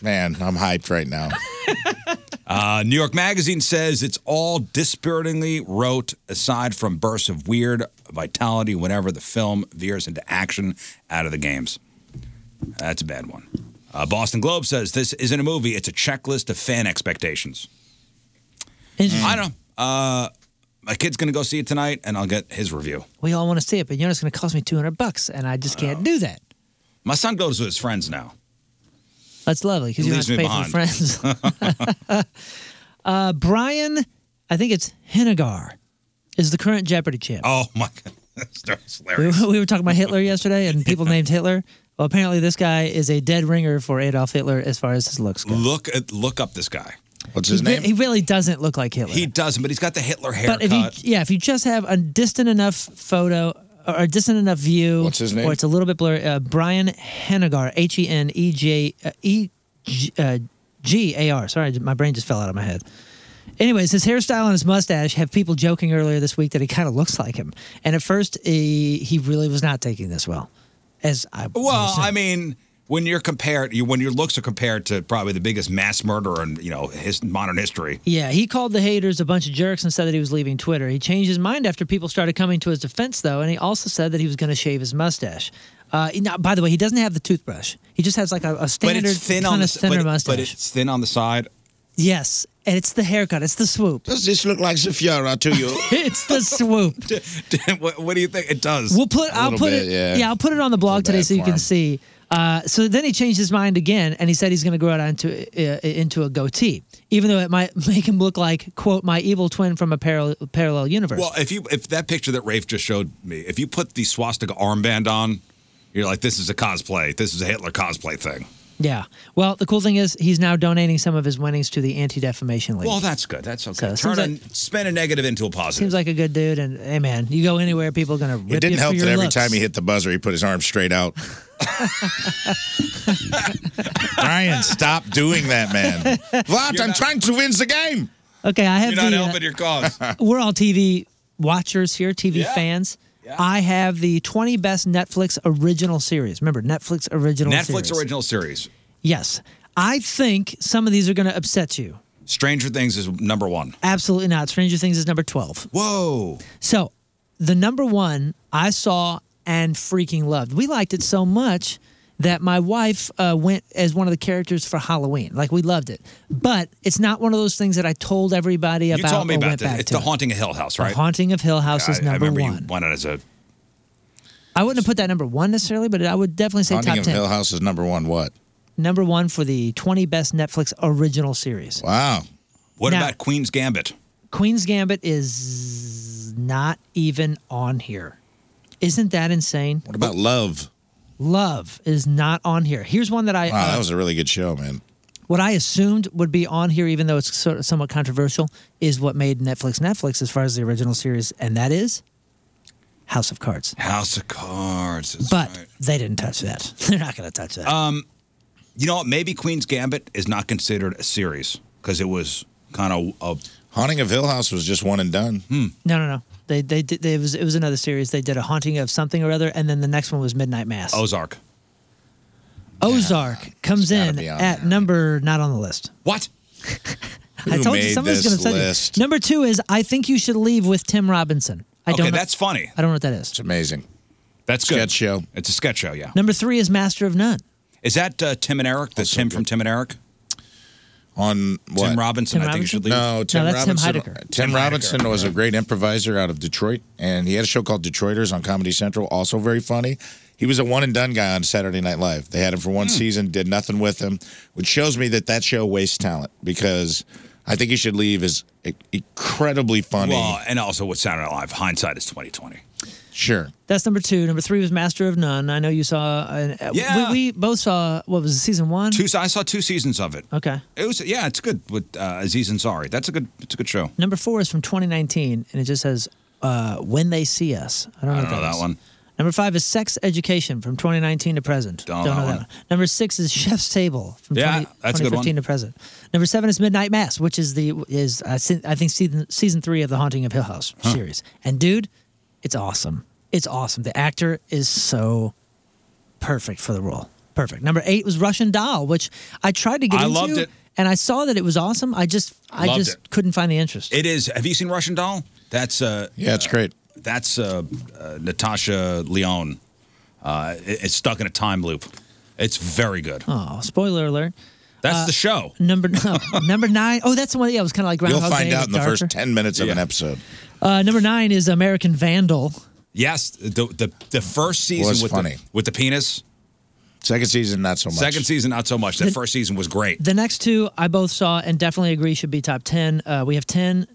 S6: man, I'm hyped right now.
S4: Uh, New York Magazine says it's all dispiritingly rote, aside from bursts of weird vitality whenever the film veers into action out of the games. That's a bad one. Uh, Boston Globe says this isn't a movie; it's a checklist of fan expectations.
S6: Mm.
S4: I don't know. Uh, my kid's gonna go see it tonight, and I'll get his review.
S5: We all want to see it, but you know it's going to cost me two hundred bucks, and I just can't do that.
S4: My son goes with his friends now.
S5: That's lovely because
S4: He
S5: you don't have
S4: leaves
S5: to pay
S4: me
S5: for friends. uh, Brian, I think it's Hennigar, is the current Jeopardy champ.
S4: Oh my god, that's
S5: We
S4: hilarious.
S5: were, we were talking about Hitler yesterday, and people named Hitler. Well, apparently this guy is a dead ringer for Adolf Hitler as far as his looks go.
S4: Look at look up this guy.
S6: What's
S5: he, re- he really doesn't look like Hitler.
S4: He doesn't, but he's got the Hitler haircut.
S5: But if you, yeah, if you just have a distant enough photo or a distant enough view, what's his
S6: name?
S5: Or it's a little bit blurry. Uh, Brian Hennigar, H E N E J uh, E G- uh, G A R. Sorry, my brain just fell out of my head. Anyways, his hairstyle and his mustache have people joking earlier this week that he kind of looks like him. And at first, he, he really was not taking this well. As I
S4: Well, I mean, when you're compared, you, when your looks are compared to probably the biggest mass murderer in you know his modern history.
S5: Yeah, he called the haters a bunch of jerks and said that he was leaving Twitter. He changed his mind after people started coming to his defense, though, and he also said that he was going to shave his mustache. Uh, now, by the way, he doesn't have the toothbrush. He just has like a, a standard
S4: but it's thin
S5: kind
S4: on
S5: of
S4: the s-
S5: thinner
S4: but, it-
S5: mustache.
S4: But it's thin on the side.
S5: yes, and it's the haircut. It's the swoop.
S6: Does this look like Zafiura to you?
S5: it's the swoop.
S4: what, what do you think? It does.
S5: We'll put. I'll put it. Yeah. I'll put it on the blog today so you
S4: for
S5: can
S4: him.
S5: see. Uh, so then he changed his mind again, and he said he's going to grow it into uh, into a goatee, even though it might make him look like quote my evil twin from a parallel parallel universe.
S4: Well, if you if that picture that Rafe just showed me, if you put the swastika armband on, you're like, this is a cosplay. This is a Hitler cosplay thing.
S5: Yeah. Well, the cool thing is he's now donating some of his winnings to the Anti Defamation League.
S4: Well, that's good. That's okay.
S5: So it
S4: Turn
S5: seems
S4: a, spin a negative into a positive.
S5: Seems like a good dude, and hey, man, you go anywhere, people are gonna rip
S6: It didn't
S5: you for
S6: help
S5: your
S6: that every
S5: looks.
S6: time he hit the buzzer, he put his arm straight out. Brian, stop doing that, man. Vlad, I'm trying to win the game.
S5: Okay, I have
S6: You're not
S5: the. uh,
S6: helping your cause.
S5: we're all TV watchers here, TV fans. I have the 20 best Netflix original series. Remember, Netflix original
S4: Netflix
S5: series.
S4: original series.
S5: Yes. I think some of these are going to upset you.
S4: Stranger Things is number one.
S5: Absolutely not. Stranger Things is number 12.
S4: Whoa.
S5: So, the number one I saw and freaking loved. We liked it so much that my wife uh, went as one of the characters for Halloween. Like, we loved it. But it's not one of those things that I told everybody
S4: You
S5: about
S4: told
S5: or
S4: me about
S5: went
S4: this.
S5: back
S4: It's
S5: to.
S4: the Haunting of Hill House,
S5: The
S4: right?
S5: Haunting of Hill House is
S4: I, I
S5: number
S4: remember
S5: one.
S4: you wanted as a
S5: I wouldn't have put that number one necessarily, but I would definitely say
S6: Haunting
S5: top
S6: of
S5: 10.
S6: Hill House is number one. What?
S5: Number one for the 20 best Netflix original series.
S6: Wow.
S4: What
S5: Now-
S4: about Queen's Gambit?
S5: Queen's Gambit is not even on here. Isn't that insane?
S6: What about Love?
S5: Love is not on here. Here's one that I
S6: Wow,
S5: uh,
S6: that was a really good show, man.
S5: what I assumed would be on here, even though it's sort of somewhat controversial, is what made Netflix Netflix as far as the original series, and that is House of Cards.
S4: House of Cards. That's
S5: but
S4: right.
S5: they didn't touch that. They're not going to touch
S6: Uh,
S5: that.
S4: Um, you know what? Maybe Queen's Gambit is not considered a series because it was kind of a
S6: Haunting of Hill House was just one and done.
S4: Hmm.
S5: No, no, no. They they did. They, it was it was another series. They did a haunting of something or other, and then the next one was Midnight Mass.
S4: Ozark.
S5: Ozark comes in
S4: be on
S5: at number not on the list.
S4: What?
S5: I
S4: Who
S5: told you
S4: made
S5: someone's
S4: this
S5: going to send
S4: list?
S5: you. Number two is I think you should leave with Tim Robinson. I
S4: okay,
S5: don't. Know,
S4: that's funny.
S5: I don't know what that is.
S6: It's amazing.
S4: That's good. Sketch show. It's a sketch show. Yeah.
S5: Number three is Master of None.
S4: Is that uh, Tim and Eric? The Tim from Tim and Eric?
S6: On what?
S4: Tim Robinson, I think you should leave.
S6: No, Tim
S5: that's Tim
S6: Robinson.
S5: Heidecker.
S6: Tim, Robinson was a great improviser out of Detroit, and he had a show called Detroiters on Comedy Central, also very funny. He was a one and done guy on Saturday Night Live. They had him for
S5: Hmm.
S6: one season, did nothing with him, which shows me that that show wastes talent because I think he should leave is i- incredibly funny.
S4: Well, and also with Saturday Night Live, hindsight is twenty twenty.
S6: sure.
S5: That's number two. Number three was Master of None. I know you saw. Uh,
S4: Yeah.
S5: We, we both saw. What was it, season one?
S4: Two. I saw two seasons of it.
S5: Okay.
S4: It was yeah, it's good with uh, Aziz Ansari. That's a good. It's a good show.
S5: Number four is from 2019, and it just says uh, "When They See Us." I don't know,
S4: I
S5: what
S4: don't know that
S5: is.
S4: one.
S5: Number five is Sex Education from 2019 to present.
S4: Don't know that one.
S5: Number six is Chef's Table from
S4: Yeah,
S5: 20,
S4: that's a good
S5: 2015 to present. Number seven is Midnight Mass, which is the is I thi- I think season season three of the Haunting of Hill House series. And dude, it's awesome. It's awesome. The actor is so perfect for the role. Perfect. Number eight was Russian Doll, which I tried to get
S4: I
S5: into,
S4: loved it.
S5: and I saw that it was awesome. I just I
S4: Loved
S5: just
S4: it.
S5: couldn't find the interest.
S4: It is. Have you seen Russian Doll? That's uh,
S6: Yeah, it's
S4: uh,
S6: great.
S4: That's uh, uh, Natasha Leon. Uh, it- it's stuck in a time loop. It's very good.
S5: Oh, spoiler alert.
S4: That's
S5: Uh,
S4: the show.
S5: Number no, number nine. Oh, that's the one. Yeah, it was kind of like Groundhog
S6: You'll find
S5: Day,
S6: out in the
S5: darker.
S6: first 10 minutes of an episode.
S5: Uh, number nine is American Vandal.
S4: Yes, the the, the first season
S6: Was
S4: with
S6: funny.
S4: the with the penis.
S6: Second season, not so much.
S4: Second season, not so much. The
S5: The-
S4: first season was great.
S5: The next two I both saw and definitely agree should be top ten. Uh, we have ten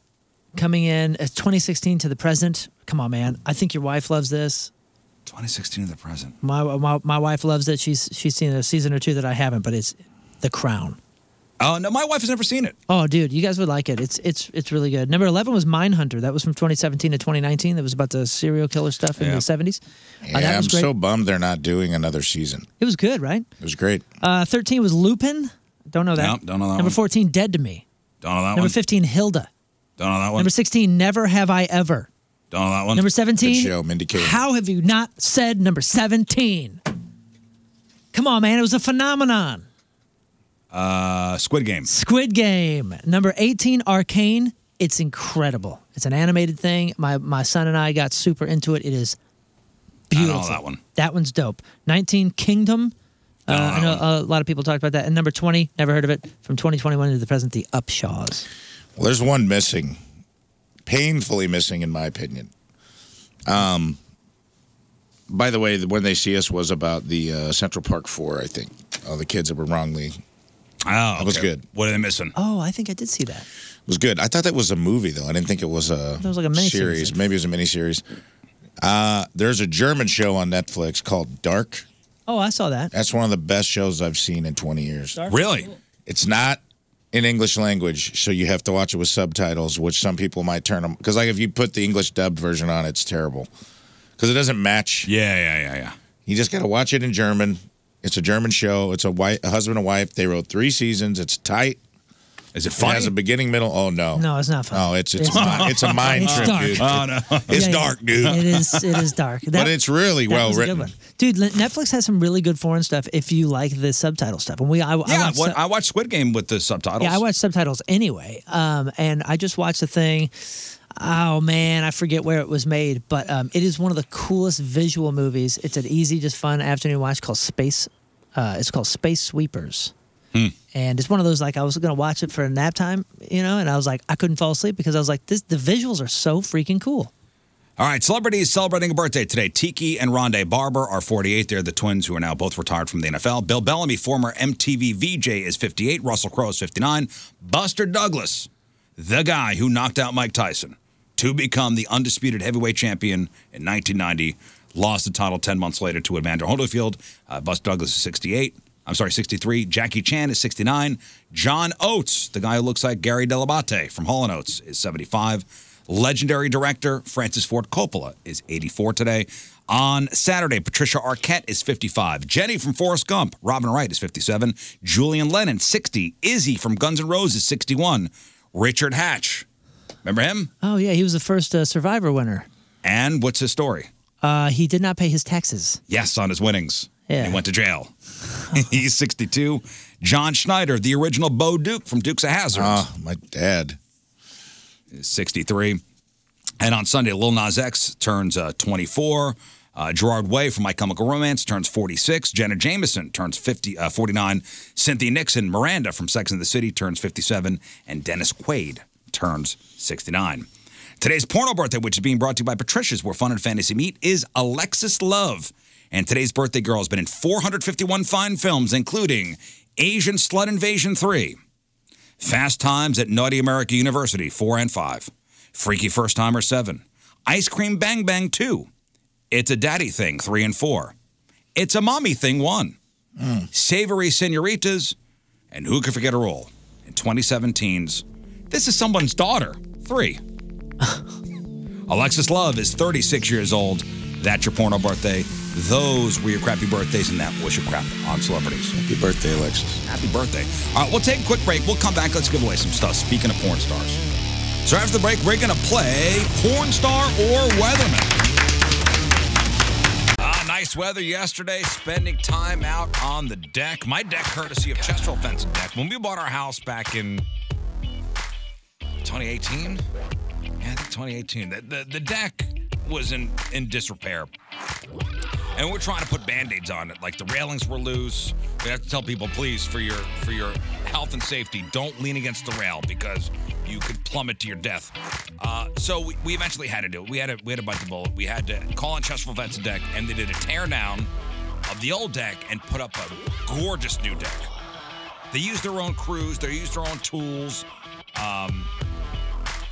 S5: coming in as 2016 to the present. Come on, man. I think your wife loves this.
S4: 2016 to the present.
S5: My my, my wife loves it. She's she's seen a season or two that I haven't, but it's The Crown.
S4: Oh no, my wife has never seen it.
S5: Oh, dude, you guys would like it. It's it's it's really good. Number eleven was Mindhunter. That was from 2017 to 2019. That was about the serial killer stuff in
S6: Yeah.
S5: the 70s. Uh,
S6: Yeah,
S5: that
S6: I'm
S5: was great.
S6: so bummed they're not doing another season.
S5: It was good, right?
S6: It was great. um,
S5: Uh, 13 was Lupin. Don't know that.
S6: Nope, don't know that
S5: Number
S6: one.
S5: 14, Dead to Me.
S4: Don't know that
S5: Number
S4: one.
S5: 15, Hilda.
S4: Don't know that one.
S5: Number 16, Never Have I Ever.
S4: Don't know that one.
S5: Number 17,
S6: Mindy
S5: How Have You Not Said Number 17? Come on, man. It was a phenomenon.
S4: Uh, Squid Game.
S5: Squid Game. Number 18, Arcane. It's incredible. It's an animated thing. My, my son and I got super into it. It is beautiful.
S4: that one.
S5: That one's dope. 19, Kingdom. Uh, I know a lot of people talked about that. And number 20, never heard of it. From 2021 to the present, The Upshaws.
S6: Well, there's one missing, painfully missing, in my opinion. Um, by the way, the- when they see us was about the uh, Central Park Four, I think. All the kids that were wrongly.
S4: Oh,
S6: that was
S4: okay.
S6: good.
S4: What are they missing?
S5: Oh, I think I did see that.
S6: It was good. I thought that was a movie though. I didn't think it was a.
S5: That was like a miniseries, I
S6: series. Maybe it was a miniseries. Uh, there's a German show on Netflix called Dark.
S5: Oh, I saw that.
S6: That's one of the best shows I've seen in 20 years.
S5: Dark? Really? Cool.
S6: It's not in English language, so you have to watch it with subtitles, which some people might turn them because, like, if you put the English dubbed version on, it's terrible because it doesn't match.
S4: Yeah, yeah, yeah, yeah.
S6: You just got to watch it in German. It's a German show. It's a, wife, a husband and wife. They wrote three seasons. It's tight.
S4: Is it
S6: It has
S4: funny?
S6: a beginning, middle. Oh no.
S5: No, it's not funny.
S6: No, it's it's,
S5: It's
S6: mi-
S5: dark.
S6: it's a mind
S5: It's
S6: trip,
S5: dark.
S6: dude.
S5: Oh, no.
S6: It's
S5: Yeah, yeah.
S6: dark, dude.
S5: It is. It is dark. That-
S6: but it's really
S5: that
S6: well
S5: was a good
S6: written.
S5: one. dude. Le- Netflix has some really good foreign stuff if you like the subtitle stuff. And we, I, I
S4: yeah,
S5: watched
S4: what,
S5: sub-
S4: I watched Squid Game with the subtitles.
S5: Yeah, I watch subtitles anyway. Um, and I just watched a thing. Oh man, I forget where it was made, but um, it is one of the coolest visual movies. It's an easy, just fun afternoon watch called Space. Uh, it's called Space Sweepers. And it's one of those like I was gonna watch it for nap time, you know, and I was like I couldn't fall asleep because I was like this. The visuals are so freaking cool.
S4: All right, celebrities celebrating a birthday today. Tiki and Rondé Barber are 48. They're the twins who are now both retired from the NFL. Bill Bellamy, former MTV VJ, is 58. Russell Crowe is 59. Buster Douglas, the guy who knocked out Mike Tyson to become the undisputed heavyweight champion in 1990, lost the title 10 months later to Evander Holyfield. Uh, Buster Douglas is 68. I'm sorry, 63. Jackie Chan is 69. John Oates, the guy who looks like Gary Delabate from Hall & Oates, is 75. Legendary director Francis Ford Coppola is 84 today. On Saturday, Patricia Arquette is 55. Jenny from Forrest Gump, Robin Wright is 57. Julian Lennon, 60. Izzy from Guns N' Roses, 61. Richard Hatch, remember him?
S5: Oh yeah, he was the first uh, Survivor winner.
S4: And what's his story?
S5: Uh, he did not pay his taxes.
S4: Yes, on his winnings.
S5: Yeah.
S4: He went to jail. He's 62. John Schneider, the original Bo Duke from Dukes of Hazzard. Ah, my dad. 63. And on Sunday, Lil Nas X turns uh, 24. Uh, Gerard Way from My Chemical Romance turns 46. Jenna Jameson turns 50, uh, 49. Cynthia Nixon, Miranda from Sex and the City turns 57. And Dennis Quaid turns 69. Today's porno birthday, which is being brought to you by Patricia's, where fun and fantasy meet, is Alexis Love. And today's birthday girl has been in 451 fine films, including Asian Slut Invasion 3. Fast Times at Naughty America University, 4 and 5. Freaky First Timer, 7. Ice Cream Bang Bang, 2. It's a Daddy Thing, 3 and 4. It's a Mommy Thing, 1. Savory Senoritas, and who could forget her role in 2017's This Is Someone's Daughter, 3. Alexis Love is 36 years old. That's your porno birthday. Those were your crappy birthdays, and that was your crap on celebrities. Happy birthday, Alexis. Happy birthday. All right, we'll take a quick break. We'll come back. Let's give away some stuff. Speaking of porn stars. So after the break, we're going to play porn star or weatherman. Ah, nice weather yesterday. Spending time out on the deck. My deck, courtesy of Chesterfield Fence and Deck. When we bought our house back in 2018, yeah, I think 2018. The, the, the deck was in, in disrepair. And we're trying to put band-aids on it. Like the railings were loose. We have to tell people, please, for your for your health and safety, don't lean against the rail because you could plummet to your death. Uh, so we, we eventually had to do it. We had to we had to bite the bullet. We had to call on Chesterfield Vets deck, and they did a tear down of the old deck and put up a gorgeous new deck. They used their own crews. They used their own tools. Um,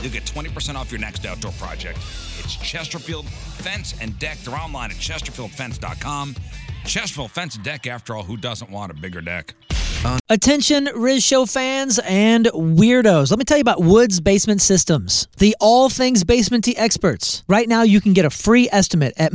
S4: you'll get 20% off your next outdoor project. It's Chesterfield Fence and Deck. They're online at chesterfieldfence.com. Chesterfield Fence and Deck, after all, who doesn't want a bigger deck?
S5: Attention, Riz Show fans and weirdos. Let me tell you about Woods Basement Systems, the all things basementy experts. Right now, you can get a free estimate at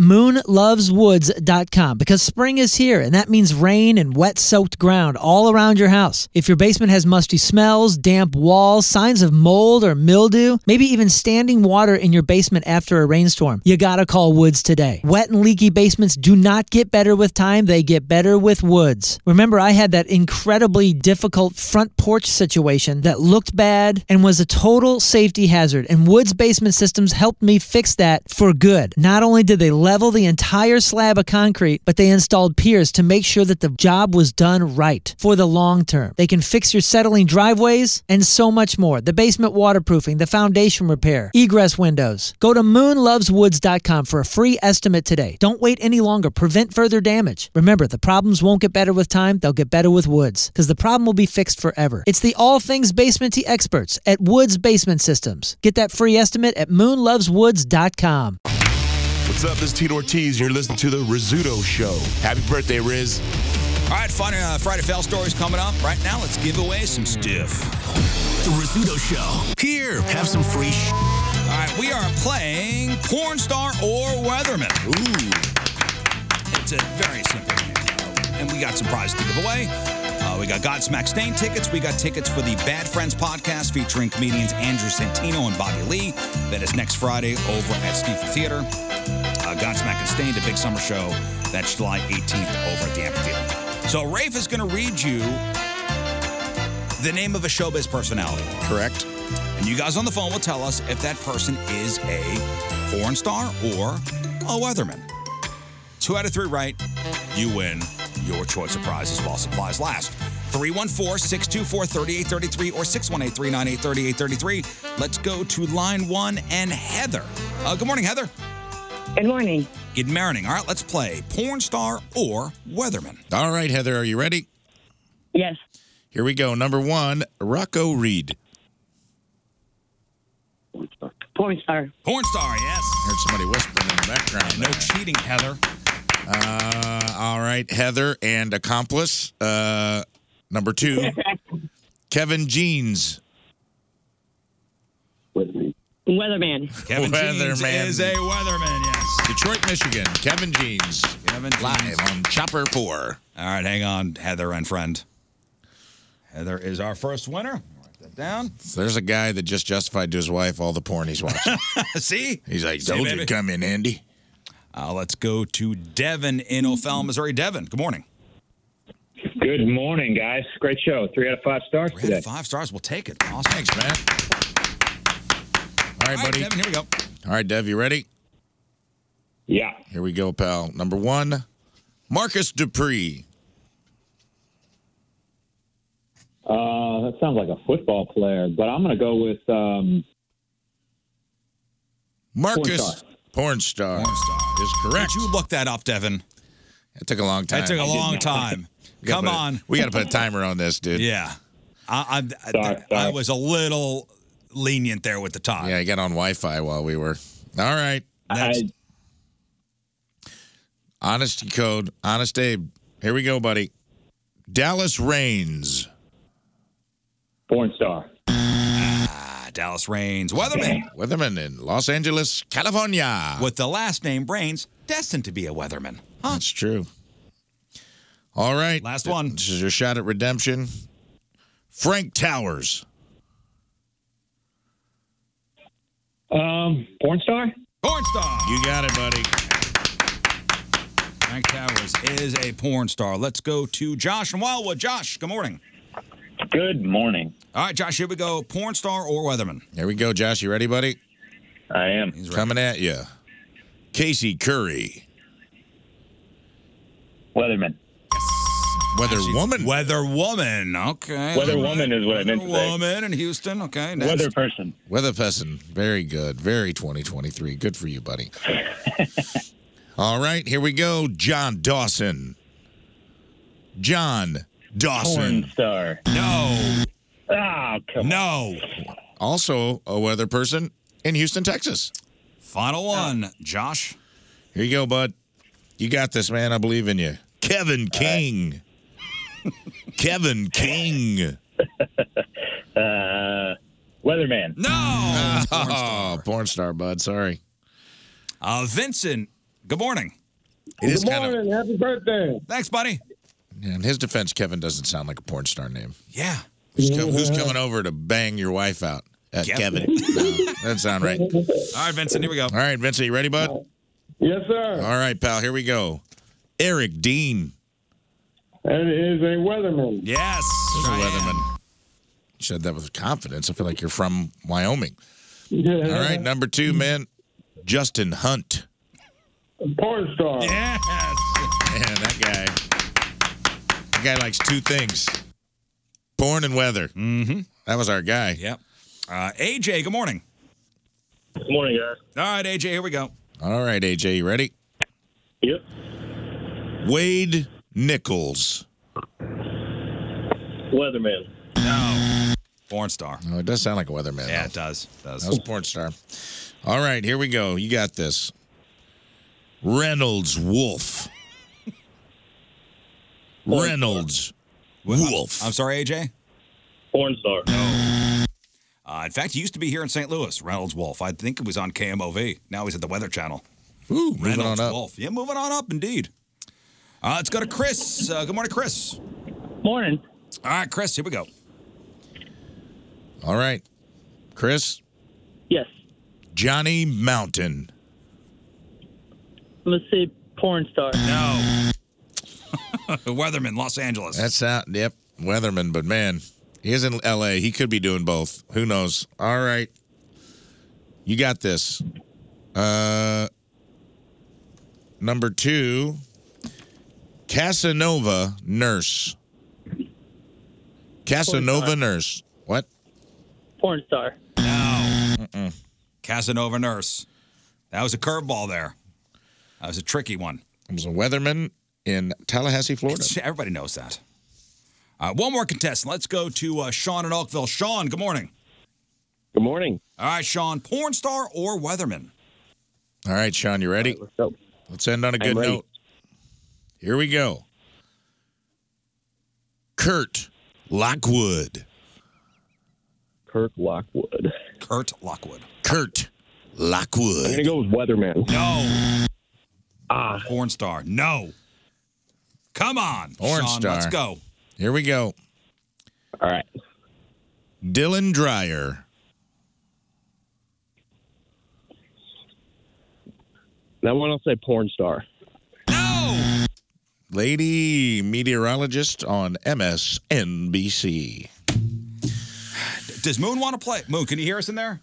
S5: moonloveswoods.com because spring is here, and that means rain and wet soaked ground all around your house. If your basement has musty smells, damp walls, signs of mold or mildew, maybe even standing water in your basement after a rainstorm, you gotta call Woods today. Wet and leaky basements do not get better with time, they get better with Woods. Remember, I had that incredibly difficult front porch situation that looked bad and was a total safety hazard, and Woods Basement Systems helped me fix that for good. Not only did they level the entire slab of concrete, but they installed piers to make sure that the job was done right for the long term. They can fix your settling driveways and so much more. The basement waterproofing, the foundation repair, egress windows. Go to moonloveswoods.com for a free estimate today. Don't wait any longer. Prevent further damage. Remember, the problems won't get better with time, they'll get better with woods. basements because the problem will be fixed forever. It's the all things basement tea experts at Woods Basement Systems. Get that free estimate at moonloveswoods.com.
S8: What's up? This is Tito Ortiz. You're listening to the Rizzuto Show. Happy birthday, Riz.
S4: All right, fun, uh, Friday Fail Stories coming up. Right now, let's give away some stiff.
S1: The Rizzuto Show. Here, have some free sh-
S4: All right, we are playing porn star or weatherman. Ooh. It's a very simple game. And we got some prizes to give away. Uh, we got Godsmack Stain tickets. We got tickets for the Bad Friends podcast featuring comedians Andrew Santino and Bobby Lee. That is next Friday over at Steve Theater. Uh, Godsmack and Stain, the big summer show. That's July 18th over at the Amphitheater. So Rafe is going to read you the name of a showbiz personality. Correct. And you guys on the phone will tell us if that person is a porn star or a weatherman. Two out of three right, you win your choice of prizes while supplies last. 314 624 3833 or 618 398 3833. Let's go to line one and Heather. Uh, good morning, Heather.
S9: Good morning.
S4: Good morning. All right, let's play porn star or weatherman.
S6: All right, Heather, are you ready?
S9: Yes.
S6: Here we go. Number one, Rocco Reed.
S9: Porn star.
S4: Porn star, yes.
S6: Heard somebody whispering in the background.
S4: No cheating, Heather.
S6: Uh, all right, Heather and accomplice. Uh, number two, Kevin Jeans.
S9: Weatherman.
S4: Kevin Jeans
S6: Weatherman.
S4: is a weatherman, yes.
S6: Detroit, Michigan. Kevin Jeans.
S4: Kevin
S6: Live on Chopper 4.
S4: All right, hang on, Heather and friend. Heather is our first winner. Write that down.
S6: So there's a guy that just justified to his wife all the porn he's watching.
S4: See?
S6: He's like,
S4: See,
S6: told you
S4: baby?
S6: to come in handy.
S4: Uh, let's go to Devin in O'Fallon, Missouri. Devin, good morning.
S10: Good morning, guys. Great show. Three out of five stars today.
S4: Five stars, we'll take it. Awesome. Thanks,
S6: man. All right, buddy.
S4: Devin, here we go.
S6: All right, Dev, you ready?
S10: Yeah.
S6: Here we go, pal. Number one, Marcus Dupree.
S10: Uh, that sounds like a football player, but I'm going to go with um,
S6: Marcus Porn Star. Porn
S4: Star
S6: is correct.
S4: Did you look that up, Devin?
S6: It took a long time.
S4: That took a long time.
S6: We gotta
S4: Come
S6: put a-
S4: on.
S6: we got to put a timer on this, dude.
S4: Yeah. I, I, I was a little lenient there with the time.
S6: Yeah, I got on Wi-Fi while we were. All right. Next. Honesty code. Honest Abe. Here we go, buddy. Dallas Reigns.
S10: Porn star.
S4: Ah, Dallas Reigns, weatherman.
S6: Weatherman in Los Angeles, California.
S4: With the last name Reigns, destined to be a weatherman.
S6: That's true. All right. Last one. This is your shot at redemption. Frank Towers.
S10: Um, porn star?
S4: Porn star.
S6: You got it, buddy.
S4: Frank Towers is a porn star. Let's go to Josh in Wildwood. Josh, good morning.
S10: Good morning.
S4: All right, Josh, here we go. Porn star or weatherman?
S6: Here we go, Josh. You ready, buddy?
S10: I am.
S6: Coming at you. Casey Curry.
S10: Weatherman.
S6: Weather woman.
S4: Weather woman. Okay.
S10: Weather woman is what I meant
S4: Weather
S10: to say.
S4: woman in Houston. Okay. Next.
S10: Weather person.
S6: Weather person. Very good. Very 2023. Good for you, buddy. All right, here we go. John Dawson. John Dawson.
S10: Porn star.
S4: No.
S10: Ah, come
S4: No.
S6: Also a weather person in Houston, Texas.
S4: Final one, Josh.
S6: Here you go, bud. You got this, man. I believe in you. Kevin King. Kevin King.
S10: Uh, weatherman.
S4: No.
S6: Oh, porn star, bud. Sorry.
S4: Uh, Vincent, good morning.
S6: It is kind of.
S10: Happy birthday.
S4: Thanks, buddy.
S6: In his defense, Kevin doesn't sound like a porn star name.
S4: Yeah.
S6: Who's, com- who's coming over to bang your wife out? Uh,
S4: Kevin.
S6: Kevin. no, that doesn't sound right. All
S4: All right, Vincent, here we go.
S6: right, Vincent, you ready, bud?
S10: Yes, sir.
S6: All right, pal, here we go. Eric Dean.
S10: That is a weatherman.
S4: Yes.
S6: There's a weatherman. You said that with confidence. I feel like you're from Wyoming. All right, number two, man, Justin Hunt.
S10: Porn star.
S4: Yes.
S6: Man, that guy. That guy likes two things porn and weather. Mm-hmm. That was our guy.
S4: Yep. Uh, AJ, good morning.
S10: Good morning, guys.
S4: All right, AJ, here we go.
S6: All right, AJ, you ready?
S10: Yep.
S6: Wade Nichols.
S10: Weatherman.
S4: Porn star.
S6: Oh, it does sound like a weatherman. Yeah, it
S4: does. does.
S6: That was a porn star. All right, here we go. You got this. Reynolds Wolf. Reynolds Wolf.
S4: I'm sorry, AJ.
S10: Porn star.
S4: No. Uh, in fact, he used to be here in St. Louis, Reynolds Wolf. I think it was on KMOV. Now he's at the Weather Channel.
S6: Ooh, moving
S4: Reynolds
S6: on up.
S4: Wolf. Yeah, moving on up, indeed. Uh, let's go to Chris. Uh, good morning, Chris.
S9: Morning.
S4: All right, Chris, here we go.
S6: All right. Chris?
S9: Yes.
S6: Johnny Mountain.
S9: Let's say porn star.
S4: No. Weatherman, Los Angeles.
S6: That's out. Yep. Weatherman, but man, he is in LA. He could be doing both. Who knows? All right. You got this. Uh number 2 Casanova nurse. Casanova nurse. What?
S9: Porn star.
S4: Mm-mm. Casanova Nurse. That was a curveball there. That was a tricky one.
S6: It was a weatherman in Tallahassee, Florida.
S4: Everybody knows that. Uh, one more contestant. Let's go to uh, Sean in Oakville. Sean, good morning.
S10: Good morning.
S4: All right, Sean, porn star or weatherman?
S6: All right, Sean, you ready?
S10: let's go.
S6: Let's end on a
S4: I'm
S6: good
S4: ready.
S6: note. Here we go. Kurt Lockwood.
S10: Kurt Lockwood.
S4: Kurt Lockwood.
S6: Kurt Lockwood.
S10: I'm gonna go with Weatherman.
S4: No.
S10: Ah.
S4: Porn star. No. Come on.
S6: Orange
S4: Sean,
S6: Star.
S4: Let's go.
S6: Here we go.
S10: All right.
S6: Dylan Dreyer.
S10: That one I'll say porn star.
S6: Lady meteorologist on MSNBC.
S4: Does Moon want to play? Moon, can you hear us in there?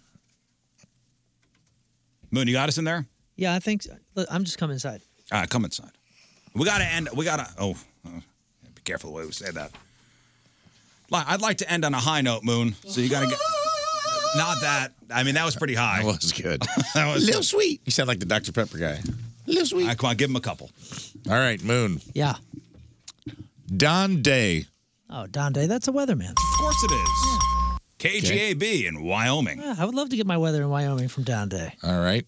S4: Moon, you got us in there?
S5: Yeah, I think so. Look, I'm just coming inside.
S4: All right, come inside. We gotta end. We gotta. Oh, uh, be careful the way we say that. Li- I'd like to end on a high note, Moon. So you gotta get. Not that. I mean, that was pretty high. That
S6: was good.
S4: that was
S6: Little sweet. You sound like the Dr. Pepper guy. Little sweet.
S4: come on, give him a couple.
S6: All right, Moon.
S5: Yeah.
S6: Don Day.
S5: Oh, Dante, that's a weatherman.
S4: Of course it is. KGAB in Wyoming.
S5: Yeah, I would love to get my weather in Wyoming from Dante.
S6: All right.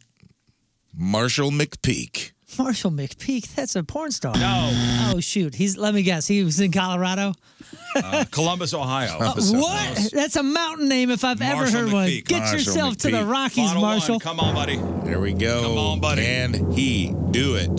S6: Marshall McPeak.
S5: Marshall McPeak, that's a porn star.
S4: No.
S5: Oh shoot, he's. Let me guess. He was in Colorado.
S4: Uh, Columbus, Ohio.
S5: Uh, what? That's a mountain name if I've
S4: Marshall
S5: ever heard one.
S4: McPeak.
S5: Get
S6: Marshall
S5: yourself to the
S6: McPeak.
S5: Rockies,
S4: Final one.
S5: Marshall.
S4: Come on, buddy.
S6: There we go.
S4: Come on, buddy.
S6: Can he do it?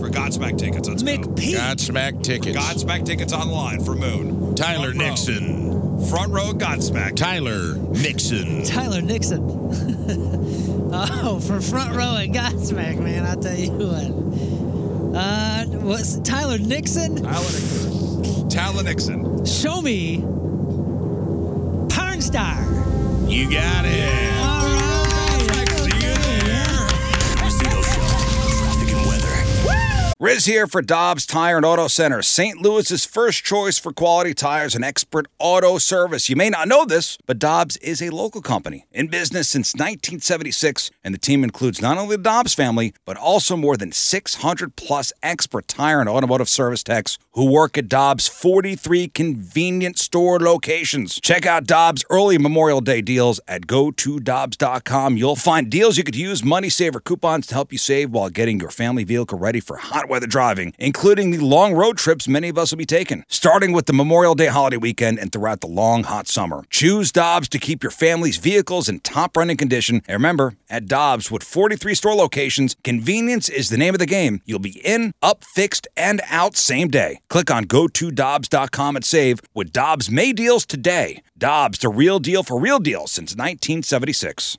S4: For Godsmack tickets. Let's
S5: McPeak.
S6: Oh, Godsmack tickets.
S4: Godsmack tickets online for Moon.
S6: Tyler
S4: Front row.
S6: Nixon.
S4: Front row Godsmack.
S6: Tyler Nixon.
S5: Tyler Nixon. oh, for front row at Godsmack, man. I'll tell you what. Uh, was Tyler Nixon?
S4: Tyler Nixon. Tyler Nixon.
S5: Show me. Porn star.
S6: You got it.
S4: Riz here for Dobbs Tire and Auto Center, St. Louis's first choice for quality tires and expert auto service. You may not know this, but Dobbs is a local company in business since 1976, and the team includes not only the Dobbs family, but also more than 600 plus expert tire and automotive service techs who work at Dobbs' 43 convenient store locations. Check out Dobbs' early Memorial Day deals at gotodobbs.com. You'll find deals you could use, money saver coupons to help you save while getting your family vehicle ready for hot weather driving, including the long road trips many of us will be taking, starting with the Memorial Day holiday weekend and throughout the long, hot summer. Choose Dobbs to keep your family's vehicles in top running condition. And remember, at Dobbs, with 43 store locations, convenience is the name of the game. You'll be in, up, fixed, and out same day. Click on gotodobbs.com and save with Dobbs May deals today. Dobbs, the real deal for real deals since 1976.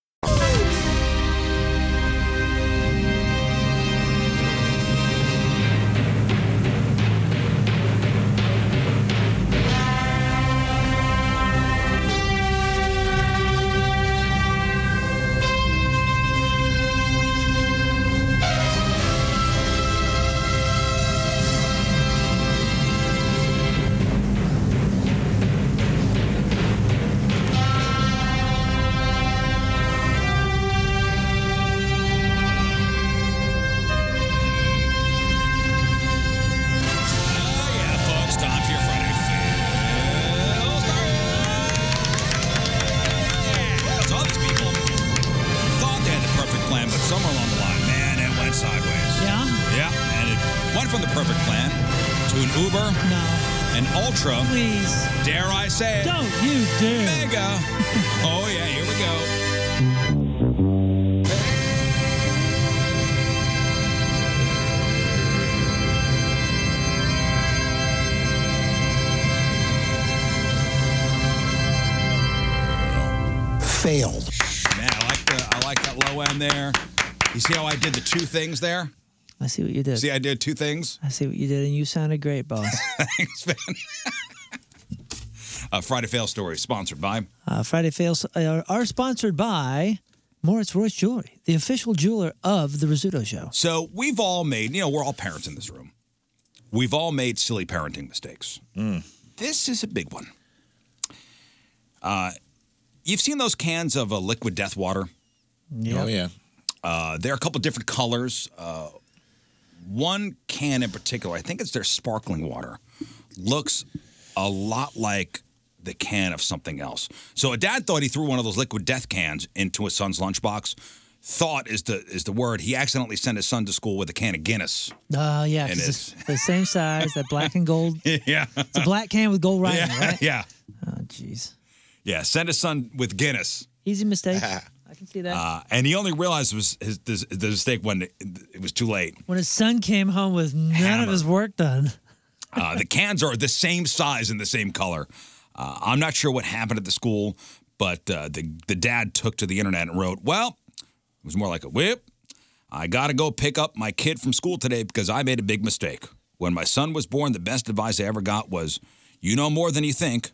S4: Uber, no. an Ultra. Please. Dare I say it? Don't you dare. Mega. oh, yeah, here we go.
S11: Failed.
S4: Man, I like, the, I like that low end there. You see how I did the two things there?
S5: I see what you did.
S4: See, I did two things.
S5: I see what you did, and you sounded great, boss.
S4: Thanks, man. uh, Friday Fail Story, sponsored by.
S5: Uh, Friday Fails uh, are sponsored by Moritz Royce Jewelry, the official jeweler of The Rizzuto Show.
S4: So we've all made, you know, we're all parents in this room. We've all made silly parenting mistakes.
S6: Hmm.
S4: This is a big one. Uh, you've seen those cans of uh, liquid death water.
S6: Oh, yeah.
S4: Uh, there are a couple different colors. Uh, one can in particular, I think it's their sparkling water, looks a lot like the can of something else. So a dad thought he threw one of those liquid death cans into his son's lunchbox. Thought is the is the word. He accidentally sent his son to school with a can of Guinness.
S5: Oh, yeah.
S4: It
S5: 'cause
S4: is.
S5: It's the same size, that black and gold.
S4: yeah.
S5: It's a black can with gold writing,
S4: yeah,
S5: right?
S4: yeah.
S5: Oh, jeez.
S4: Yeah. Sent his son with Guinness.
S5: Easy mistake. I can see that.
S4: Uh, and he only realized it was his, this, the mistake when it, it was too late.
S5: when his son came home with none of his work done.
S4: Uh, the cans are the same size and the same color. Uh, I'm not sure what happened at the school, but uh, the the dad took to the internet and wrote, "Well, it was more like a whip. I got to go pick up my kid from school today because I made a big mistake. When my son was born, the best advice I ever got was, you know more than you think.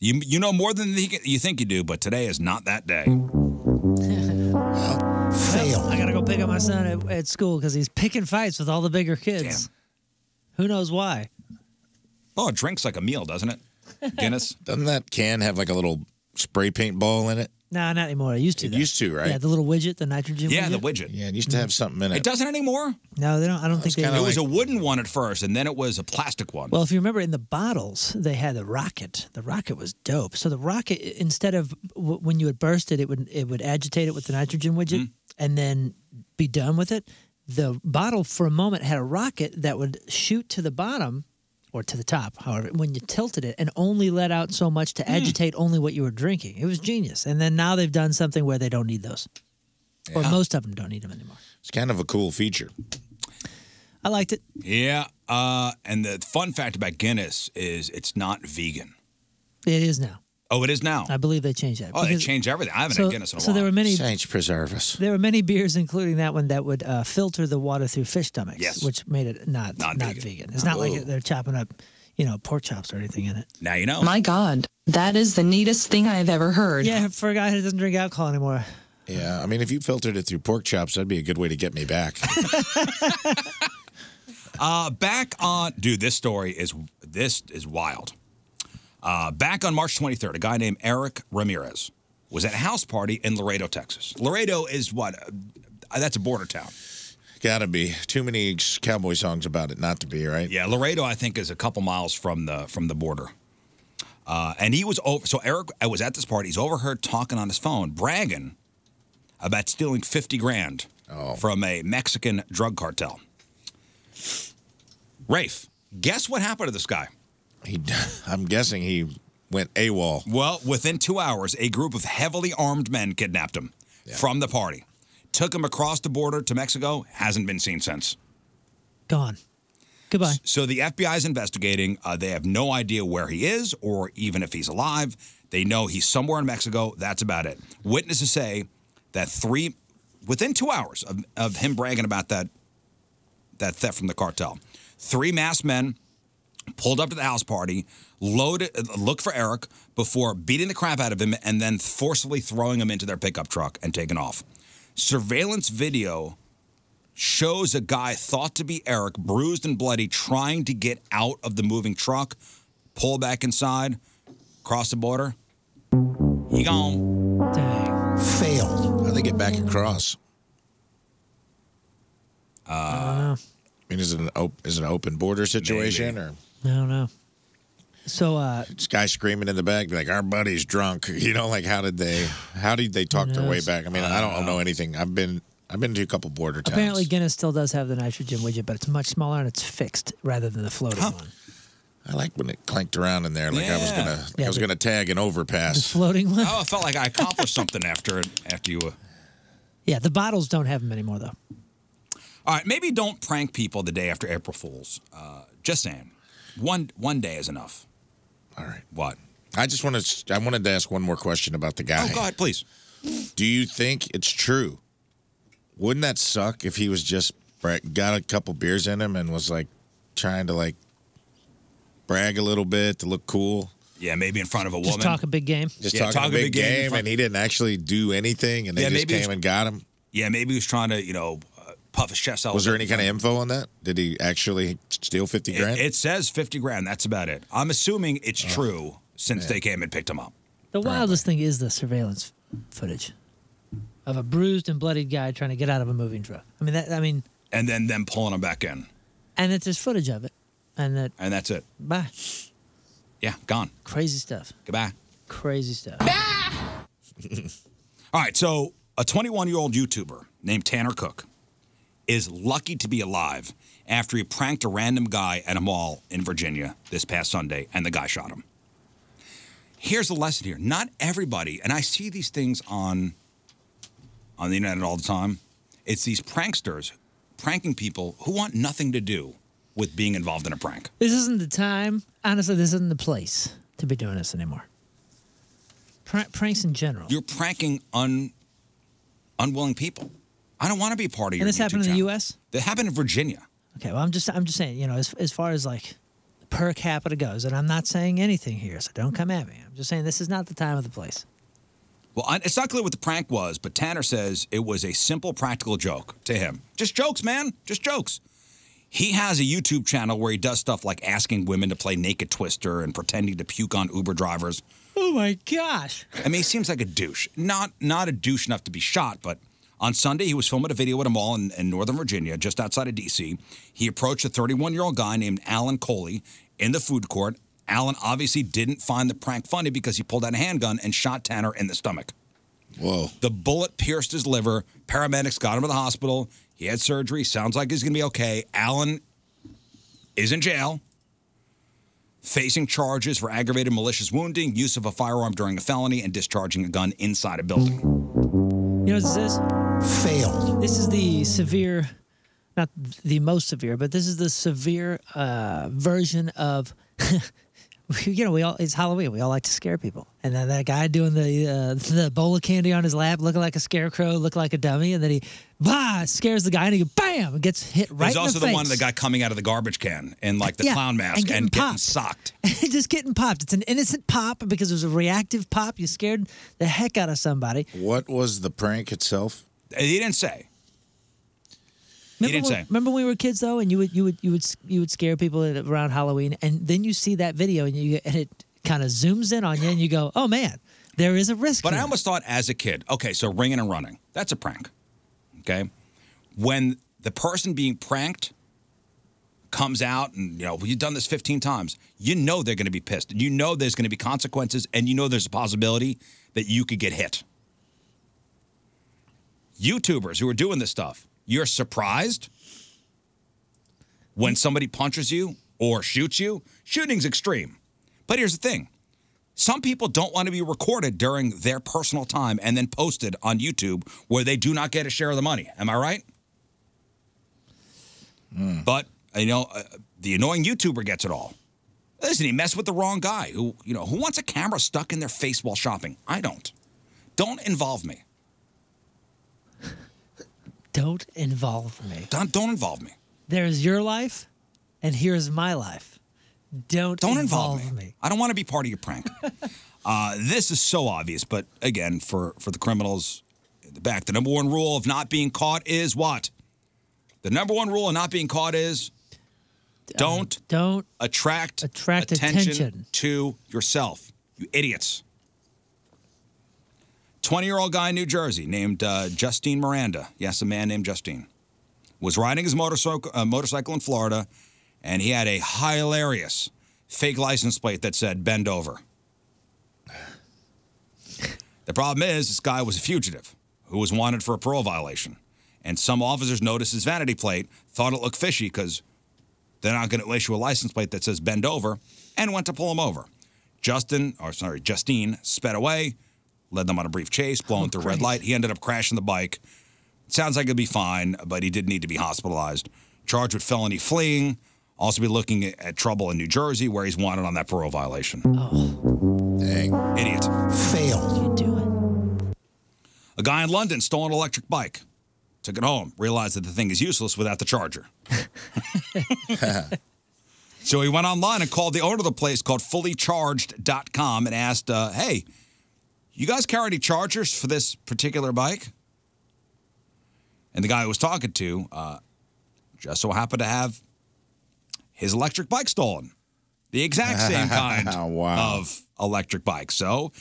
S4: You you know more than you you think you do, but today is not that day."
S5: Fail. I gotta go pick up my son at, at school because he's picking fights with all the bigger kids. Who knows why?
S4: Oh, it drinks like a meal, doesn't it? Guinness.
S6: Doesn't that can have like a little spray paint ball in it?
S5: Nah, not anymore. It used to.
S6: It
S5: though.
S6: used to, right?
S5: Yeah, the little widget, the nitrogen. widget.
S6: Yeah, it used to have something in it.
S4: It doesn't anymore.
S5: No, they don't. I don't think they.
S4: it was a wooden one at first, and then it was a plastic one.
S5: Well, if you remember in the bottles, they had the rocket. The rocket was dope. So the rocket, i- instead of w- when you would burst it, it would it would agitate it with the nitrogen widget
S6: Mm-hmm.
S5: and then be done with it. The bottle for a moment had a rocket that would shoot to the bottom or to the top, however, when you tilted it and only let out so much
S6: Hmm.
S5: to agitate only what you were drinking. It was genius. And then now they've done something where they don't need those, or most of them don't need them anymore.
S6: It's kind of a cool feature.
S5: I liked it.
S4: Yeah, uh, and the fun fact about Guinness is it's not vegan.
S5: It is now.
S4: Oh, it is now.
S5: I believe they changed that.
S4: Oh, they
S5: because-
S4: changed everything. I haven't
S5: so-
S4: had Guinness in a
S5: so
S4: while.
S5: there were many-
S6: Saints preserve us.
S5: There were many beers, including that one, that would uh, filter the water through fish stomachs,
S4: Yes.
S5: which made it not not, vegan. It's not
S4: Ooh.
S6: Oh.
S5: like they're chopping up, you know, pork chops or anything in it.
S4: Now you know.
S12: Oh My God, that is the neatest thing I've ever heard.
S5: Yeah, for a guy who doesn't drink alcohol anymore.
S6: Yeah, I mean, if you filtered it through pork chops, that'd be a good way to get me back.
S4: Uh, back on, dude, this story is this is wild. Uh, back on March 23rd, a guy named Eric Ramirez was at a house party in Laredo, Texas. Laredo is what? Uh, that's a border town.
S6: Gotta be. Too many cowboy songs about it not to be, right?
S4: Yeah, Laredo, I think, is a couple miles from the from the border. Uh, and he was over. So Eric was at this party. He's overheard talking on his phone, bragging about stealing fifty grand from a Mexican drug cartel. Rafe, guess what happened to this guy?
S6: He, I'm guessing he went AWOL.
S4: Well, within two hours, a group of heavily armed men kidnapped him from the party, took him across the border to Mexico. Hasn't been seen since.
S5: Gone. Goodbye.
S4: So the FBI is investigating. Uh, they have no idea where he is or even if he's alive. They know he's somewhere in Mexico. That's about it. Witnesses say that three, within two hours of, of him bragging about that, that theft from the cartel, three masked men pulled up to the house party, loaded, uh, looked for Eric before beating the crap out of him and then forcibly throwing him into their pickup truck and taking off. Surveillance video shows a guy thought to be Eric, bruised and bloody, trying to get out of the moving truck, pull back inside, cross the border. He gone.
S6: Failed. How they get back across? Uh,
S5: I
S6: mean, is it an op- is it an open border situation or
S5: No, no. So uh,
S6: this guy screaming in the back, be like, "Our buddy's drunk," you know? Like, how did they how did they talk their way back? I mean, I don't know anything. I've been I've been to a couple border towns.
S5: Apparently, Guinness still does have the nitrogen widget, but it's much smaller and it's fixed rather than the floating one.
S6: I like when it clanked around in there, like I was
S4: Yeah.
S6: gonna,
S5: Yeah,
S6: I was
S5: the-
S6: gonna tag an overpass.
S5: Floating one.
S4: Oh, I felt like I accomplished something after it. After you. Uh,
S5: Yeah, the bottles don't have them anymore though.
S4: all right, maybe don't prank people the day after April Fools. Uh, just saying, one one day is enough.
S6: All right.
S4: What?
S6: I just want to. I wanted to ask one more question about the guy.
S4: Oh, go ahead, please.
S6: Do you think it's true? Wouldn't that suck if he was just bra- got a couple beers in him and was like trying to like brag a little bit to look cool?
S4: Yeah, maybe in front of a
S5: Just talk a big game.
S6: Just talking a big, game, and he didn't actually do anything, and they
S4: Yeah,
S6: just
S4: maybe
S6: came
S4: it's-
S6: and got him.
S4: Yeah, maybe he was trying to you know uh, puff his chest out.
S6: Was there
S4: with
S6: any kind of info on that? Did he actually steal fifty
S4: It,
S6: grand?
S4: it says fifty grand. That's about it. I'm assuming it's true since
S6: man.
S4: they came and picked him up.
S5: The wildest thing is the surveillance footage of a bruised and bloodied guy trying to get out of a moving truck. I mean that. I mean,
S4: and then them pulling him back in,
S5: and that there's footage of it, and that
S4: and that's it.
S5: bye,
S4: Yeah, gone.
S5: crazy stuff,
S4: Goodbye.
S5: crazy stuff.
S4: All right, so a 21 year old YouTuber named Tanner Cook is lucky to be alive after he pranked a random guy at a mall in Virginia this past Sunday, and the guy shot him. Here's the lesson here not everybody, and I see these things on, on the internet all the time, it's these pranksters pranking people who want nothing to do with being involved in a prank.
S5: This isn't the time. Honestly, this isn't the place to be doing this anymore. Pr- pranks in general.
S4: You're pranking un, unwilling people. I don't want to be part of your
S5: And this
S4: YouTube
S5: happened in the
S4: channel.
S5: U.S.
S4: That happened in Virginia.
S5: Okay, well, I'm just I'm just saying, you know, as as far as like per capita goes, and I'm not saying anything here, so don't come at me. I'm just saying this is not the time of the place.
S4: Well, I- it's not clear what the prank was, but Tanner says it was a simple, practical joke to him. Just jokes, man. Just jokes. He has a YouTube channel where he does stuff like asking women to play Naked Twister and pretending to puke on Uber drivers.
S5: Oh my gosh.
S4: I mean, he seems like a douche. Not not a douche enough to be shot, but on Sunday he was filming a video at a mall in, in Northern Virginia, just outside of D.C. He approached a 31 year old guy named Alan Coley in the food court. Alan obviously didn't find the prank funny because he pulled out a handgun and shot Tanner in the stomach.
S6: Whoa!
S4: The bullet pierced his liver. Paramedics got him to the hospital. He had surgery. Sounds like he's going to be okay. Alan is in jail facing charges for aggravated malicious wounding, use of a firearm during a felony, and discharging a gun inside a building.
S5: You know what this is? Failed. This is the severe, not the most severe, but this is the severe uh, version of, you know, we all it's Halloween. We all like to scare people. And then that guy doing the uh, the bowl of candy on his lap, looking like a scarecrow, looking like a dummy, and then he bah scares the guy, and he bam gets hit right
S4: There's
S5: in
S4: also
S5: the
S4: the,
S5: face.
S4: one of the guy coming out of the garbage can in like the
S5: Yeah,
S4: clown mask
S5: and getting popped.
S4: socked.
S5: just getting popped. It's an innocent pop because it was a reactive pop. You scared the heck out of somebody.
S6: What was the prank itself?
S4: He didn't say.
S5: Remember when,
S6: didn't say.
S5: Remember when we were kids though, and you would you would you would you would scare people at- around Halloween, and then you see that video, and you and it kind of zooms in on you, and you go, "Oh man, there is a risk."
S4: But I
S5: here."
S4: almost thought as a kid, okay, so ringing and running, that's a prank. Okay. When the person being pranked comes out and, you know, well, you've done this 15 times, you know they're going to be pissed. You know there's going to be consequences and you know there's a possibility that you could get hit. YouTubers who are doing this stuff, you're surprised when somebody punches you or shoots you. Shooting's extreme. But here's the thing some people don't want to be recorded during their personal time and then posted on YouTube where they do not get a share of the money. Am I right? But, you know, uh, the annoying YouTuber gets it all. Listen, he messed with the wrong guy who, you know, who wants a camera stuck in their face while shopping? I don't. Don't involve me.
S5: don't involve me.
S4: Don't don't involve me.
S5: There is your life, and here is my life. Don't
S4: Don't involve, me. I don't want to be part of your prank. uh, this is so obvious, but again, for for the criminals in the back, the number one rule of not being caught is what? The number one rule of not being caught is don't
S5: don't
S4: attract
S5: attract attention.
S4: to yourself. You idiots. 20 year old guy in New Jersey named uh, Justine Miranda. Yes, a man named Justine. Was riding his motorcycle, uh, motorcycle in Florida, and he had a hilarious fake license plate that said bend over. The problem is, this guy was a fugitive who was wanted for a parole violation. And some officers noticed his vanity plate, thought it looked fishy because they're not going to issue a license plate that says bend over, and went to pull him over. Justin, or sorry, Justine sped away, led them on a brief chase, blowing through red light. He ended up crashing the bike. Sounds like it'd be fine, but he did need to be hospitalized. Charged with felony fleeing. Also be looking at, at trouble in New Jersey, where he's wanted on that parole violation. Oh. Dang. Idiot. Failed. You do it. A guy in London stole an electric bike. Took it home, realized that the thing is useless without the charger. so he went online and called the owner of the place called fullycharged.com and asked, uh, hey, you guys carry any chargers for this particular bike? And the guy I was talking to uh, just so happened to have his electric bike stolen. The exact same kind
S6: Wow.
S4: of electric bike. So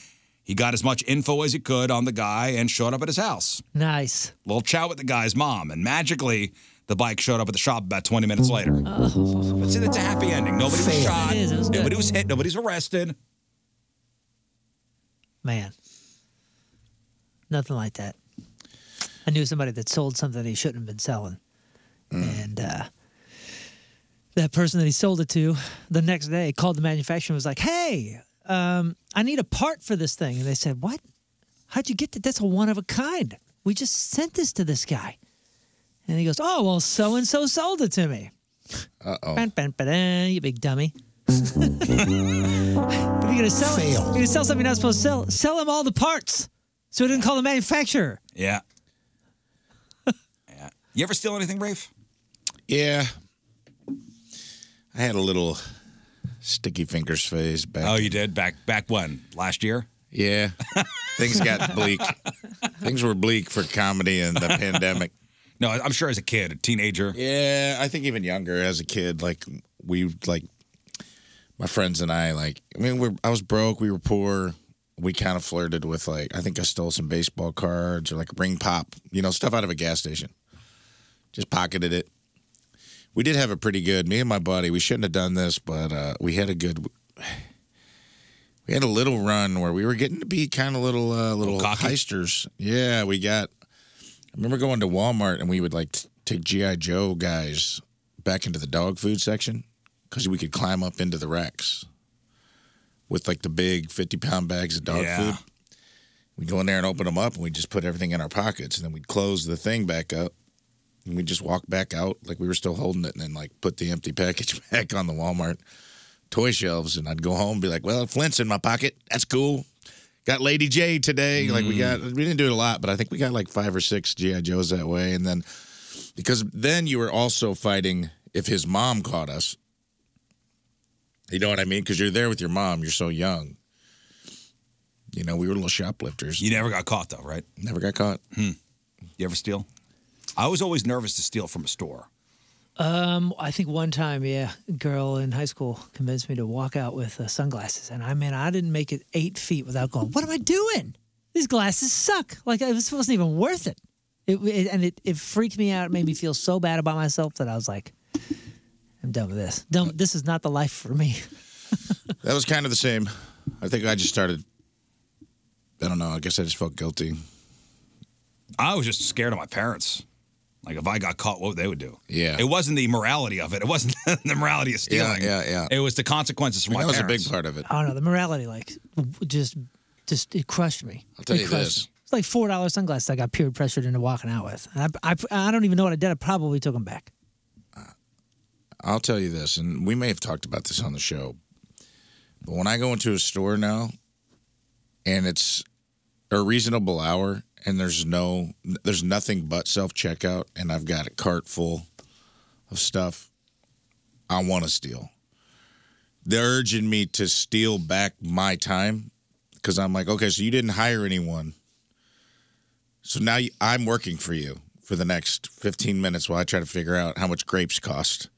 S4: he got as much info as he could on the guy and showed up at his house.
S5: Nice.
S4: Little chat with the guy's mom, and magically, the bike showed up at the shop about 20 minutes later. But see, that's a happy ending. Nobody was shot. Nobody was hit. Nobody's arrested.
S5: Man. Nothing like that. I knew somebody that sold something he shouldn't have been selling. And uh, that person that he sold it to the next day called the manufacturer and was like, hey, um, I need a part for this thing. And they said, what? How'd you get that? That's a one of a kind. We just sent this to this guy. And he goes, oh, well, so and so sold it to me.
S6: Uh
S5: Bun, bun, ba-dun, you big dummy. if you're gonna sell, it, you're gonna sell something you're not supposed to sell. Sell them all the parts, so it didn't call the manufacturer.
S4: Yeah. yeah. You ever steal anything, Rafe?
S6: Yeah. I had a little sticky fingers phase back.
S4: Oh, you did back back when last year.
S6: Yeah, things got bleak. things were bleak for comedy and the pandemic.
S4: No, I'm sure as a kid, a teenager.
S6: Yeah, I think even younger as a kid, like we like my friends and I, like I mean, we're I was broke, we were poor. We kind of flirted with like I think I stole some baseball cards or like a ring pop, you know, stuff out of a gas station. Just pocketed it. We did have a pretty good me and my buddy. We shouldn't have done this, but uh, we had a good. We had a little run where we were getting to be kind of little uh, little heisters. Yeah, we got I remember going to Walmart and we would like t- take GI Joe guys back into the dog food section because we could climb up into the racks with like the big fifty pound bags of dog
S4: Yeah.
S6: food. We'd go in there and open them up and we'd just put everything in our pockets and then we'd close the thing back up and we'd just walk back out like we were still holding it and then like put the empty package back on the Walmart toy shelves and I'd go home and be like, well, Flint's in my pocket. That's cool. Got Lady J today. Like we got, we didn't do it a lot, but I think we got like five or six GI Joes that way. And then because then you were also fighting if his mom caught us. You know what I mean? Because you're there with your mom. You're so young. You know, we were little shoplifters.
S4: You never got caught though, right?
S6: Never got caught.
S4: Hmm. You ever steal? I was always nervous to steal from a store.
S5: Um, I think one time, yeah, a girl in high school convinced me to walk out with uh, sunglasses, and I mean, I didn't make it eight feet without going, "What am I doing? These glasses suck!" Like it, was, it wasn't even worth it. It, it and it, it freaked me out. It made me feel so bad about myself that I was like, "I'm done with this. Dumb, this is not the life for me."
S6: That was kind of the same. I think I just started. I don't know. I guess I just felt guilty.
S4: I was just scared of my parents. Like if I got caught, what they would do.
S6: Yeah.
S4: It wasn't the morality of it. It wasn't the morality of stealing.
S6: Yeah, yeah,
S4: It was the consequences for my
S6: That was a
S4: parents.
S6: big part of it.
S5: I don't know. Oh, The morality, like, w- just, just it crushed me.
S6: I'll tell
S5: It
S6: you
S5: crushed
S6: this.
S5: me. It's like four dollars sunglasses I got peer pressured into walking out with. And I, I, I don't even know what I did. I probably took them back.
S6: Uh, I'll tell you this, and we may have talked about this on the show, but when I go into a store now and it's a reasonable hour and there's no, there's nothing but self checkout and I've got a cart full of stuff, I want to steal. They're urging me to steal back my time because I'm like, okay, so you didn't hire anyone. So now you, I'm working for you for the next 15 minutes while I try to figure out how much grapes cost.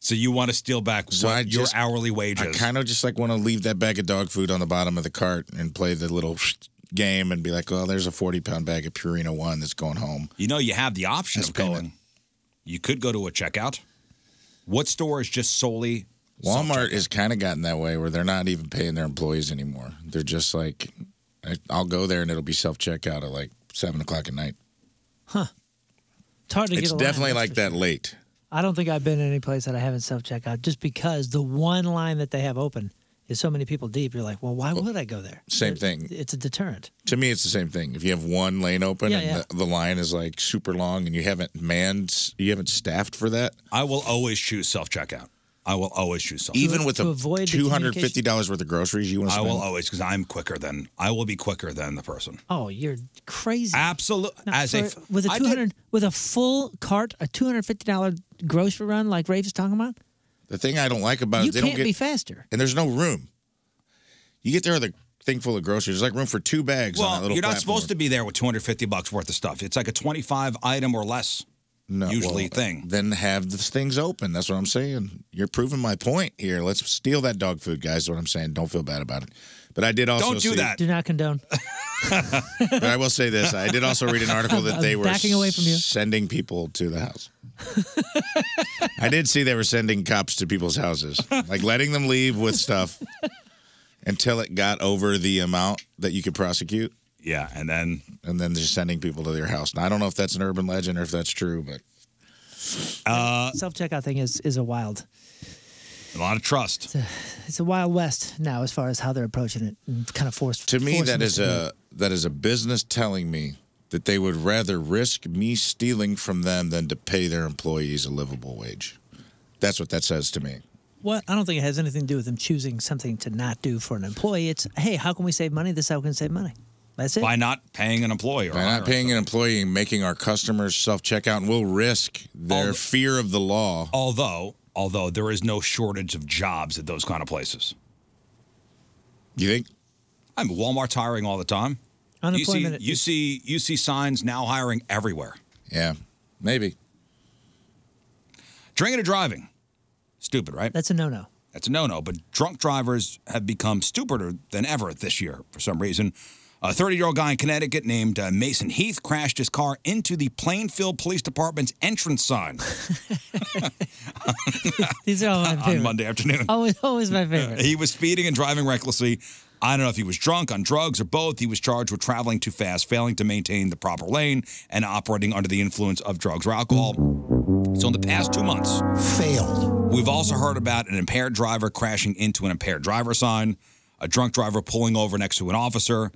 S4: So you want to steal back what your hourly wage
S6: I
S4: is.
S6: kind of just like want to leave that bag of dog food on the bottom of the cart and play the little game and be like, well, there's a 40 pound bag of Purina One that's going home.
S4: You know, you have the option of going. You could go to a checkout. What store is just solely
S6: Walmart has kind of gotten that way where they're not even paying their employees anymore. They're just like, I- I'll go there and it'll be self checkout at like seven o'clock at night.
S5: Huh. It's hard to
S6: it's
S5: get a
S6: definitely
S5: line.
S6: like that late.
S5: I don't think I've been in any place that I haven't self checkout just because the one line that they have open is so many people deep. You're like, well, why would I go there?
S6: Same thing.
S5: It's a deterrent.
S6: To me, it's the same thing. If you have one lane open
S5: Yeah,
S6: and
S5: yeah.
S6: The, the line is like super long, and you haven't manned, you haven't staffed for that.
S4: I will always choose self checkout. I will always choose self.
S6: Even with a two hundred fifty dollars worth of groceries, you want
S4: I
S6: to spend.
S4: will always because I'm quicker than I will be quicker than the person.
S5: Oh, you're crazy.
S4: Absolutely.
S5: No,
S4: As
S5: for-
S4: a f-
S5: with a
S4: I
S5: two hundred with a full cart, a two hundred fifty dollar grocery run like Rafe is talking about.
S6: The thing I don't like about it,
S5: you
S6: Uh, they
S5: can't
S6: don't get
S5: be faster.
S6: and there's no room. You get there with a thing full of groceries. There's like room for two bags on that
S4: Well,
S6: little.
S4: you're not supposed to be there with 250 bucks worth of stuff. It's like a 25 item or less.
S6: no,
S4: usually
S6: thing. Then have the things open. That's what I'm saying. You're proving my point here. Let's steal that dog food, guys. Is what I'm saying. Don't feel bad about it. But I did also see-
S5: Do not condone.
S6: Uh, but I will say this: I did also read an article that they
S5: I'm
S6: were
S5: backing away from you.
S6: sending people to the house. I did see they were sending cops to people's houses, like letting them leave with stuff until it got over the amount that you could prosecute.
S4: Yeah, and then
S6: and then just sending people to their house. Now I don't know if that's an urban legend or if that's true, but
S4: uh,
S5: Self checkout thing is is a wild.
S4: A lot of trust.
S5: It's a wild west now as far as how they're approaching it. and Kind of forced.
S6: to me
S5: forcing
S6: that
S5: us
S6: is
S5: to do
S6: a
S5: it.
S6: that is a business telling me that they would rather risk me stealing from them than to pay their employees a livable wage. That's what that says to me.
S5: What I don't think it has anything to do with them choosing something to not do for an employee. It's hey, how can we save money? This is how we can save money. That's it.
S4: By not paying an employee. Or
S6: By
S5: Oh,
S6: not paying an employee and making our customers self checkout, and we'll risk their
S5: Oh.
S6: fear of the law.
S4: Although, although there is no shortage of jobs at those kind of places.
S6: You think?
S4: I'm Walmart's hiring all the time.
S5: Unemployment
S4: You see, you see, you see signs now hiring everywhere.
S6: Yeah, maybe.
S4: Drinking and driving, stupid, right?
S5: That's a no no.
S4: That's a no-no. But drunk drivers have become stupider than ever this year for some reason. A 30-year-old guy in Connecticut named uh, Mason Heath crashed his car into the Plainfield Police Department's entrance sign
S5: These are all my favorite.
S4: on Monday afternoon.
S5: Always, always my favorite.
S4: He was speeding and driving recklessly. I don't know if he was drunk, on drugs, or both. He was charged with traveling too fast, failing to maintain the proper lane, and operating under the influence of drugs or alcohol. So, in the past two months, failed. We've also heard about an impaired driver crashing into an impaired driver sign, a drunk driver pulling over next to an officer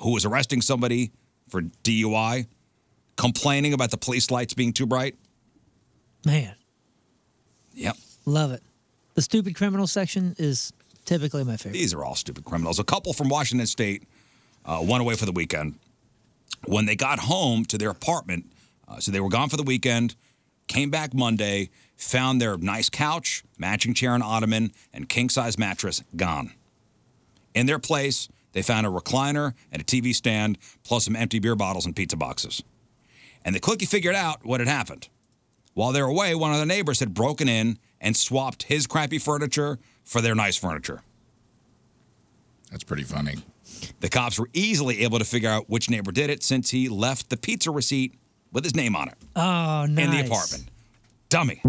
S4: who was arresting somebody for DUI, complaining about the police lights being too bright.
S5: Man,
S4: Yep.
S5: love it. The stupid criminal section is typically my favorite.
S4: These are all stupid criminals. A couple from Washington State uh, went away for the weekend. When they got home to their apartment, uh, so they were gone for the weekend, came back Monday, found their nice couch, matching chair and ottoman, and king size mattress gone. In their place, they found a recliner and a TV stand, plus some empty beer bottles and pizza boxes. And they quickly figured out what had happened. While they were away, one of their neighbors had broken in and swapped his crappy furniture for their nice furniture.
S6: That's pretty funny.
S4: The cops were easily able to figure out which neighbor did it since he left the pizza receipt with his name on it
S5: Oh, nice.
S4: in the apartment. Dummy.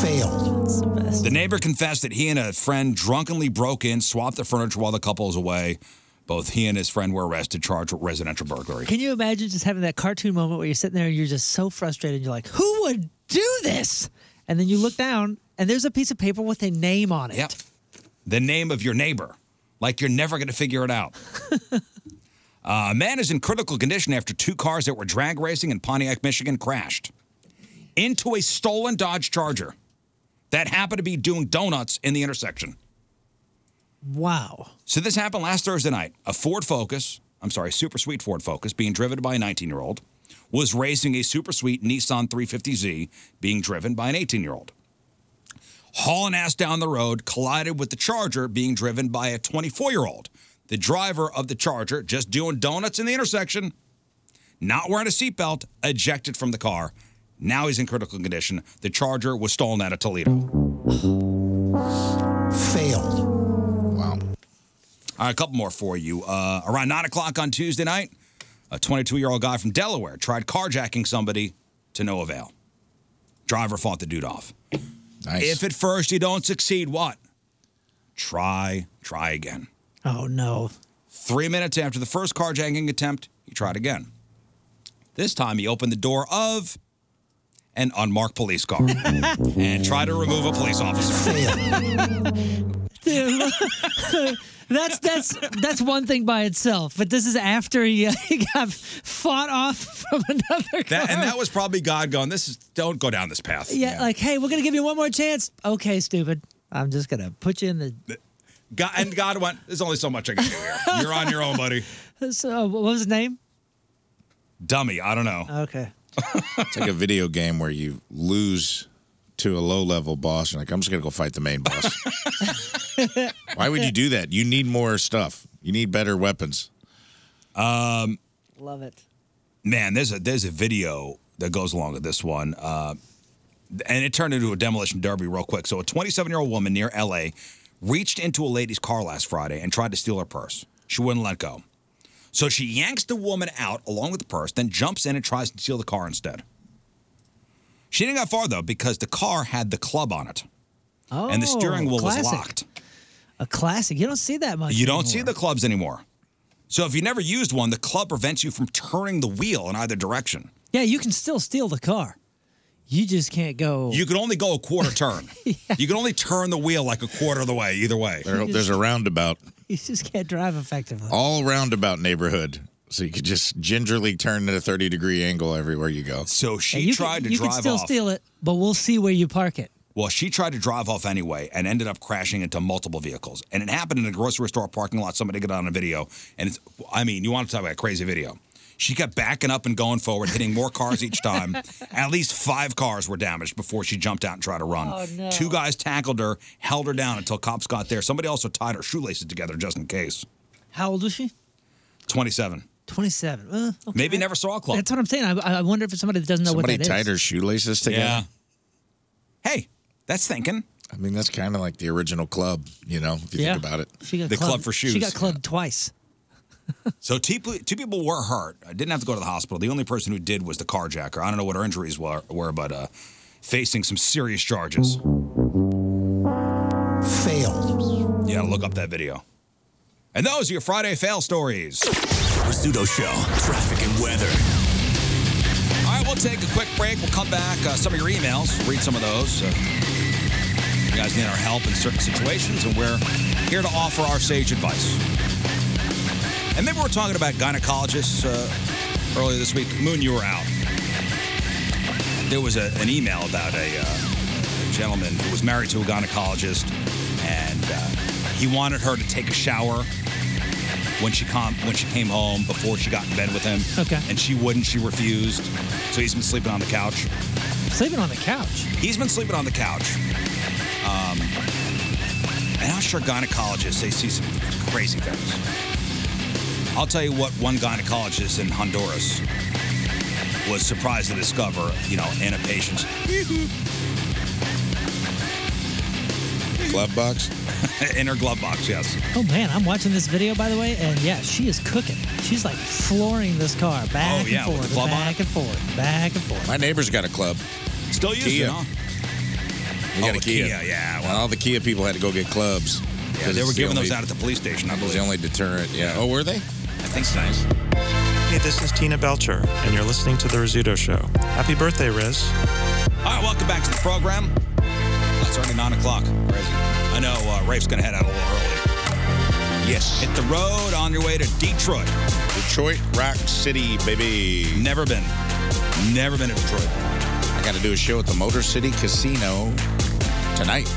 S5: Failed. It's the best.
S4: The neighbor confessed that he and a friend drunkenly broke in, swapped the furniture while the couple was away. Both he and his friend were arrested, charged with residential burglary.
S5: Can you imagine just having that cartoon moment where you're sitting there and you're just so frustrated? You're like, who would do this? And then you look down and there's a piece of paper with a name on it.
S4: Yep. The name of your neighbor. Like you're never going to figure it out. Uh, a man is in critical condition after two cars that were drag racing in Pontiac, Michigan crashed into a stolen Dodge Charger that happened to be doing donuts in the intersection.
S5: Wow.
S4: So this happened last Thursday night. A Ford Focus, I'm sorry, super sweet Ford Focus, being driven by a 19 year old, was racing a super sweet Nissan 350Z being driven by an 18 year old. Hauling ass down the road, collided with the Charger being driven by a 24 year old. The driver of the Charger, just doing donuts in the intersection, not wearing a seatbelt, ejected from the car. Now he's in critical condition. The Charger was stolen out of Toledo. Failed. All right, a couple more for you. Uh, around 9 o'clock on Tuesday night, a 22 year old guy from Delaware tried carjacking somebody to no avail. Driver fought the dude off. If at first you don't succeed, what? Try, try again.
S5: Oh, no.
S4: Three minutes after the first carjacking attempt, he tried again. This time he opened the door of an unmarked police car and tried to remove a police officer.
S5: that's that's that's one thing by itself. But this is after he, he got fought off from another car.
S4: That, and that was probably God going, this is, don't go down this path.
S5: yeah, like hey, we're gonna give you one more chance. Okay, stupid. I'm just gonna put you in the.
S4: God, and God went, there's only so much I can do here. You're on your own, buddy.
S5: So, what was his name?
S4: Dummy, I don't know.
S5: Okay.
S6: It's like a video game where you lose to a low level boss and like, I'm just gonna go fight the main boss. Why would you do that? You need more stuff. You need better weapons.
S4: Um,
S5: Love it.
S4: man, there's a there's a video that goes along with this one, uh, and it turned into a demolition derby real quick. So a 27 year old woman near L.A. reached into a lady's car last Friday and tried to steal her purse. She wouldn't let go, so she yanks the woman out along with the purse, then jumps in and tries to steal the car instead. She didn't get far though because the car had the club on it,
S5: Oh,
S4: and the steering wheel
S5: classic.
S4: was locked.
S5: A classic. You don't see that much.
S4: You don't see the clubs anymore. So if you never used one, the club prevents you from turning the wheel in either direction.
S5: Yeah, you can still steal the car. You just can't go.
S4: You can only go a quarter turn. You can only turn the wheel like a quarter of the way, either way.
S6: There- there's a roundabout.
S5: You just can't drive effectively.
S4: Oh,
S6: All roundabout neighborhood. So you could just gingerly turn at a 30 degree angle everywhere you go.
S4: So she
S5: you
S4: tried
S5: can,
S4: to
S5: you
S4: drive
S5: can still
S4: off.
S5: steal it, but we'll see where you park it.
S4: well, she tried to drive off anyway and ended up crashing into multiple vehicles. And it happened in a grocery store parking lot. Somebody got on a video. And it's, I mean, you want to talk about a crazy video. She kept backing up and going forward, hitting more cars each time. At least five cars were damaged before she jumped out and tried to run.
S11: Oh, no.
S4: Two guys tackled her, held her down until cops got there. Somebody also tied her shoelaces together just in case.
S5: How old was she?
S4: 27.
S5: 27. Uh, okay.
S4: Maybe never saw a club.
S5: That's what I'm saying. I, I wonder if it's somebody that doesn't know
S6: Somebody
S5: what that is.
S6: tied her shoelaces together.
S4: Yeah. Hey, that's thinking.
S6: I mean, that's kind of like the original club, you know, if you
S5: Yeah.
S6: think about it.
S5: She got clubbed- She got clubbed twice.
S4: So two, pe- two people were hurt. I didn't have to go to the hospital. The only person who did was the carjacker. I don't know what her injuries were, were but uh, facing some serious charges. Failed. Yeah, look up that video. And those are your Friday fail stories. Rizzuto Show, traffic and weather. All right, we'll take a quick break. We'll come back. Uh, some of your emails, read some of those. Uh, you guys need our help in certain situations, and we're here to offer our sage advice. And maybe we're talking about gynecologists uh, earlier this week. Moon, you were out. There was a, an email about a, uh, a gentleman who was married to a gynecologist, and uh, he wanted her to take a shower when she com- when she came home before she got in bed with him.
S5: Okay.
S4: And she wouldn't. She refused. So he's been sleeping on the couch.
S5: Sleeping on the couch.
S4: He's been sleeping on the couch. Um, and I'm sure gynecologists, they see some crazy things. I'll tell you what one gynecologist in Honduras was surprised to discover, you know, in a patient's
S6: glove box.
S4: in her glove box, yes.
S5: Oh man, I'm watching this video by the way, and yeah, she is cooking. She's like flooring this car back
S6: Oh, yeah,
S5: and
S6: with
S5: forth,
S6: the club on
S5: back and forth, back and forth.
S6: My neighbor's got a club.
S4: Still using
S6: Kia.
S4: it, huh?
S6: He got
S4: Oh,
S6: a
S4: a
S6: Kia.
S4: Kia, yeah,
S6: And all the Kia people had to go get clubs.
S4: Yeah, they were giving those out at the police station, I
S6: That was
S4: believe.
S6: the only deterrent, yeah. Oh, were they? I
S4: think so. Nice.
S13: Hey, this is Tina Belcher, and you're listening to The Rizzuto Show. Happy birthday, Riz.
S4: All right, welcome back to the program. It's already 9 o'clock. Crazy. I know uh, Rafe's going to head out a little early. Yes. Hit the road on your way to Detroit.
S6: Detroit Rock City, baby.
S4: Never been. Never been to Detroit.
S6: I got to do a show at the Motor City Casino tonight.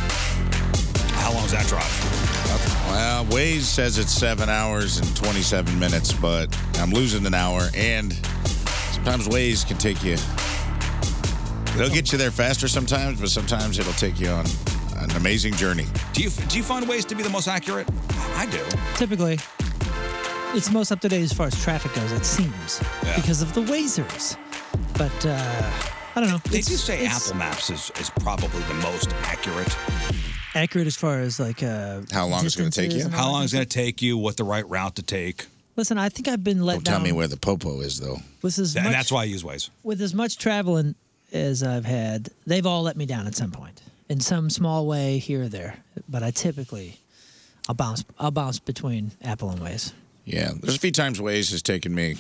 S4: How long's that drive?
S6: Well, Waze says it's seven hours and 27 minutes, but I'm losing an hour, and sometimes Waze can take you. It'll get you there faster sometimes, but sometimes it'll take you on an amazing journey.
S4: Do you do you find ways to be the most accurate? I do.
S5: Typically, it's most up to date as far as traffic goes, it seems,
S4: Yeah.
S5: because of the Wazers. But uh, I don't know.
S4: They
S5: It's-
S4: do say
S5: it's
S4: Apple Maps is, is probably the most accurate.
S5: accurate as far as like uh, distances and all
S4: How
S5: that.
S4: long it's going to take you? What the right route to take?
S5: Listen, I think I've been let down
S6: the popo is, though.
S5: This is
S4: and
S5: much-
S4: that's why I use Waze.
S5: with as much traveling as I've had. They've all let me down at some point in some small way here or there. But I typically I'll bounce I'll bounce between Apple and Waze.
S6: Yeah, there's a few times Waze has taken me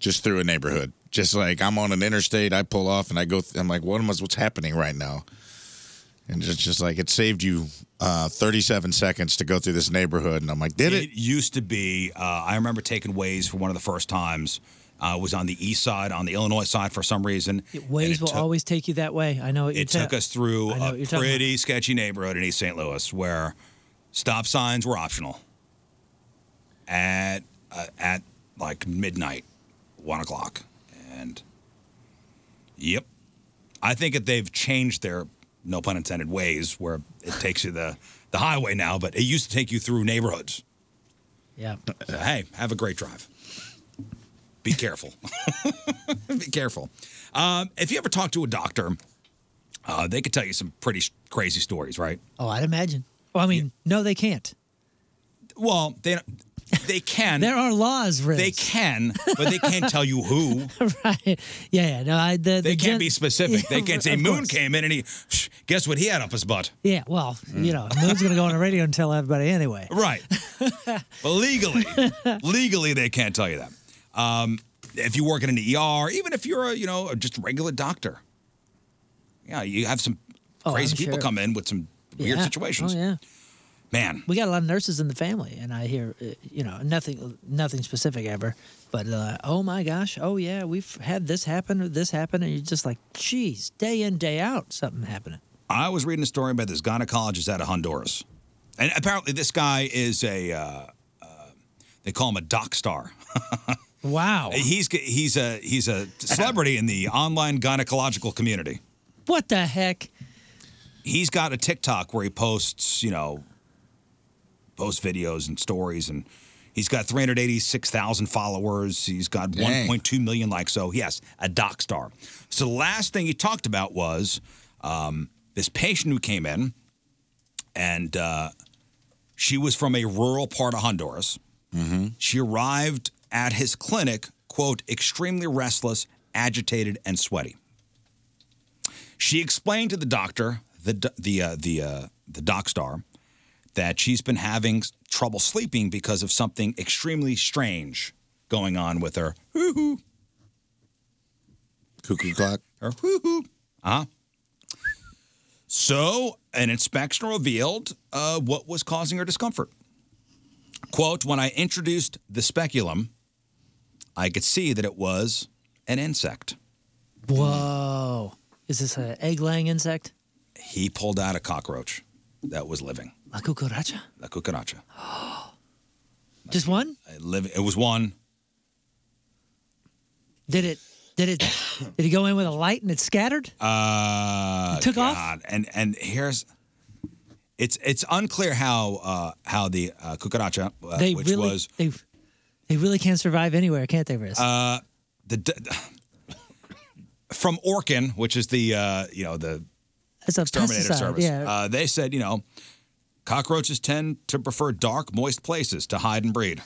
S6: just through a neighborhood. Just like I'm on an interstate, I pull off and I go. Th- I'm like, what am I? What's happening right now? And it's just like it saved you uh, 37 seconds to go through this neighborhood, and I'm like, did it?
S4: used to be. Uh, I remember taking Waze for one of the first times. Uh, was on the east side, on the Illinois side for some reason.
S5: Ways will always take you that way. I know what you're
S4: It took
S5: ta-
S4: us through
S5: I know
S4: a
S5: what you're talking
S4: pretty sketchy neighborhood in East St. Louis where stop signs were optional at uh, at like midnight, one o'clock, and yep, I think that they've changed their no pun intended ways where it takes you the the highway now, but it used to take you through neighborhoods.
S5: Yeah.
S4: So, hey, have a great drive. Be careful. Be careful. Um, if you ever talk to a doctor, uh, they could tell you some pretty sh- crazy stories, right?
S5: Oh, I'd imagine. Well, I mean, no, they can't.
S4: Well, they they can.
S5: there are laws, Riz.
S4: They can, but they can't tell you who.
S5: right? Yeah, yeah. No, I, the,
S4: They can't be specific. They can't say Moon came in and he. Psh, guess what he had up his butt.
S5: Yeah, well,
S4: Mm.
S5: you know, Moon's going to go on the radio and tell everybody anyway.
S4: Right. well, legally, legally, they can't tell you that. Um, if you work in an ER, even if you're a you know just a regular doctor, yeah, you have some
S5: Oh,
S4: crazy
S5: I'm
S4: people
S5: sure.
S4: come in with some weird
S5: Yeah.
S4: situations.
S5: Oh, yeah.
S4: Man,
S5: We got a lot of nurses in the family, and I hear, uh, you know, nothing, nothing specific ever, but uh, oh my gosh, oh yeah, we've had this happen or this happen, and you're just like, geez, day in day out, something happening.
S4: I was reading a story about this gynecologist out of Honduras, and apparently this guy is a uh, uh, they call him a doc star.
S5: Wow.
S4: He's he's a he's a celebrity in the online gynecological community.
S5: What the heck?
S4: He's got a TikTok where he posts, you know, posts videos and stories, and he's got 386,000 followers. He's got
S6: Dang.
S4: 1.2 million likes. So yes, a doc star. So the last thing he talked about was um, this patient who came in, and uh, she was from a rural part of Honduras. She arrived at his clinic, quote, extremely restless, agitated, and sweaty. She explained to the doctor, the do- the uh, the uh, the doc star, that she's been having s- trouble sleeping because of something extremely strange going on with her hoo-hoo.
S6: cuckoo clock.
S4: Her hoo-hoo. Huh? So, an inspection revealed uh, what was causing her discomfort. Quote, when I introduced the speculum, I could see that it was an insect.
S5: Whoa. Is this an egg laying insect?
S4: He pulled out a cockroach that was living,
S5: La cucaracha?
S4: a cucaracha.
S5: Just one?
S4: It liv- It was one.
S5: Did it? Did it? did it go in with a light and it scattered?
S4: Uh,
S5: It took off?
S4: And and here's, it's it's unclear how uh, how the uh, cucaracha, uh,
S5: they
S4: which
S5: really,
S4: was
S5: they, they really can't survive anywhere, can't they, Riz?
S4: Uh, the d- from Orkin, which is the uh, you know the
S5: It's a
S4: exterminator
S5: pesticide,
S4: service.
S5: yeah.
S4: Uh, they said you know cockroaches tend to prefer dark, moist places to hide and breed,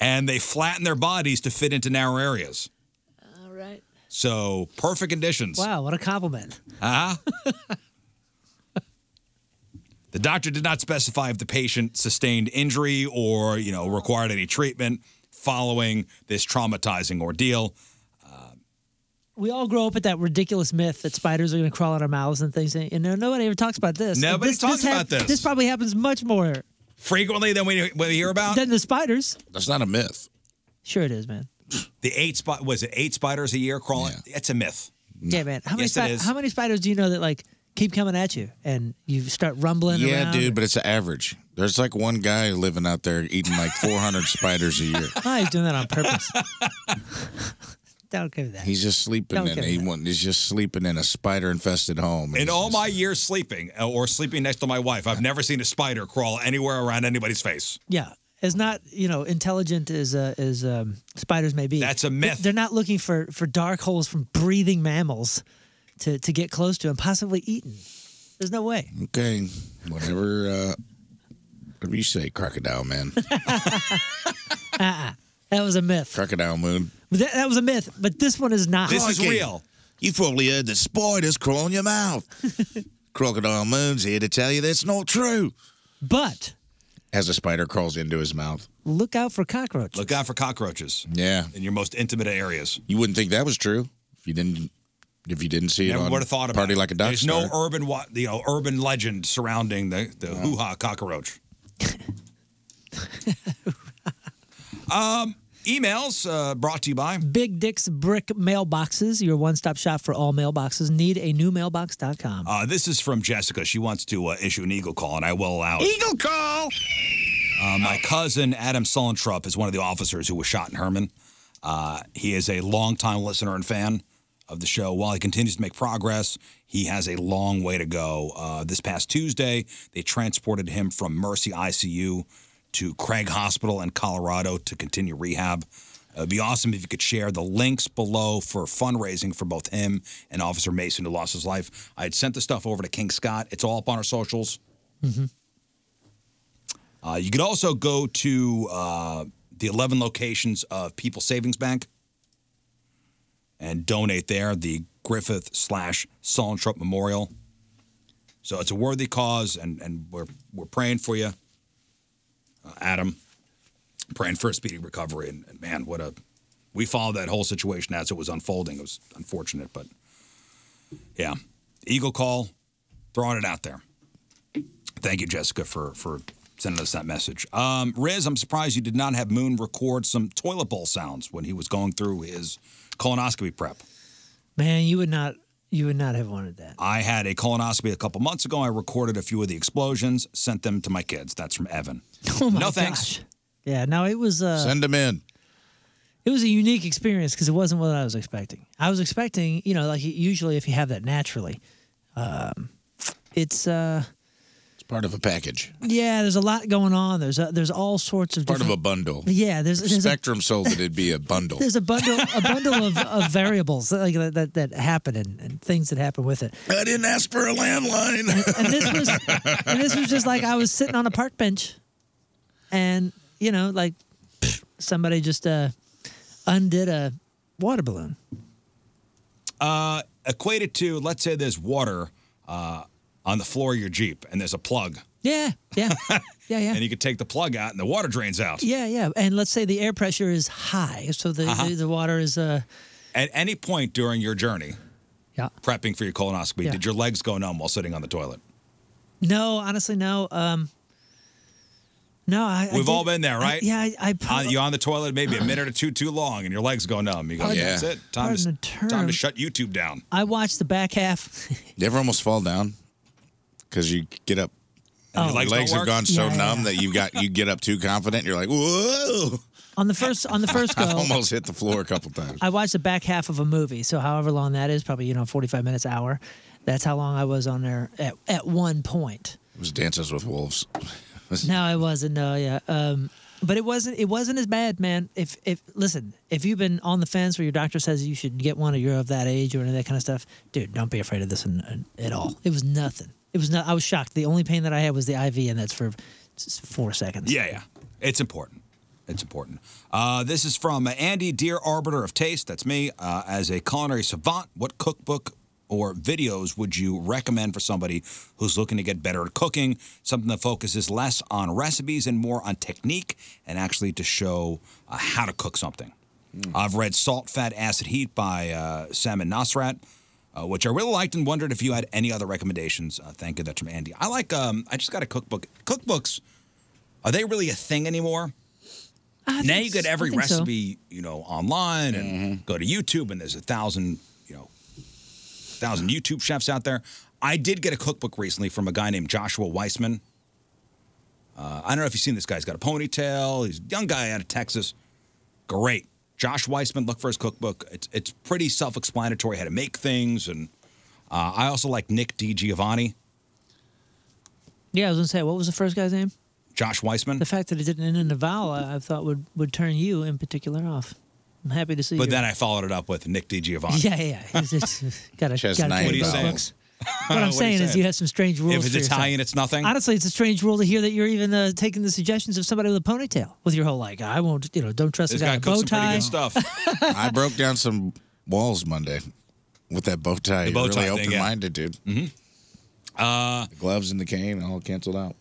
S4: and they flatten their bodies to fit into narrow areas.
S5: All right.
S4: So perfect conditions.
S5: Wow, what a compliment.
S4: Huh? the doctor did not specify if the patient sustained injury or, you know, required any treatment following this traumatizing ordeal.
S5: We all grow up with that ridiculous myth that spiders are going to crawl out our mouths and things, and no- nobody ever talks about this. And
S4: Nobody
S5: this,
S4: talks
S5: hap-
S4: about this.
S5: This probably happens much more
S4: Frequently than we, we hear about.
S5: than the spiders.
S4: That's not a myth.
S5: Sure, it is, man.
S4: The eight spot was it eight spiders a year crawling? It's a myth.
S5: Yeah, man. How many,
S4: Yes, it
S5: spi-
S4: is.
S5: how many spiders do you know that like keep coming at you and you start rumbling
S6: Yeah,
S5: around?
S6: dude, but it's the average. There's like one guy living out there eating like 400 spiders a year.
S5: Oh, he's doing that on purpose. Don't give that.
S6: He's just sleeping
S4: Don't
S6: in.
S4: give
S6: He went, he's just sleeping in a spider infested home.
S4: In all my years sleeping uh, or sleeping next to my wife, I've never seen a spider crawl anywhere around anybody's face.
S5: Yeah. As not you know intelligent as uh, as um, spiders may be, that's a
S4: myth.
S5: They're not looking for for dark holes from breathing mammals to to get close to and possibly eaten. There's no way.
S6: Okay, whatever. Uh, whatever you say, crocodile man,
S5: Uh-uh. That was a myth.
S6: crocodile moon.
S5: That, that was a myth, but this one is not.
S6: Okay. You probably heard that spiders crawl in your mouth. crocodile moon's here to tell you that's not true.
S5: But
S6: as a spider crawls into his mouth.
S5: Look out for cockroaches.
S4: Look out for cockroaches
S6: Yeah.
S4: in your most intimate areas.
S6: You wouldn't think that was true if you didn't if you didn't see it
S4: Never
S6: on
S4: would have thought about
S6: Party
S4: it.
S6: Like a Dog
S4: There's no
S6: Star.
S4: urban, wa- you know, urban legend surrounding the the hoo ha cockroach. um, emails uh, brought to you by
S5: Big Dick's Brick Mailboxes, your one stop shop for all mailboxes. Need a new mailbox.com.
S4: Uh, this is from Jessica. She wants to uh, issue an eagle call, and I will allow it.
S5: Eagle call!
S4: Uh, my cousin Adam Sullentrup is one of the officers who was shot in Herman. Uh, he is a longtime listener and fan of the show. While he continues to make progress, he has a long way to go. Uh, this past Tuesday, they transported him from Mercy ICU to Craig Hospital in Colorado to continue rehab. It would be awesome if you could share the links below for fundraising for both him and Officer Mason, who lost his life. I had sent the stuff over to King Scott. It's all up on our socials. Uh, you could also go to uh, the 11 locations of People Savings Bank and donate there, the Griffith slash Solentrop Memorial. So it's a worthy cause, and, and we're, we're praying for you, uh, Adam. Praying for a speedy recovery. And, and man, what a. We followed that whole situation as it was unfolding. It was unfortunate, but yeah. Eagle call, throwing it out there. Thank you, Jessica, for for sending us that message. Um, Riz, I'm surprised you did not have Moon record some toilet bowl sounds when he was going through his colonoscopy prep.
S5: Man, you would not you would not have wanted that.
S4: I had a colonoscopy a couple months ago. I recorded a few of the explosions, sent them to my kids. That's from Evan.
S5: Oh my
S4: no thanks.
S5: Yeah, no, it was uh
S4: them in.
S5: it was a unique experience because it wasn't what I was expecting. I was expecting, you know, like usually if you have that naturally, um, it's uh,
S6: It's part of a package.
S5: yeah, there's a lot going on. There's a, there's all sorts of
S6: Part of a
S5: different-
S6: bundle.
S5: Yeah, there's-
S6: If
S5: there's a-
S6: Spectrum sold it. It'd be a bundle.
S5: There's a bundle, a bundle of, of variables like that, that, that happen and, and things that happen with it.
S6: I didn't ask for a landline.
S5: and this was and this was just like I was sitting on a park bench, and you know, like pfft, somebody just uh, undid a water balloon.
S4: Uh, equate it to let's say there's water uh, on the floor of your Jeep and there's a plug.
S5: Yeah, yeah, yeah, yeah.
S4: And you could take the plug out and the water drains out.
S5: Yeah, yeah. And let's say the air pressure is high, so the
S4: Uh-huh.
S5: the, the water is uh
S4: At any point during your journey,
S5: Yeah.
S4: prepping for your colonoscopy,
S5: Yeah.
S4: did your legs go numb while sitting on the toilet?
S5: no, honestly no. Um No, I I
S4: We've
S5: did-
S4: all been there,
S5: I-
S4: right?
S5: yeah, I, I
S4: Uh, you're on the toilet maybe a minute or two too long, and your legs go numb. You go,
S5: Pardon-
S4: that's it. Time
S5: pardon
S4: to,
S5: the
S4: time
S5: term.
S4: to shut YouTube down.
S5: I watched the back half.
S6: You ever almost fall down because you get up?
S5: Oh.
S6: Your legs,
S5: Legs don't
S6: have
S5: work?
S6: gone so
S5: Yeah, yeah,
S6: numb
S5: yeah.
S6: that you got you get up too confident. And you're like, whoa!
S5: on the first on the first go.
S6: I almost hit the floor a couple times.
S5: I watched the back half of a movie, so however long that is, probably you know forty five minutes, hour. That's how long I was on there at, at one point.
S6: It was Dances with Wolves.
S5: No, I wasn't. No, yeah, um, but it wasn't. It wasn't as bad, man. If if listen, if you've been on the fence where your doctor says you should get one, or you're of that age, or any of that kind of stuff, dude, don't be afraid of this in, at all. It was nothing. It was not. I was shocked. The only pain that I had was the IV, and that's for s- four seconds.
S4: Yeah, yeah. It's important. It's important. Uh, this is from Andy, Dear Arbiter of Taste. That's me. Uh, as a culinary savant, what cookbook or videos would you recommend for somebody who's looking to get better at cooking? Something that focuses less on recipes and more on technique and actually to show uh, how to cook something. I've read Salt, Fat, Acid, Heat by uh, Sam and Nosrat, uh, which I really liked and wondered if you had any other recommendations. Uh, thank you. That's from Andy. I like, um, I just got a cookbook. Cookbooks, are they really a thing anymore? now you get every recipe, you know, online and go to YouTube, and there's a thousand, you know, thousand YouTube chefs out there. I did get a cookbook recently from a guy named Joshua Weissman. Uh, I don't know if you've seen this guy. He's got a ponytail. He's a young guy out of Texas. Great. Josh Weissman, look for his cookbook. It's, it's pretty self explanatory how to make things. And uh, I also like Nick D. Giovanni,
S5: Yeah, I was gonna say, what was the first guy's name?
S4: Josh Weissman.
S5: The fact that it didn't end in a vowel, I, I thought would would turn you in particular off. I'm happy to see.
S4: But
S5: your-
S4: then I followed it up with Nick D. Giovanni.
S5: Yeah, yeah, yeah. It's, it's, gotta,
S4: Just
S5: gotta
S4: nine
S5: keep
S4: What are you
S5: those
S4: saying?
S5: books. What I'm saying is you have some strange rules.
S4: If it's
S5: for yourself.
S4: Italian, it's nothing.
S5: Honestly, it's a strange rule to hear that you're even uh, taking the suggestions of somebody with a ponytail with your whole like, I won't, you know, don't trust
S6: This
S5: a guy
S6: guy
S5: with a bow
S6: cooks some pretty
S5: tie.
S6: good I broke down some walls Monday with that bow tie.
S4: The bow tie
S6: You're really
S4: thing, yeah.
S6: open minded, dude. Mm-hmm.
S4: Uh,
S6: the gloves and the cane all canceled out.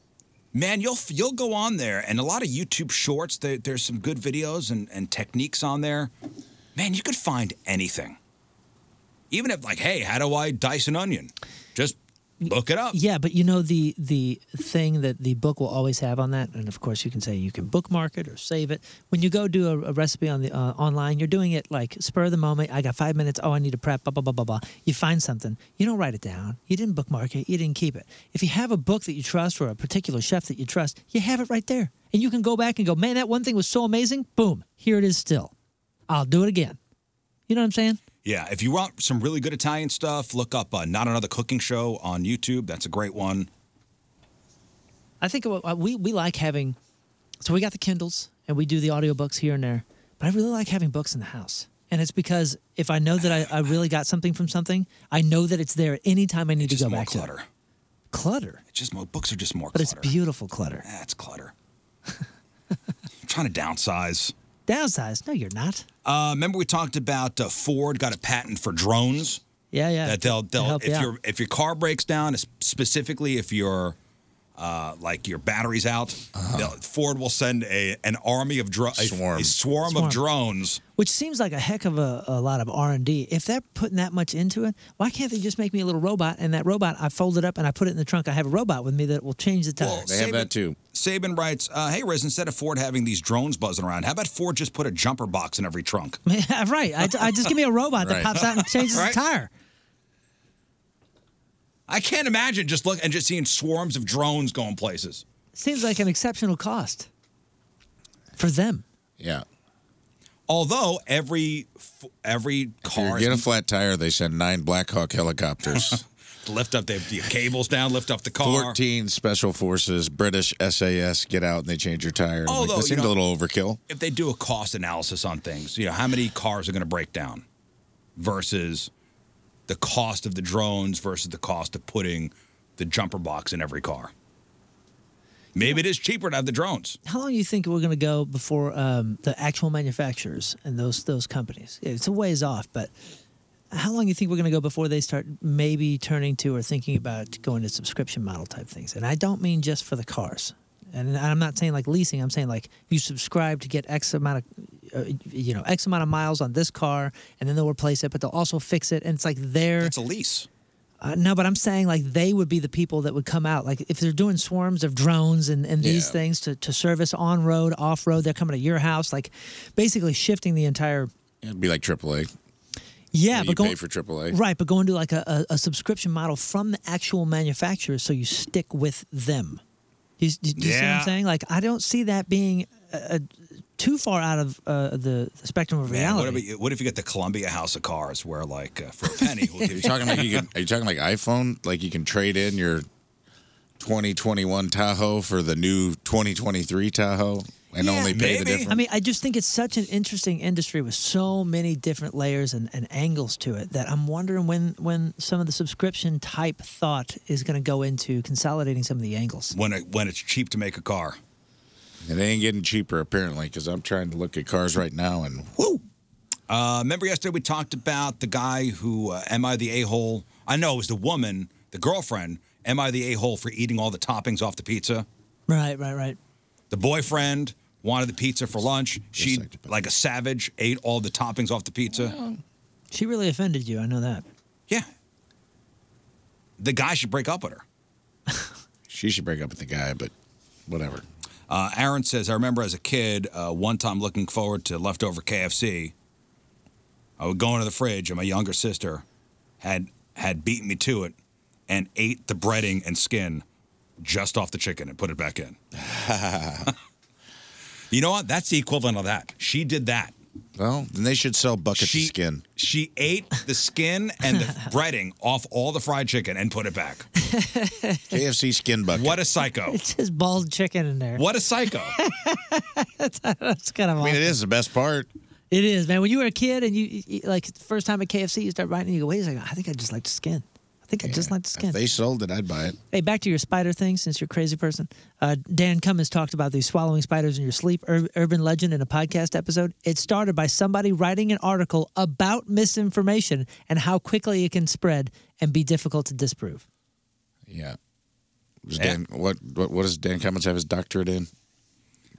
S4: Man, you'll you'll go on there, and a lot of YouTube Shorts. There, there's some good videos and, and techniques on there. Man, you could find anything. Even if like, hey, how do I dice an onion? Just look it up.
S5: Yeah, but you know the the thing that the book will always have on that, and of course you can say you can bookmark it or save it. When you go do a, a recipe on the uh, online, you're doing it like spur of the moment. I got five minutes. Oh, I need to prep. Blah blah blah blah blah. You find something. You don't write it down. You didn't bookmark it. You didn't keep it. If you have a book that you trust or a particular chef that you trust, you have it right there, and you can go back and go, man, that one thing was so amazing. Boom, here it is still. I'll do it again. You know what I'm saying?
S4: Yeah, if you want some really good Italian stuff, look up uh, Not Another Cooking Show on YouTube. That's a great one.
S5: I think what- uh, we we like having. So we got the Kindles and we do the audiobooks here and there, but I really like having books in the house. And it's because if I know that I, I really got something from something, I know that it's there anytime I need to go back to it. Clutter.
S4: It's just more, books are just more
S5: But it's
S4: clutter.
S5: beautiful clutter.
S4: That's clutter. I'm trying to downsize.
S5: Downsized. No, you're not.
S4: Uh, remember we talked about uh, Ford got a patent for drones.
S5: Yeah, yeah.
S4: That they'll they'll
S5: help
S4: if
S5: you out.
S4: your if your car breaks down, es- specifically if your uh, like your battery's out, they'll Ford will send a an army of dro- a- A, Uh-huh. swarm,
S5: Swarm.
S4: of drones.
S5: Which seems like a heck of a, a lot of R and D. If they're putting that much into it, why can't they just make me a little robot? And that robot, I fold it up and I put it in the trunk. I have a robot with me that will change the tires.
S4: too. Saban writes, uh, "Hey Riz, instead of Ford having these drones buzzing around, how about Ford just put a jumper box in every trunk?"
S5: Yeah, right. I, I just give me a robot that
S4: Right.
S5: pops out and changes
S4: Right?
S5: the tire.
S4: I can't imagine just look and just seeing swarms of drones going places.
S5: Seems like an exceptional cost for them.
S6: Yeah.
S4: Although every f- every
S6: If
S4: car
S6: you get a flat tire, they send nine Black Hawk helicopters,
S4: lift up the, the cables down, lift up the car.
S6: 14 special forces, British SAS get out and they change your tire. I'm like,
S4: Although,
S6: this
S4: you
S6: seemed
S4: know-
S6: a little overkill.
S4: If they do a cost analysis on things, you know how many cars are going to break down versus the cost of the drones versus the cost of putting the jumper box in every car. Maybe it is cheaper to have the drones.
S5: How long do you think we're going to go before um, the actual manufacturers and those those companies? It's a ways off, but how long do you think we're going to go before they start maybe turning to or thinking about going to subscription model type things? And I don't mean just for the cars. And I'm not saying like leasing. I'm saying like you subscribe to get X amount of, uh, you know, X amount of miles on this car, and then they'll replace it, but they'll also fix it. And it's like their it's
S4: a lease.
S5: Uh, no, but I'm saying like they would be the people that would come out. Like if they're doing swarms of drones and, and these
S11: Yeah.
S5: things to, to service on road, off road, they're coming to your house, like basically shifting the entire.
S6: It'd be like AAA.
S5: Yeah,
S6: Yeah,
S5: but
S6: you
S5: going
S6: pay for AAA.
S5: Right, but going to like a, a, a subscription model from the actual manufacturer, so you stick with them. You, you, you see what
S11: Yeah.
S5: I'm saying? Like I don't see that being uh, uh, too far out of uh, the, the spectrum of
S4: Man, what,
S5: reality.
S4: if you, what if you get the Columbia House of Cars where, like, uh, for a penny, we'll give
S6: Are
S4: you
S6: you talking like you can, are you talking like iPhone? Like you can trade in your 2021 Tahoe for the new 2023 Tahoe and only pay the difference?
S5: I mean, I just think it's such an interesting industry with so many different layers and, and angles to it that I'm wondering when when some of the subscription type thought is going to go into consolidating some of the angles.
S4: when it, when it's cheap to make a car.
S6: And they ain't getting cheaper apparently because I'm trying to look at cars right now and
S4: Uh, remember yesterday we talked about the guy who, uh, am I the a hole? I know it was the woman, the girlfriend, am I the a hole for eating all the toppings off the pizza?
S5: Right, right, right.
S4: The boyfriend wanted the pizza for lunch. She, like a savage, ate all the toppings off the pizza.
S5: She really offended you. I know that.
S4: The guy should break up with her.
S6: she should break up with the guy, but whatever.
S4: Uh, Aaron says, I remember as a kid, uh, one time looking forward to leftover KFC. I would go into the fridge, and my younger sister had had beaten me to it and ate the breading and skin just off the chicken and put it back in. you know what? That's the equivalent of that. She did that.
S6: Well, then they should sell buckets
S4: She-
S6: of skin.
S4: She ate the skin and the breading off all the fried chicken and put it back.
S6: KFC skin bucket.
S4: What a psycho.
S5: It's just bald chicken in there.
S4: What a psycho.
S5: That's kind of.
S6: I mean, it is the best part.
S5: It is, man. When you were a kid and you, you like first time at KFC, you start biting and you go, wait a second, I think I just like the skin. I think I just like the skin.
S6: They sold it, I'd buy it.
S5: Hey, back to your spider thing, since you're a crazy person. Uh, Dan Cummins talked about the swallowing spiders in your sleep ur- urban legend in a podcast episode. It started by somebody writing an article about misinformation and how quickly it can spread and be difficult to disprove.
S6: Yeah. Was Dan, what, what what does Dan Cummins have his doctorate in?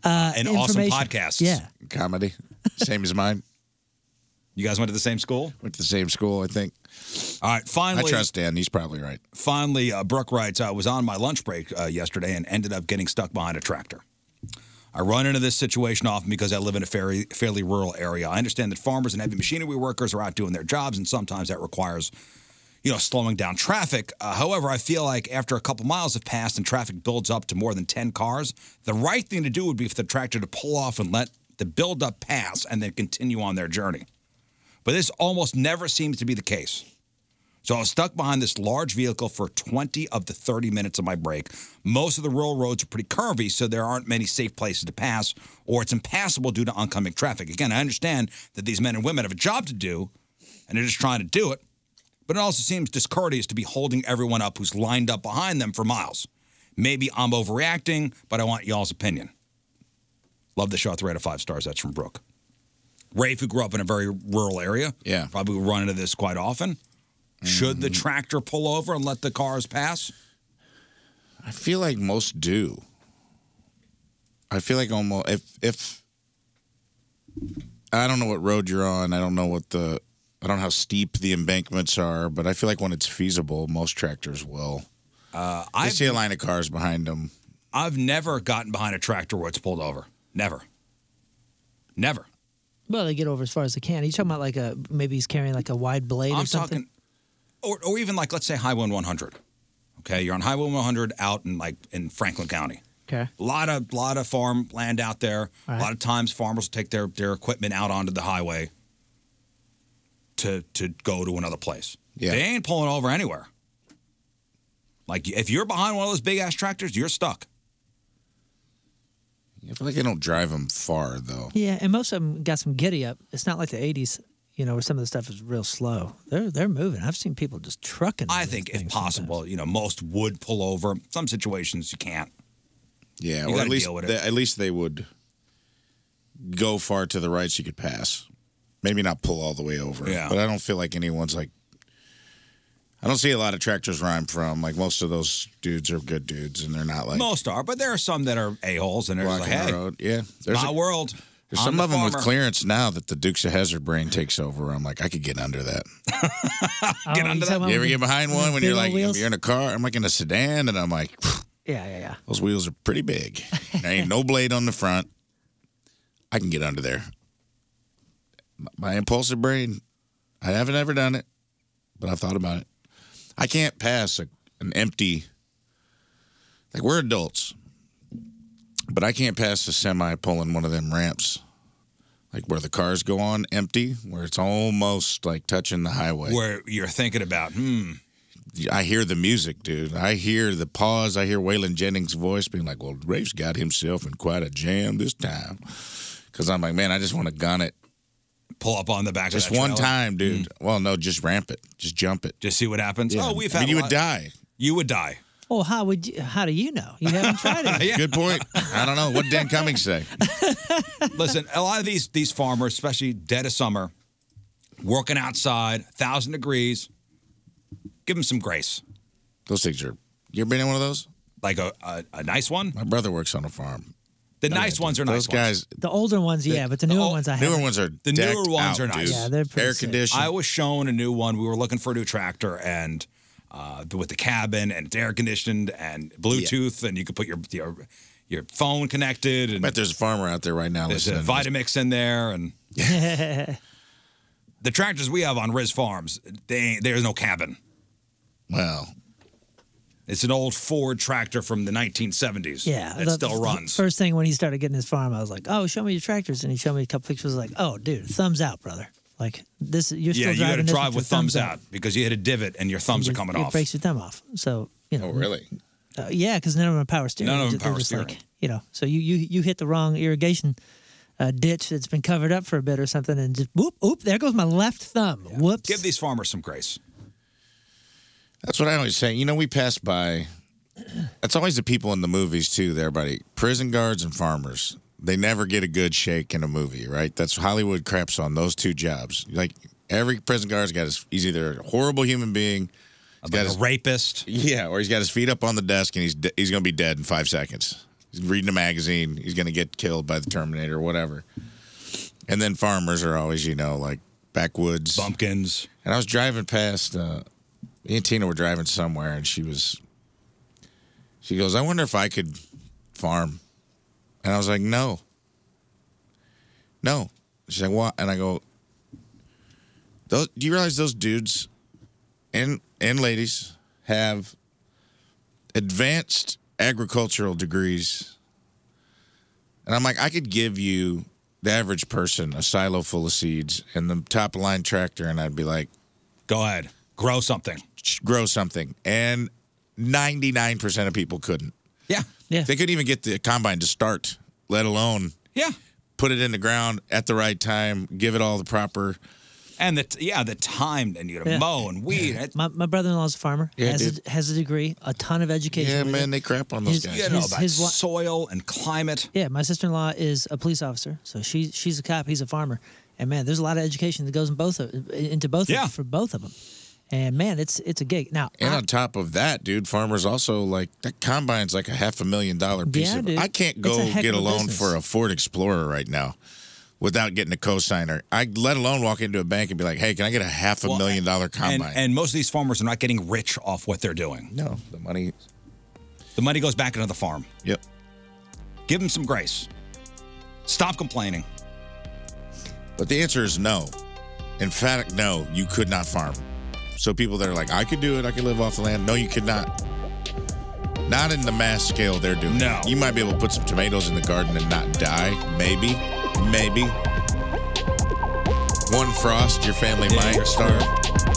S5: Uh,
S6: An awesome
S5: information.
S6: podcast.
S5: Yeah.
S6: Comedy. Same as mine.
S4: You guys went to the same school?
S6: Went to the same school, I think.
S4: All right, finally.
S6: I trust Dan. He's probably right.
S4: Finally, uh, Brooke writes I was on my lunch break uh, yesterday and ended up getting stuck behind a tractor. I run into this situation often because I live in a fairly, fairly rural area. I understand that farmers and heavy machinery workers are out doing their jobs, and sometimes that requires, you know, slowing down traffic. Uh, however, I feel like after a couple miles have passed and traffic builds up to more than 10 cars, the right thing to do would be for the tractor to pull off and let the buildup pass and then continue on their journey. But this almost never seems to be the case. So I was stuck behind this large vehicle for 20 of the 30 minutes of my break. Most of the rural roads are pretty curvy, so there aren't many safe places to pass, or it's impassable due to oncoming traffic. Again, I understand that these men and women have a job to do, and they're just trying to do it, but it also seems discourteous to be holding everyone up who's lined up behind them for miles. Maybe I'm overreacting, but I want y'all's opinion. Love the show. Three out of five stars. That's from Brooke. Rafe, who grew up in a very rural area, yeah, Mm-hmm. probably will run into this quite often. Should the tractor pull over and let the cars pass?
S6: I feel like most do. I feel like almost if if I don't know what road you're on. I don't know what the I don't know how steep the embankments are, but I feel like when it's feasible, most tractors will.
S4: Uh,
S6: I
S4: I've-
S6: see a line of cars behind them.
S4: I've never gotten behind a tractor where it's pulled over. Never. Never.
S5: Well, they get over as far as they can. Are you talking about like a maybe he's carrying like a wide blade or
S4: I'm
S5: something?
S4: talking, or, or even like, let's say Highway 100. Okay, you're on Highway 100 out in like in Franklin County.
S5: okay.
S4: A lot of lot of farmland out there.
S5: All
S4: A
S5: right.
S4: lot of times farmers will take their, their equipment out onto the highway to to go to another place.
S6: Yeah.
S4: They ain't pulling over anywhere. Like if you're behind one of those big ass tractors, you're stuck.
S6: I feel like they don't drive them far though.
S5: Yeah, and most of them got some giddy up. It's not like the '80s, you know, where some of the stuff is real slow. They're they're moving. I've seen people just trucking.
S4: I think if possible, you know, most would pull over. Some situations you can't.
S6: Yeah,
S4: You
S6: or
S4: gotta
S6: at least
S4: deal with it.
S6: they, at least they would go far to the right so you could pass. Maybe not pull all the way over.
S4: Yeah.
S6: But I don't feel like anyone's like. I don't see a lot of tractors where I'm from. Like most of those dudes are good dudes, and they're not like
S4: most are, but there are some that are a holes and they're just like,
S6: blocking
S4: hey,
S6: the road. Yeah,
S4: it's my world.
S6: There's
S4: I'm
S6: some
S4: the
S6: of them with
S4: farmer.
S6: clearance now that the Dukes of Hazard brain takes over. I'm like, I could get under that.
S4: Get
S5: Oh,
S4: under that.
S6: You ever get behind one when you're like, you're in a car? I'm like in a sedan, and I'm like,
S5: Yeah, yeah, yeah.
S6: Those wheels are pretty big. There ain't no blade on the front. I can get under there. M- My impulsive brain, I haven't ever done it, but I've thought about it. I can't pass a, an empty, like we're adults, but I can't pass a semi pulling one of them ramps, like where the cars go on empty, where it's almost like touching the highway.
S4: Where you're thinking about, hmm,
S6: I hear the music, dude. I hear the pause. I hear Waylon Jennings' voice being like, "Well, Rafe's got himself in quite a jam this time," because I'm like, man, I just want to gun it.
S4: Pull up on the back of
S6: just
S4: that
S6: one
S4: trailer.
S6: time,
S4: Mm-hmm.
S6: dude. Well, no, just ramp it, just jump it,
S4: just see what happens. Oh, we've
S6: I
S4: had a
S6: mean, you
S4: lot-
S6: would die.
S4: You would die.
S5: Oh, how would you? How do you know? You haven't tried it.
S6: Good point. I don't know what did Dan Cummings say.
S4: Listen, a lot of these these farmers, especially dead of summer, working outside, thousand degrees. Give them some grace.
S6: Those things are. You ever been in one of those?
S4: Like a a, a nice one.
S6: My brother works on a farm.
S4: The nice ones are nice
S6: Oh, Those guys.
S5: The older ones, yeah, but the newer ones, I
S6: newer
S5: haven't.
S6: ones are
S4: The newer
S6: decked
S4: ones
S6: out,
S4: are nice.
S6: dude.
S5: Yeah, they're pretty
S6: air
S5: sick.
S6: conditioned.
S4: I was shown a new one. We were looking for a new tractor and uh, with the cabin and it's air conditioned and Bluetooth and you could put your your your phone connected. And
S6: bet there's a farmer out there right now
S4: There's a
S6: listening.
S4: Vitamix in there and
S5: yeah,
S4: the tractors we have on Riz Farms. They ain't, there's no cabin.
S6: Well,
S4: it's an old Ford tractor from the 1970s. that
S5: the-
S4: still
S5: the
S4: runs.
S5: First thing when he started getting his farm, I was like, "Oh, show me your tractors," and he showed me a couple pictures. I was like, "Oh, dude, thumbs out, brother." Like this, you're still
S4: yeah, you got
S5: driving
S4: to
S5: this
S4: drive with thumbs,
S5: your
S4: out, because you hit a divot and your thumbs are coming
S5: it
S4: off.
S5: breaks your thumb off. So you know.
S4: Oh, really?
S5: Uh, yeah, because none of them are power steering.
S4: None of
S5: They're
S4: them power
S5: just like,
S4: steering.
S5: you know, so you you you hit the wrong irrigation uh, ditch that's been covered up for a bit or something, and just whoop, oop, there goes my left thumb. Whoops.
S4: Give these farmers some grace.
S6: That's what I always say. You know, we pass by. That's always the people in the movies too. There, buddy. Prison guards and farmers. They never get a good shake in a movie, right? That's Hollywood craps on those two jobs. Like every prison guard's got his. He's either a horrible human being. got his,
S4: rapist.
S6: Yeah, or he's got his feet up on the desk and he's de- he's gonna be dead in five seconds. He's reading a magazine. He's gonna get killed by the Terminator, whatever. And then farmers are always, you know, like backwoods
S4: bumpkins.
S6: And I was driving past. Uh, me and Tina were driving somewhere, and she was. She goes, "I wonder if I could farm," and I was like, "No." No, she's like, "What?" And I go, "Those, do you realize those dudes and and ladies have advanced agricultural degrees. And I'm like, I could give you the average person a silo full of seeds and the top of line tractor, and I'd be like,
S4: Go ahead, grow something,
S6: grow something. And 99% of people couldn't.
S4: Yeah.
S5: Yeah.
S6: They couldn't even get the combine to start, let alone
S4: yeah.
S6: put it in the ground at the right time, give it all the proper.
S4: And the t- yeah, the time they need to
S5: Yeah.
S4: mow and weed. It-
S5: My, my brother-in-law's a farmer.
S4: Yeah,
S5: has
S4: dude.
S5: a, has a degree, a ton of education.
S6: Yeah,
S5: with
S6: man,
S5: it.
S6: they crap on those guys.
S4: You know about
S5: his wa-
S4: soil and climate.
S5: Yeah, my sister-in-law is a police officer, so she she's a cop. He's a farmer, and man, there's a lot of education that goes in both of, into both of, for both of them. And man, it's it's a gig. Now,
S6: And
S5: I-
S6: on top of that, dude, farmers also like that combine's like a half a million dollar piece
S5: Yeah,
S6: of
S5: dude.
S6: I can't
S5: It's
S6: go
S5: a heck
S6: get
S5: of
S6: a
S5: a
S6: loan
S5: business.
S6: for a Ford Explorer right now without getting a cosigner. I let alone walk into a bank and be like, "Hey, can I get a half a
S4: Well,
S6: million dollar
S4: And,
S6: combine?"
S4: and most of these farmers are not getting rich off what they're doing.
S6: No, the money.
S4: The money goes back into the farm.
S6: Yep.
S4: Give them some grace. Stop complaining.
S6: but the answer is no. Emphatic no, you could not farm. So people that are like, "I could do it. I could live off the land." No, you could not. Not in the mass scale they're doing. No. You might be able to put some tomatoes in the garden and not die. Maybe. Maybe. One frost, your family might starve.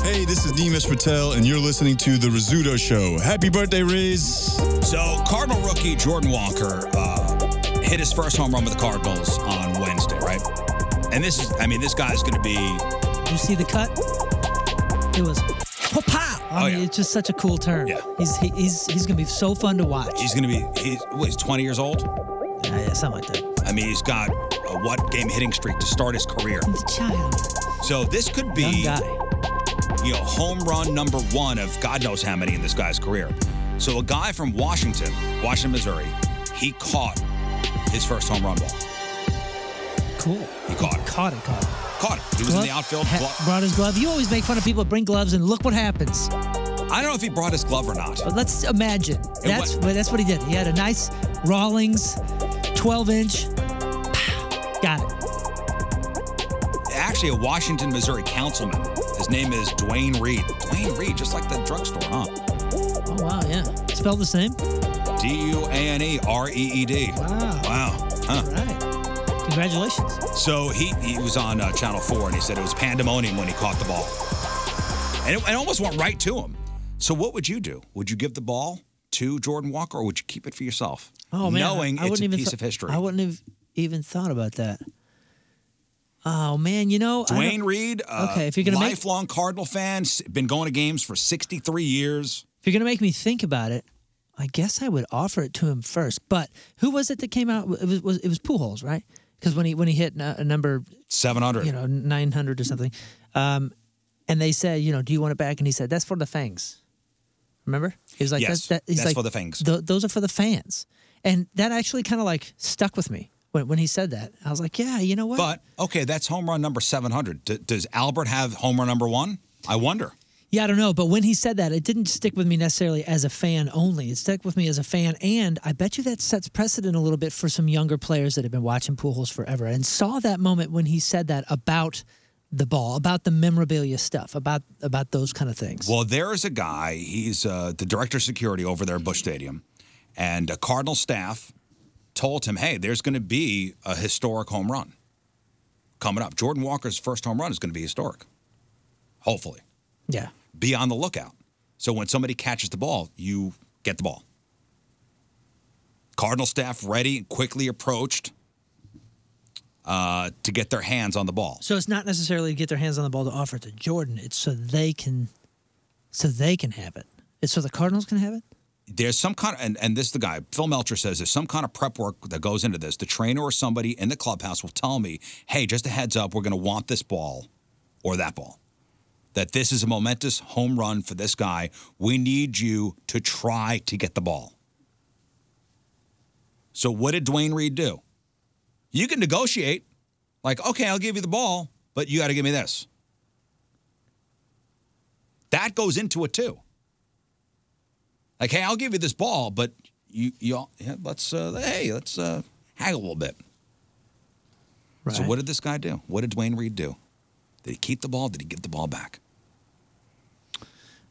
S11: Hey, this is Neemish Patel, and you're listening to The Rizzuto Show. Happy birthday, Riz.
S4: So, Cardinal rookie Jordan Walker uh, hit his first home run with the Cardinals on Wednesday, right? And this is, I mean, this guy's going to be,
S5: you see the cut? It was pa.
S4: Oh,
S5: I mean, it's just such a cool turn. Yeah. He's he, he's he's gonna be so fun to watch.
S4: he's going to be, he's, what, he's 20 years old?
S5: yeah, something like that.
S4: I mean, he's got a what game hitting streak to start his career.
S5: Child.
S4: So, this could be, you know, home run number one of God knows how many in this guy's career. So, a guy from Washington, Washington, Missouri, he caught his first home run ball.
S5: Cool.
S4: He caught it.
S5: Caught it. Caught it.
S4: Caught it. He was in the outfield.
S5: ha-
S4: Glo-
S5: brought his glove. You always make fun of people that bring gloves, and look what happens.
S4: I don't know if he brought his glove or not.
S5: But let's imagine that's what? that's what he did. He had a nice Rawlings, 12 inch. Got it.
S4: actually a Washington, Missouri councilman. His name is Dwayne Reed. Dwayne Reed, just like the drugstore, huh?
S5: Oh wow, yeah. Spelled the same.
S4: D U A N E R E E D. Wow. Wow. Huh.
S5: Congratulations.
S4: So he, he was on uh, Channel 4 and he said it was pandemonium when he caught the ball. And it, it almost went right to him. So what would you do? Would you give the ball to Jordan Walker or would you keep it for yourself?
S5: Oh man,
S4: Knowing
S5: I, I
S4: it's
S5: wouldn't
S4: a
S5: even
S4: piece
S5: thou-
S4: of history.
S5: I wouldn't have even thought about that. Oh man, you know I don't-
S4: Dwayne Reed, uh,
S5: okay, if you're gonna make if
S4: lifelong Cardinal fan, s- been going to games for 63 years.
S5: you're gonna make me think about it, I guess I would offer it to him first. But who was it that came out? It was, was it was Pujols, right? Because when he when he hit n- a number
S4: 700.
S5: you know, 900 or something. Um, and they said, you know, do you want it back? And he said, that's for the fangs. Remember? He was like,
S4: Yes,
S5: that, that, he's
S4: that's
S5: like,
S4: for the fangs.
S5: "Tho- those are for the fans. And that actually kind of like stuck with me when, when he said that. I was like, yeah, you know what?
S4: But okay, that's home run number 700. D- does Albert have home run number one? I wonder.
S5: yeah, I don't know. But when he said that, it didn't stick with me necessarily as a fan only. It stuck with me as a fan. And I bet you that sets precedent a little bit for some younger players that have been watching Pujols forever and saw that moment when he said that about the ball, about the memorabilia stuff, about about those kind of things.
S4: Well, there is a guy. He's uh, the director of security over there at Bush Stadium, and a Cardinal staff told him, "Hey, there's going to be a historic home run coming up. Jordan Walker's first home run is going to be historic. Hopefully,
S5: Yeah.
S4: be on the lookout. So when somebody catches the ball, you get the ball." Cardinal staff ready, quickly approached uh, to get their hands on the ball.
S5: So it's not necessarily to get their hands on the ball to offer it to Jordan. It's so they can, so they can have it. It's so the Cardinals can have it.
S4: there's some kind of, and, and this is the guy, Phil Melcher says there's some kind of prep work that goes into this. The trainer or somebody in the clubhouse will tell me, hey, just a heads up, we're going to want this ball or that ball. that this is a momentous home run for this guy. We need you to try to get the ball. So, what did Dwayne Reed do? You can negotiate, like, okay, I'll give you the ball, but you got to give me this. That goes into it too. Like, hey, I'll give you this ball, but you, you, yeah, let's, uh, hey, let's uh, haggle a little bit. So, what did this guy do? What did Dwayne Reed do? Did he keep the ball? Did he give the ball back?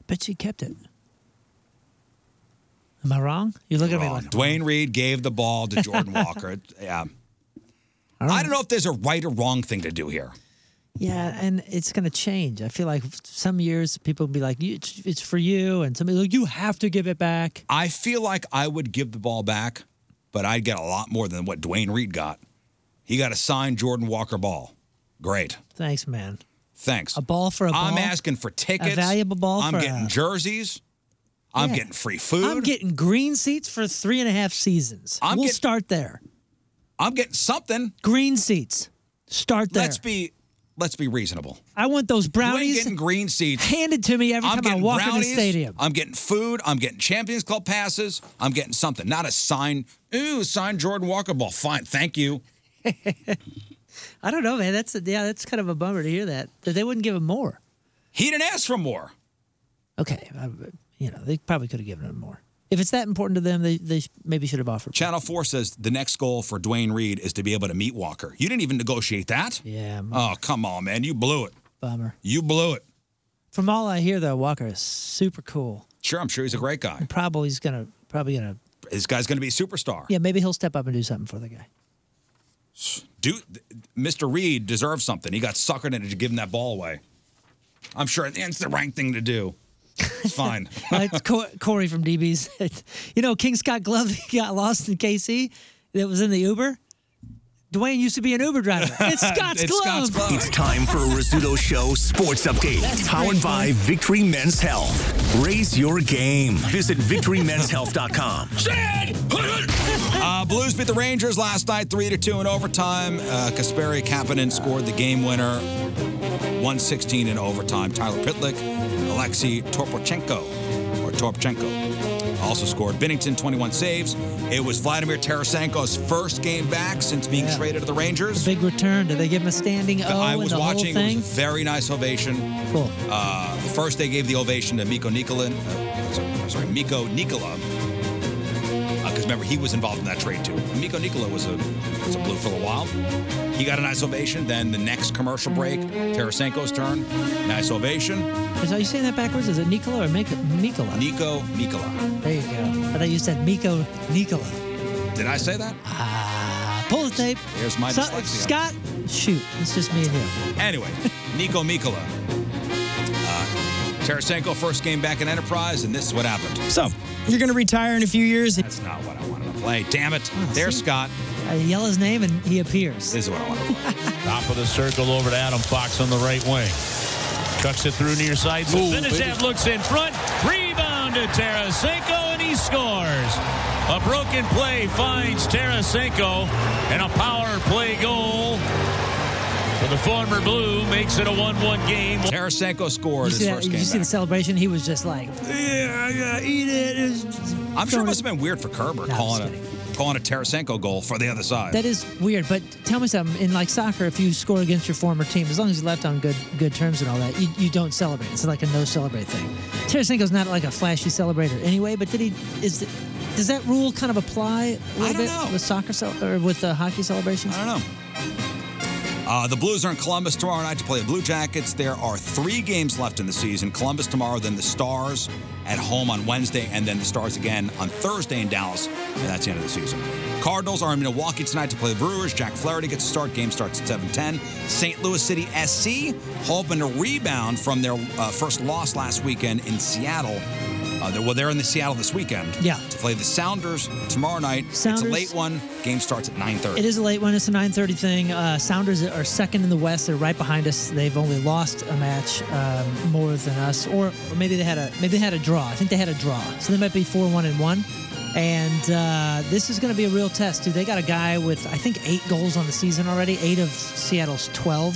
S5: Bet you kept it. Am I wrong? You're looking at me
S4: Wrong.
S5: like
S4: Dwayne Reed gave the ball to Jordan Walker. Yeah. I don't, know if there's a right or wrong thing to do here.
S5: Yeah, and it's going to change. I feel like some years people will be like, "You- it's it's for you, and somebody like, you have to give it back.
S4: I feel like I would give the ball back, but I'd get a lot more than what Dwayne Reed got. He got a signed Jordan Walker ball. Great.
S5: Thanks, man.
S4: Thanks. A
S5: ball for a ball.
S4: I'm asking for tickets.
S5: A valuable ball
S4: I'm
S5: for
S4: getting
S5: a-
S4: jerseys. I'm
S5: Yeah.
S4: getting free food.
S5: I'm getting green seats for three and a half seasons.
S4: I'm
S5: we'll
S4: get-
S5: start there.
S4: I'm getting something.
S5: Green seats. Start there.
S4: Let's be let's be reasonable.
S5: I want those
S4: Dwayne
S5: brownies
S4: getting green seats.
S5: handed to me every
S4: I'm
S5: time I
S4: getting
S5: walk in the
S4: brownies,
S5: stadium.
S4: I'm getting food. I'm getting Champions Club passes. I'm getting something. Not a sign. Ooh, signed Jordan Walker ball. Fine, thank you.
S5: I don't know, man. That's a, yeah, that's kind of a bummer to hear that that they wouldn't give him more.
S4: He didn't ask for more.
S5: Okay, I, you know they probably could have given him more. If it's that important to them, they they maybe should have offered.
S4: Channel Four says the next goal for Dwayne Reed is to be able to meet Walker. You didn't even negotiate that.
S5: Yeah.
S4: Oh come on, man, you blew it.
S5: Bummer.
S4: You blew it.
S5: From all I hear, though, Walker is super cool.
S4: Sure, I'm sure he's a great guy.
S5: Probably he's gonna probably gonna
S4: This guy's going to be a superstar.
S5: yeah maybe he'll step up and do something for the guy.
S4: Dude, Mr. Reed deserves something. He got suckered into giving that ball away. I'm sure it's the right thing to do. It's fine.
S5: Uh, it's Co- Corey from DB's. you know, King Scott Glove got lost in KC. That was in the Uber. Dwayne used to be an Uber driver. It's Scott's Glove.
S1: It's time for a Rizzuto Show sports update, powered by Victory Men's Health. Raise your game. Visit victorymenshealth.com.
S4: uh, Blues beat the Rangers last night, three to two in overtime. Uh, Kasperi Kapanen scored the game winner, one sixteen in overtime. Tyler Pitlick, Alexei Torpochenko, or Torpchenko, also scored. Bennington twenty one saves. It was Vladimir Tarasenko's first game back since being traded to the Rangers.
S5: Big return. Did they give him a standing O?
S4: I
S5: Oh, and
S4: was
S5: the
S4: watching.
S5: Whole
S4: It
S5: thing?
S4: was a very nice ovation.
S5: Cool.
S4: Uh, first, they gave the ovation to Miko Nikolin. Uh, sorry, I'm sorry, Miko Nikola. Because remember, he was involved in that trade too. Miko Nikola was a was a blue for a while. He got a nice ovation. Then the next commercial break,
S5: Mm-hmm.
S4: Tarasenko's turn. Nice ovation.
S5: Is- Are you saying that backwards? Is it Nicola or Mik- Nicola?
S4: Nico Nikola.
S5: There you go. I thought you said Miko Nicola.
S4: Did I say that?
S5: Ah, pull the tape.
S4: Here's my
S5: So-
S4: dyslexia.
S5: Scott, shoot. It's just me and you.
S4: Anyway, Nico Mikola. Uh, Tarasenko first game back in Enterprise, and this is what happened.
S14: So, you're going to retire in a few years.
S4: That's not what I wanted to play. Damn it.
S5: Oh,
S4: There's Scott.
S5: I yell his name and he appears.
S4: This is what I want to play.
S15: Top of the circle over to Adam Fox on the right wing. Chucks it through near side. So
S16: Ooh,
S15: finish
S16: baby.
S15: that looks in front. Rebound to Tarasenko and he scores. A broken play finds Tarasenko and a power play goal. For the former blue makes it a 1-1 game.
S4: Tarasenko
S15: scored
S5: you see, that, you see the celebration? He was just like,
S4: Yeah, yeah, eat it. I'm sure it must have been weird for Kerber calling a calling a Tarasenko goal for the other side.
S5: that is weird. But tell me something. In like soccer, if you score against your former team, as long as you left on good good terms and all that, you, you don't celebrate. It's like a no celebrate thing. Tarasenko's not like a flashy celebrator anyway. But did he? Is it- does that rule kind of apply a little bit with soccer cel- or with uh, hockey celebrations? I
S4: don't know. Uh, the Blues are in Columbus tomorrow night to play the Blue Jackets. There are three games left in the season Columbus tomorrow, then the Stars at home on Wednesday, and then the Stars again on Thursday in Dallas, and that's the end of the season. Cardinals are in Milwaukee tonight to play the Brewers. Jack Flaherty gets to start. Game starts at 7:10. St. Louis City SC hoping to rebound from their uh, first loss last weekend in Seattle. Uh, they're, well, they're in the Seattle this weekend.
S5: Yeah.
S4: To play the Sounders tomorrow night. It's a
S5: Sounders.
S4: late one. Game starts at 9:30.
S5: It is a late one. It's a 9:30 thing. Uh, Sounders are second in the West. They're right behind us. They've only lost a match um, more than us, or, or maybe they had a maybe they had a draw. I think they had a draw, so they might be four one and one. And uh, this is going to be a real test, dude. They got a guy with I think eight goals on the season already, eight of Seattle's twelve.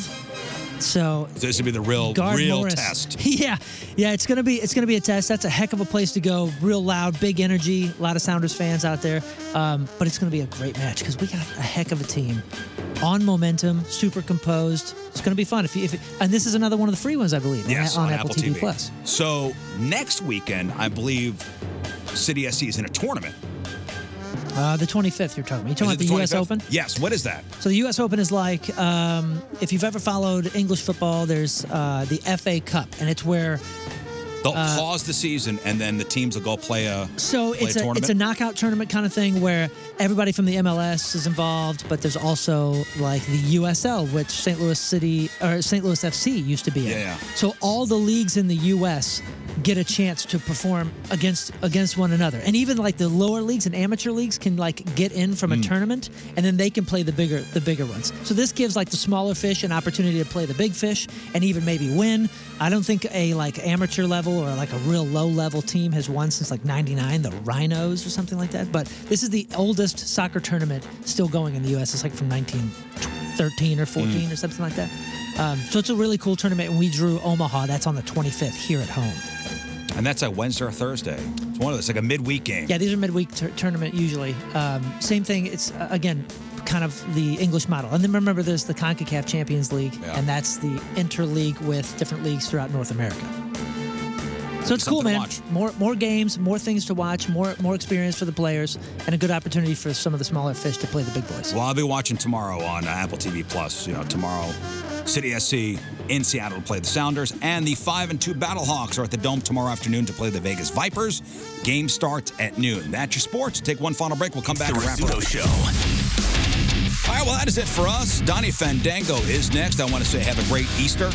S5: So
S4: This would be the real,
S5: Guard
S4: real
S5: Morris.
S4: test.
S5: Yeah, yeah, it's gonna be it's gonna be a test. That's a heck of a place to go. Real loud, big energy, a lot of Sounders fans out there. Um, but it's gonna be a great match because we got a heck of a team, on momentum, super composed. It's gonna be fun. If, you, if and this is another one of the free ones, I believe. on-
S4: Yes,
S5: on, Apple, TV, Plus.
S4: So next weekend, I believe City SC is in a tournament.
S5: Uh, the 25th, you're talking. You're talking
S4: Is
S5: about
S4: it
S5: the, U.S.
S4: 25th?
S5: Open.
S4: Yes. What is that?
S5: So the U.S. Open is like um, if you've ever followed English football. There's uh, the FA Cup, and it's where
S4: They'll pause the season and then the teams will go play a
S5: Uh, So
S4: play
S5: it's
S4: a,
S5: a,
S4: tournament.
S5: it's a knockout tournament kind of thing where everybody from the MLS is involved, but there's also like the USL, which St. Louis City or St. Louis FC used to be in.
S17: yeah.
S5: So all the leagues in the U.S. get a chance to perform against against one another, and even like the lower leagues and amateur leagues can like get in from a tournament, and then they can play the bigger the bigger ones. So this gives like the smaller fish an opportunity to play the big fish and even maybe win. I don't think a like amateur level or like a real low level team has won since like '99, the Rhinos or something like that. But this is the oldest soccer tournament still going in the U.S. It's like from 1913 or 14 or something like that. Um, so it's a really cool tournament, and we drew Omaha. That's on the 25th here at home.
S4: and that's a Wednesday or Thursday. It's one of those, like a midweek game.
S5: Yeah, these are midweek tur- tournament usually. Um, same thing. It's uh, again kind of the English model, and then remember there's the Concacaf Champions League, and that's the interleague with different leagues throughout North America. So it's cool, man. More more games, more things to watch, more more experience for the players, and a good opportunity for some of the smaller fish to play the big boys.
S4: Well, I'll be watching tomorrow on uh, Apple TV Plus. You know, tomorrow, City SC in Seattle to play the Sounders, and the five and two Battlehawks are at the Dome tomorrow afternoon to play the Vegas Vipers. Game starts at noon. That's your sports. Take one final break. We'll come back
S1: The
S4: and wrap it
S1: Rizzuto
S4: up.
S1: Show.
S4: All right, well, that is it for us. Donnie Fandango is next. I want to say have a great Easter.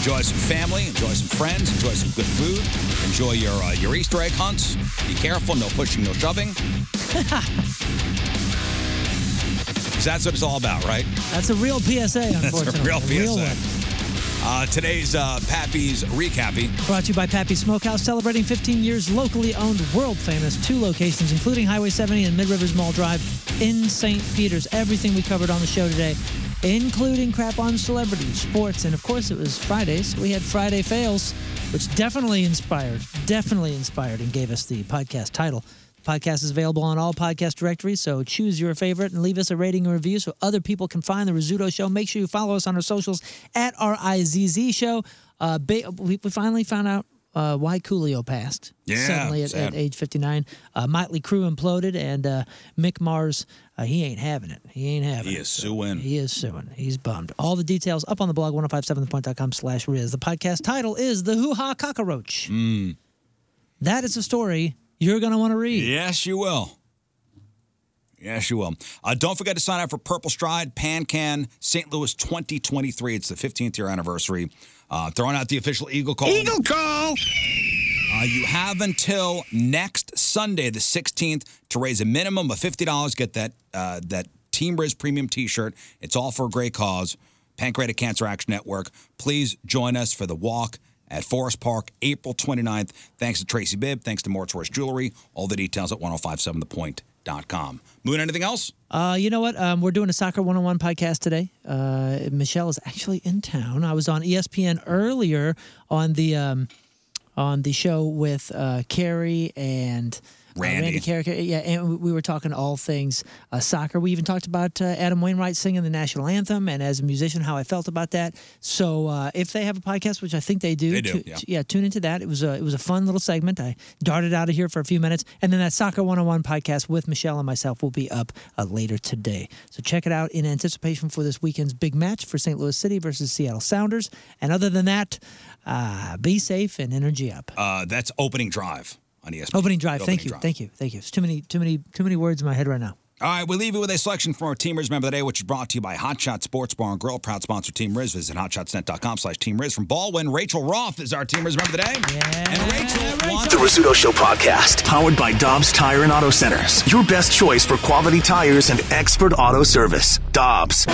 S4: Enjoy some family, enjoy some friends, enjoy some good food, enjoy your uh, your Easter egg hunts. Be careful, no pushing, no shoving. 'Cause that's what it's all about, right?
S5: That's a real PSA, unfortunately.
S4: That's a real PSA.
S5: one.
S4: uh, today's uh, Pappy's Recappy.
S5: Brought to you by Pappy Smokehouse, celebrating 15 years locally owned, world famous, two locations, including Highway 70 and Mid Rivers Mall Drive in St. Peter's. Everything we covered on the show today, including crap on celebrities, sports, and of course it was Friday, so we had Friday Fails, which definitely inspired, definitely inspired, and gave us the podcast title. The podcast is available on all podcast directories, so choose your favorite and leave us a rating and review so other people can find the Rizzuto Show. Make sure you follow us on our socials at RIZZ Show. Uh, ba- we, we finally found out uh, why Coolio passed
S16: Yeah,
S5: suddenly at,
S16: sad.
S5: at age 59. Uh, Motley Crue imploded, and uh, Mick Mars, uh, he ain't having it. He ain't having
S4: He
S5: it.
S4: is suing.
S5: He is suing. He's bummed. All the details up on the blog, 1057thepoint.com slash Riz. The podcast title is The Hoo Ha Cockroach.
S4: Mm.
S5: That is a story you're going to want to read.
S4: Yes, you will. Yes, you will. Uh, don't forget to sign up for Purple Stride Pan Can St. Louis 2023. It's the 15th year anniversary. Uh, throwing out the official Eagle Call. Eagle Call! Uh, you have until next Sunday, the 16th, to raise a minimum of $50. Get that, uh, that Team Riz Premium t shirt. It's all for a great cause. Pancreatic Cancer Action Network. Please join us for the walk at Forest Park, April 29th. Thanks to Tracy Bibb. Thanks to Mortuarist Jewelry. All the details at 1057thepoint.com. Moon, anything else?
S5: Uh, you know what? Um, we're doing a Soccer 101 podcast today. Uh, Michelle is actually in town. I was on E ESPN earlier on the um, on the show with uh, Carrie and uh,
S18: Randy.
S5: Randy Carrick. Yeah, and we- we were talking all things uh, soccer. We even talked about uh, Adam Wainwright singing the national anthem and as a musician, how I felt about that. So uh, if they have a podcast, which I think they do,
S18: They do,
S5: tu-
S18: yeah.
S5: tu- yeah, tune into that. It was a it was a fun little segment. I darted out of here for a few minutes, and then that Soccer 101 podcast with Michelle and myself will be up uh, later today. So check it out in anticipation for this weekend's big match for St. Louis City versus Seattle Sounders. And other than that, uh, be safe and energy up.
S4: Uh, that's opening drive on E ESPN.
S5: Opening drive.
S4: The
S5: thank you.
S4: drive.
S5: Thank you. Thank you. It's too many too many too many words in my head right now.
S4: All right, we leave you with a selection from our Teamers member of the day, which is brought to you by Hot Shot Sports Bar and Grill, proud sponsor of Team Riz. Visit hotshotsnet.com slash Team Riz. From Baldwin, Rachel Roth is our Teamers member of the day. And Rachel,
S1: The Rizzuto Show podcast, powered by Dobbs Tire and Auto Centers. Your best choice for quality tires and expert auto service. Dobbs.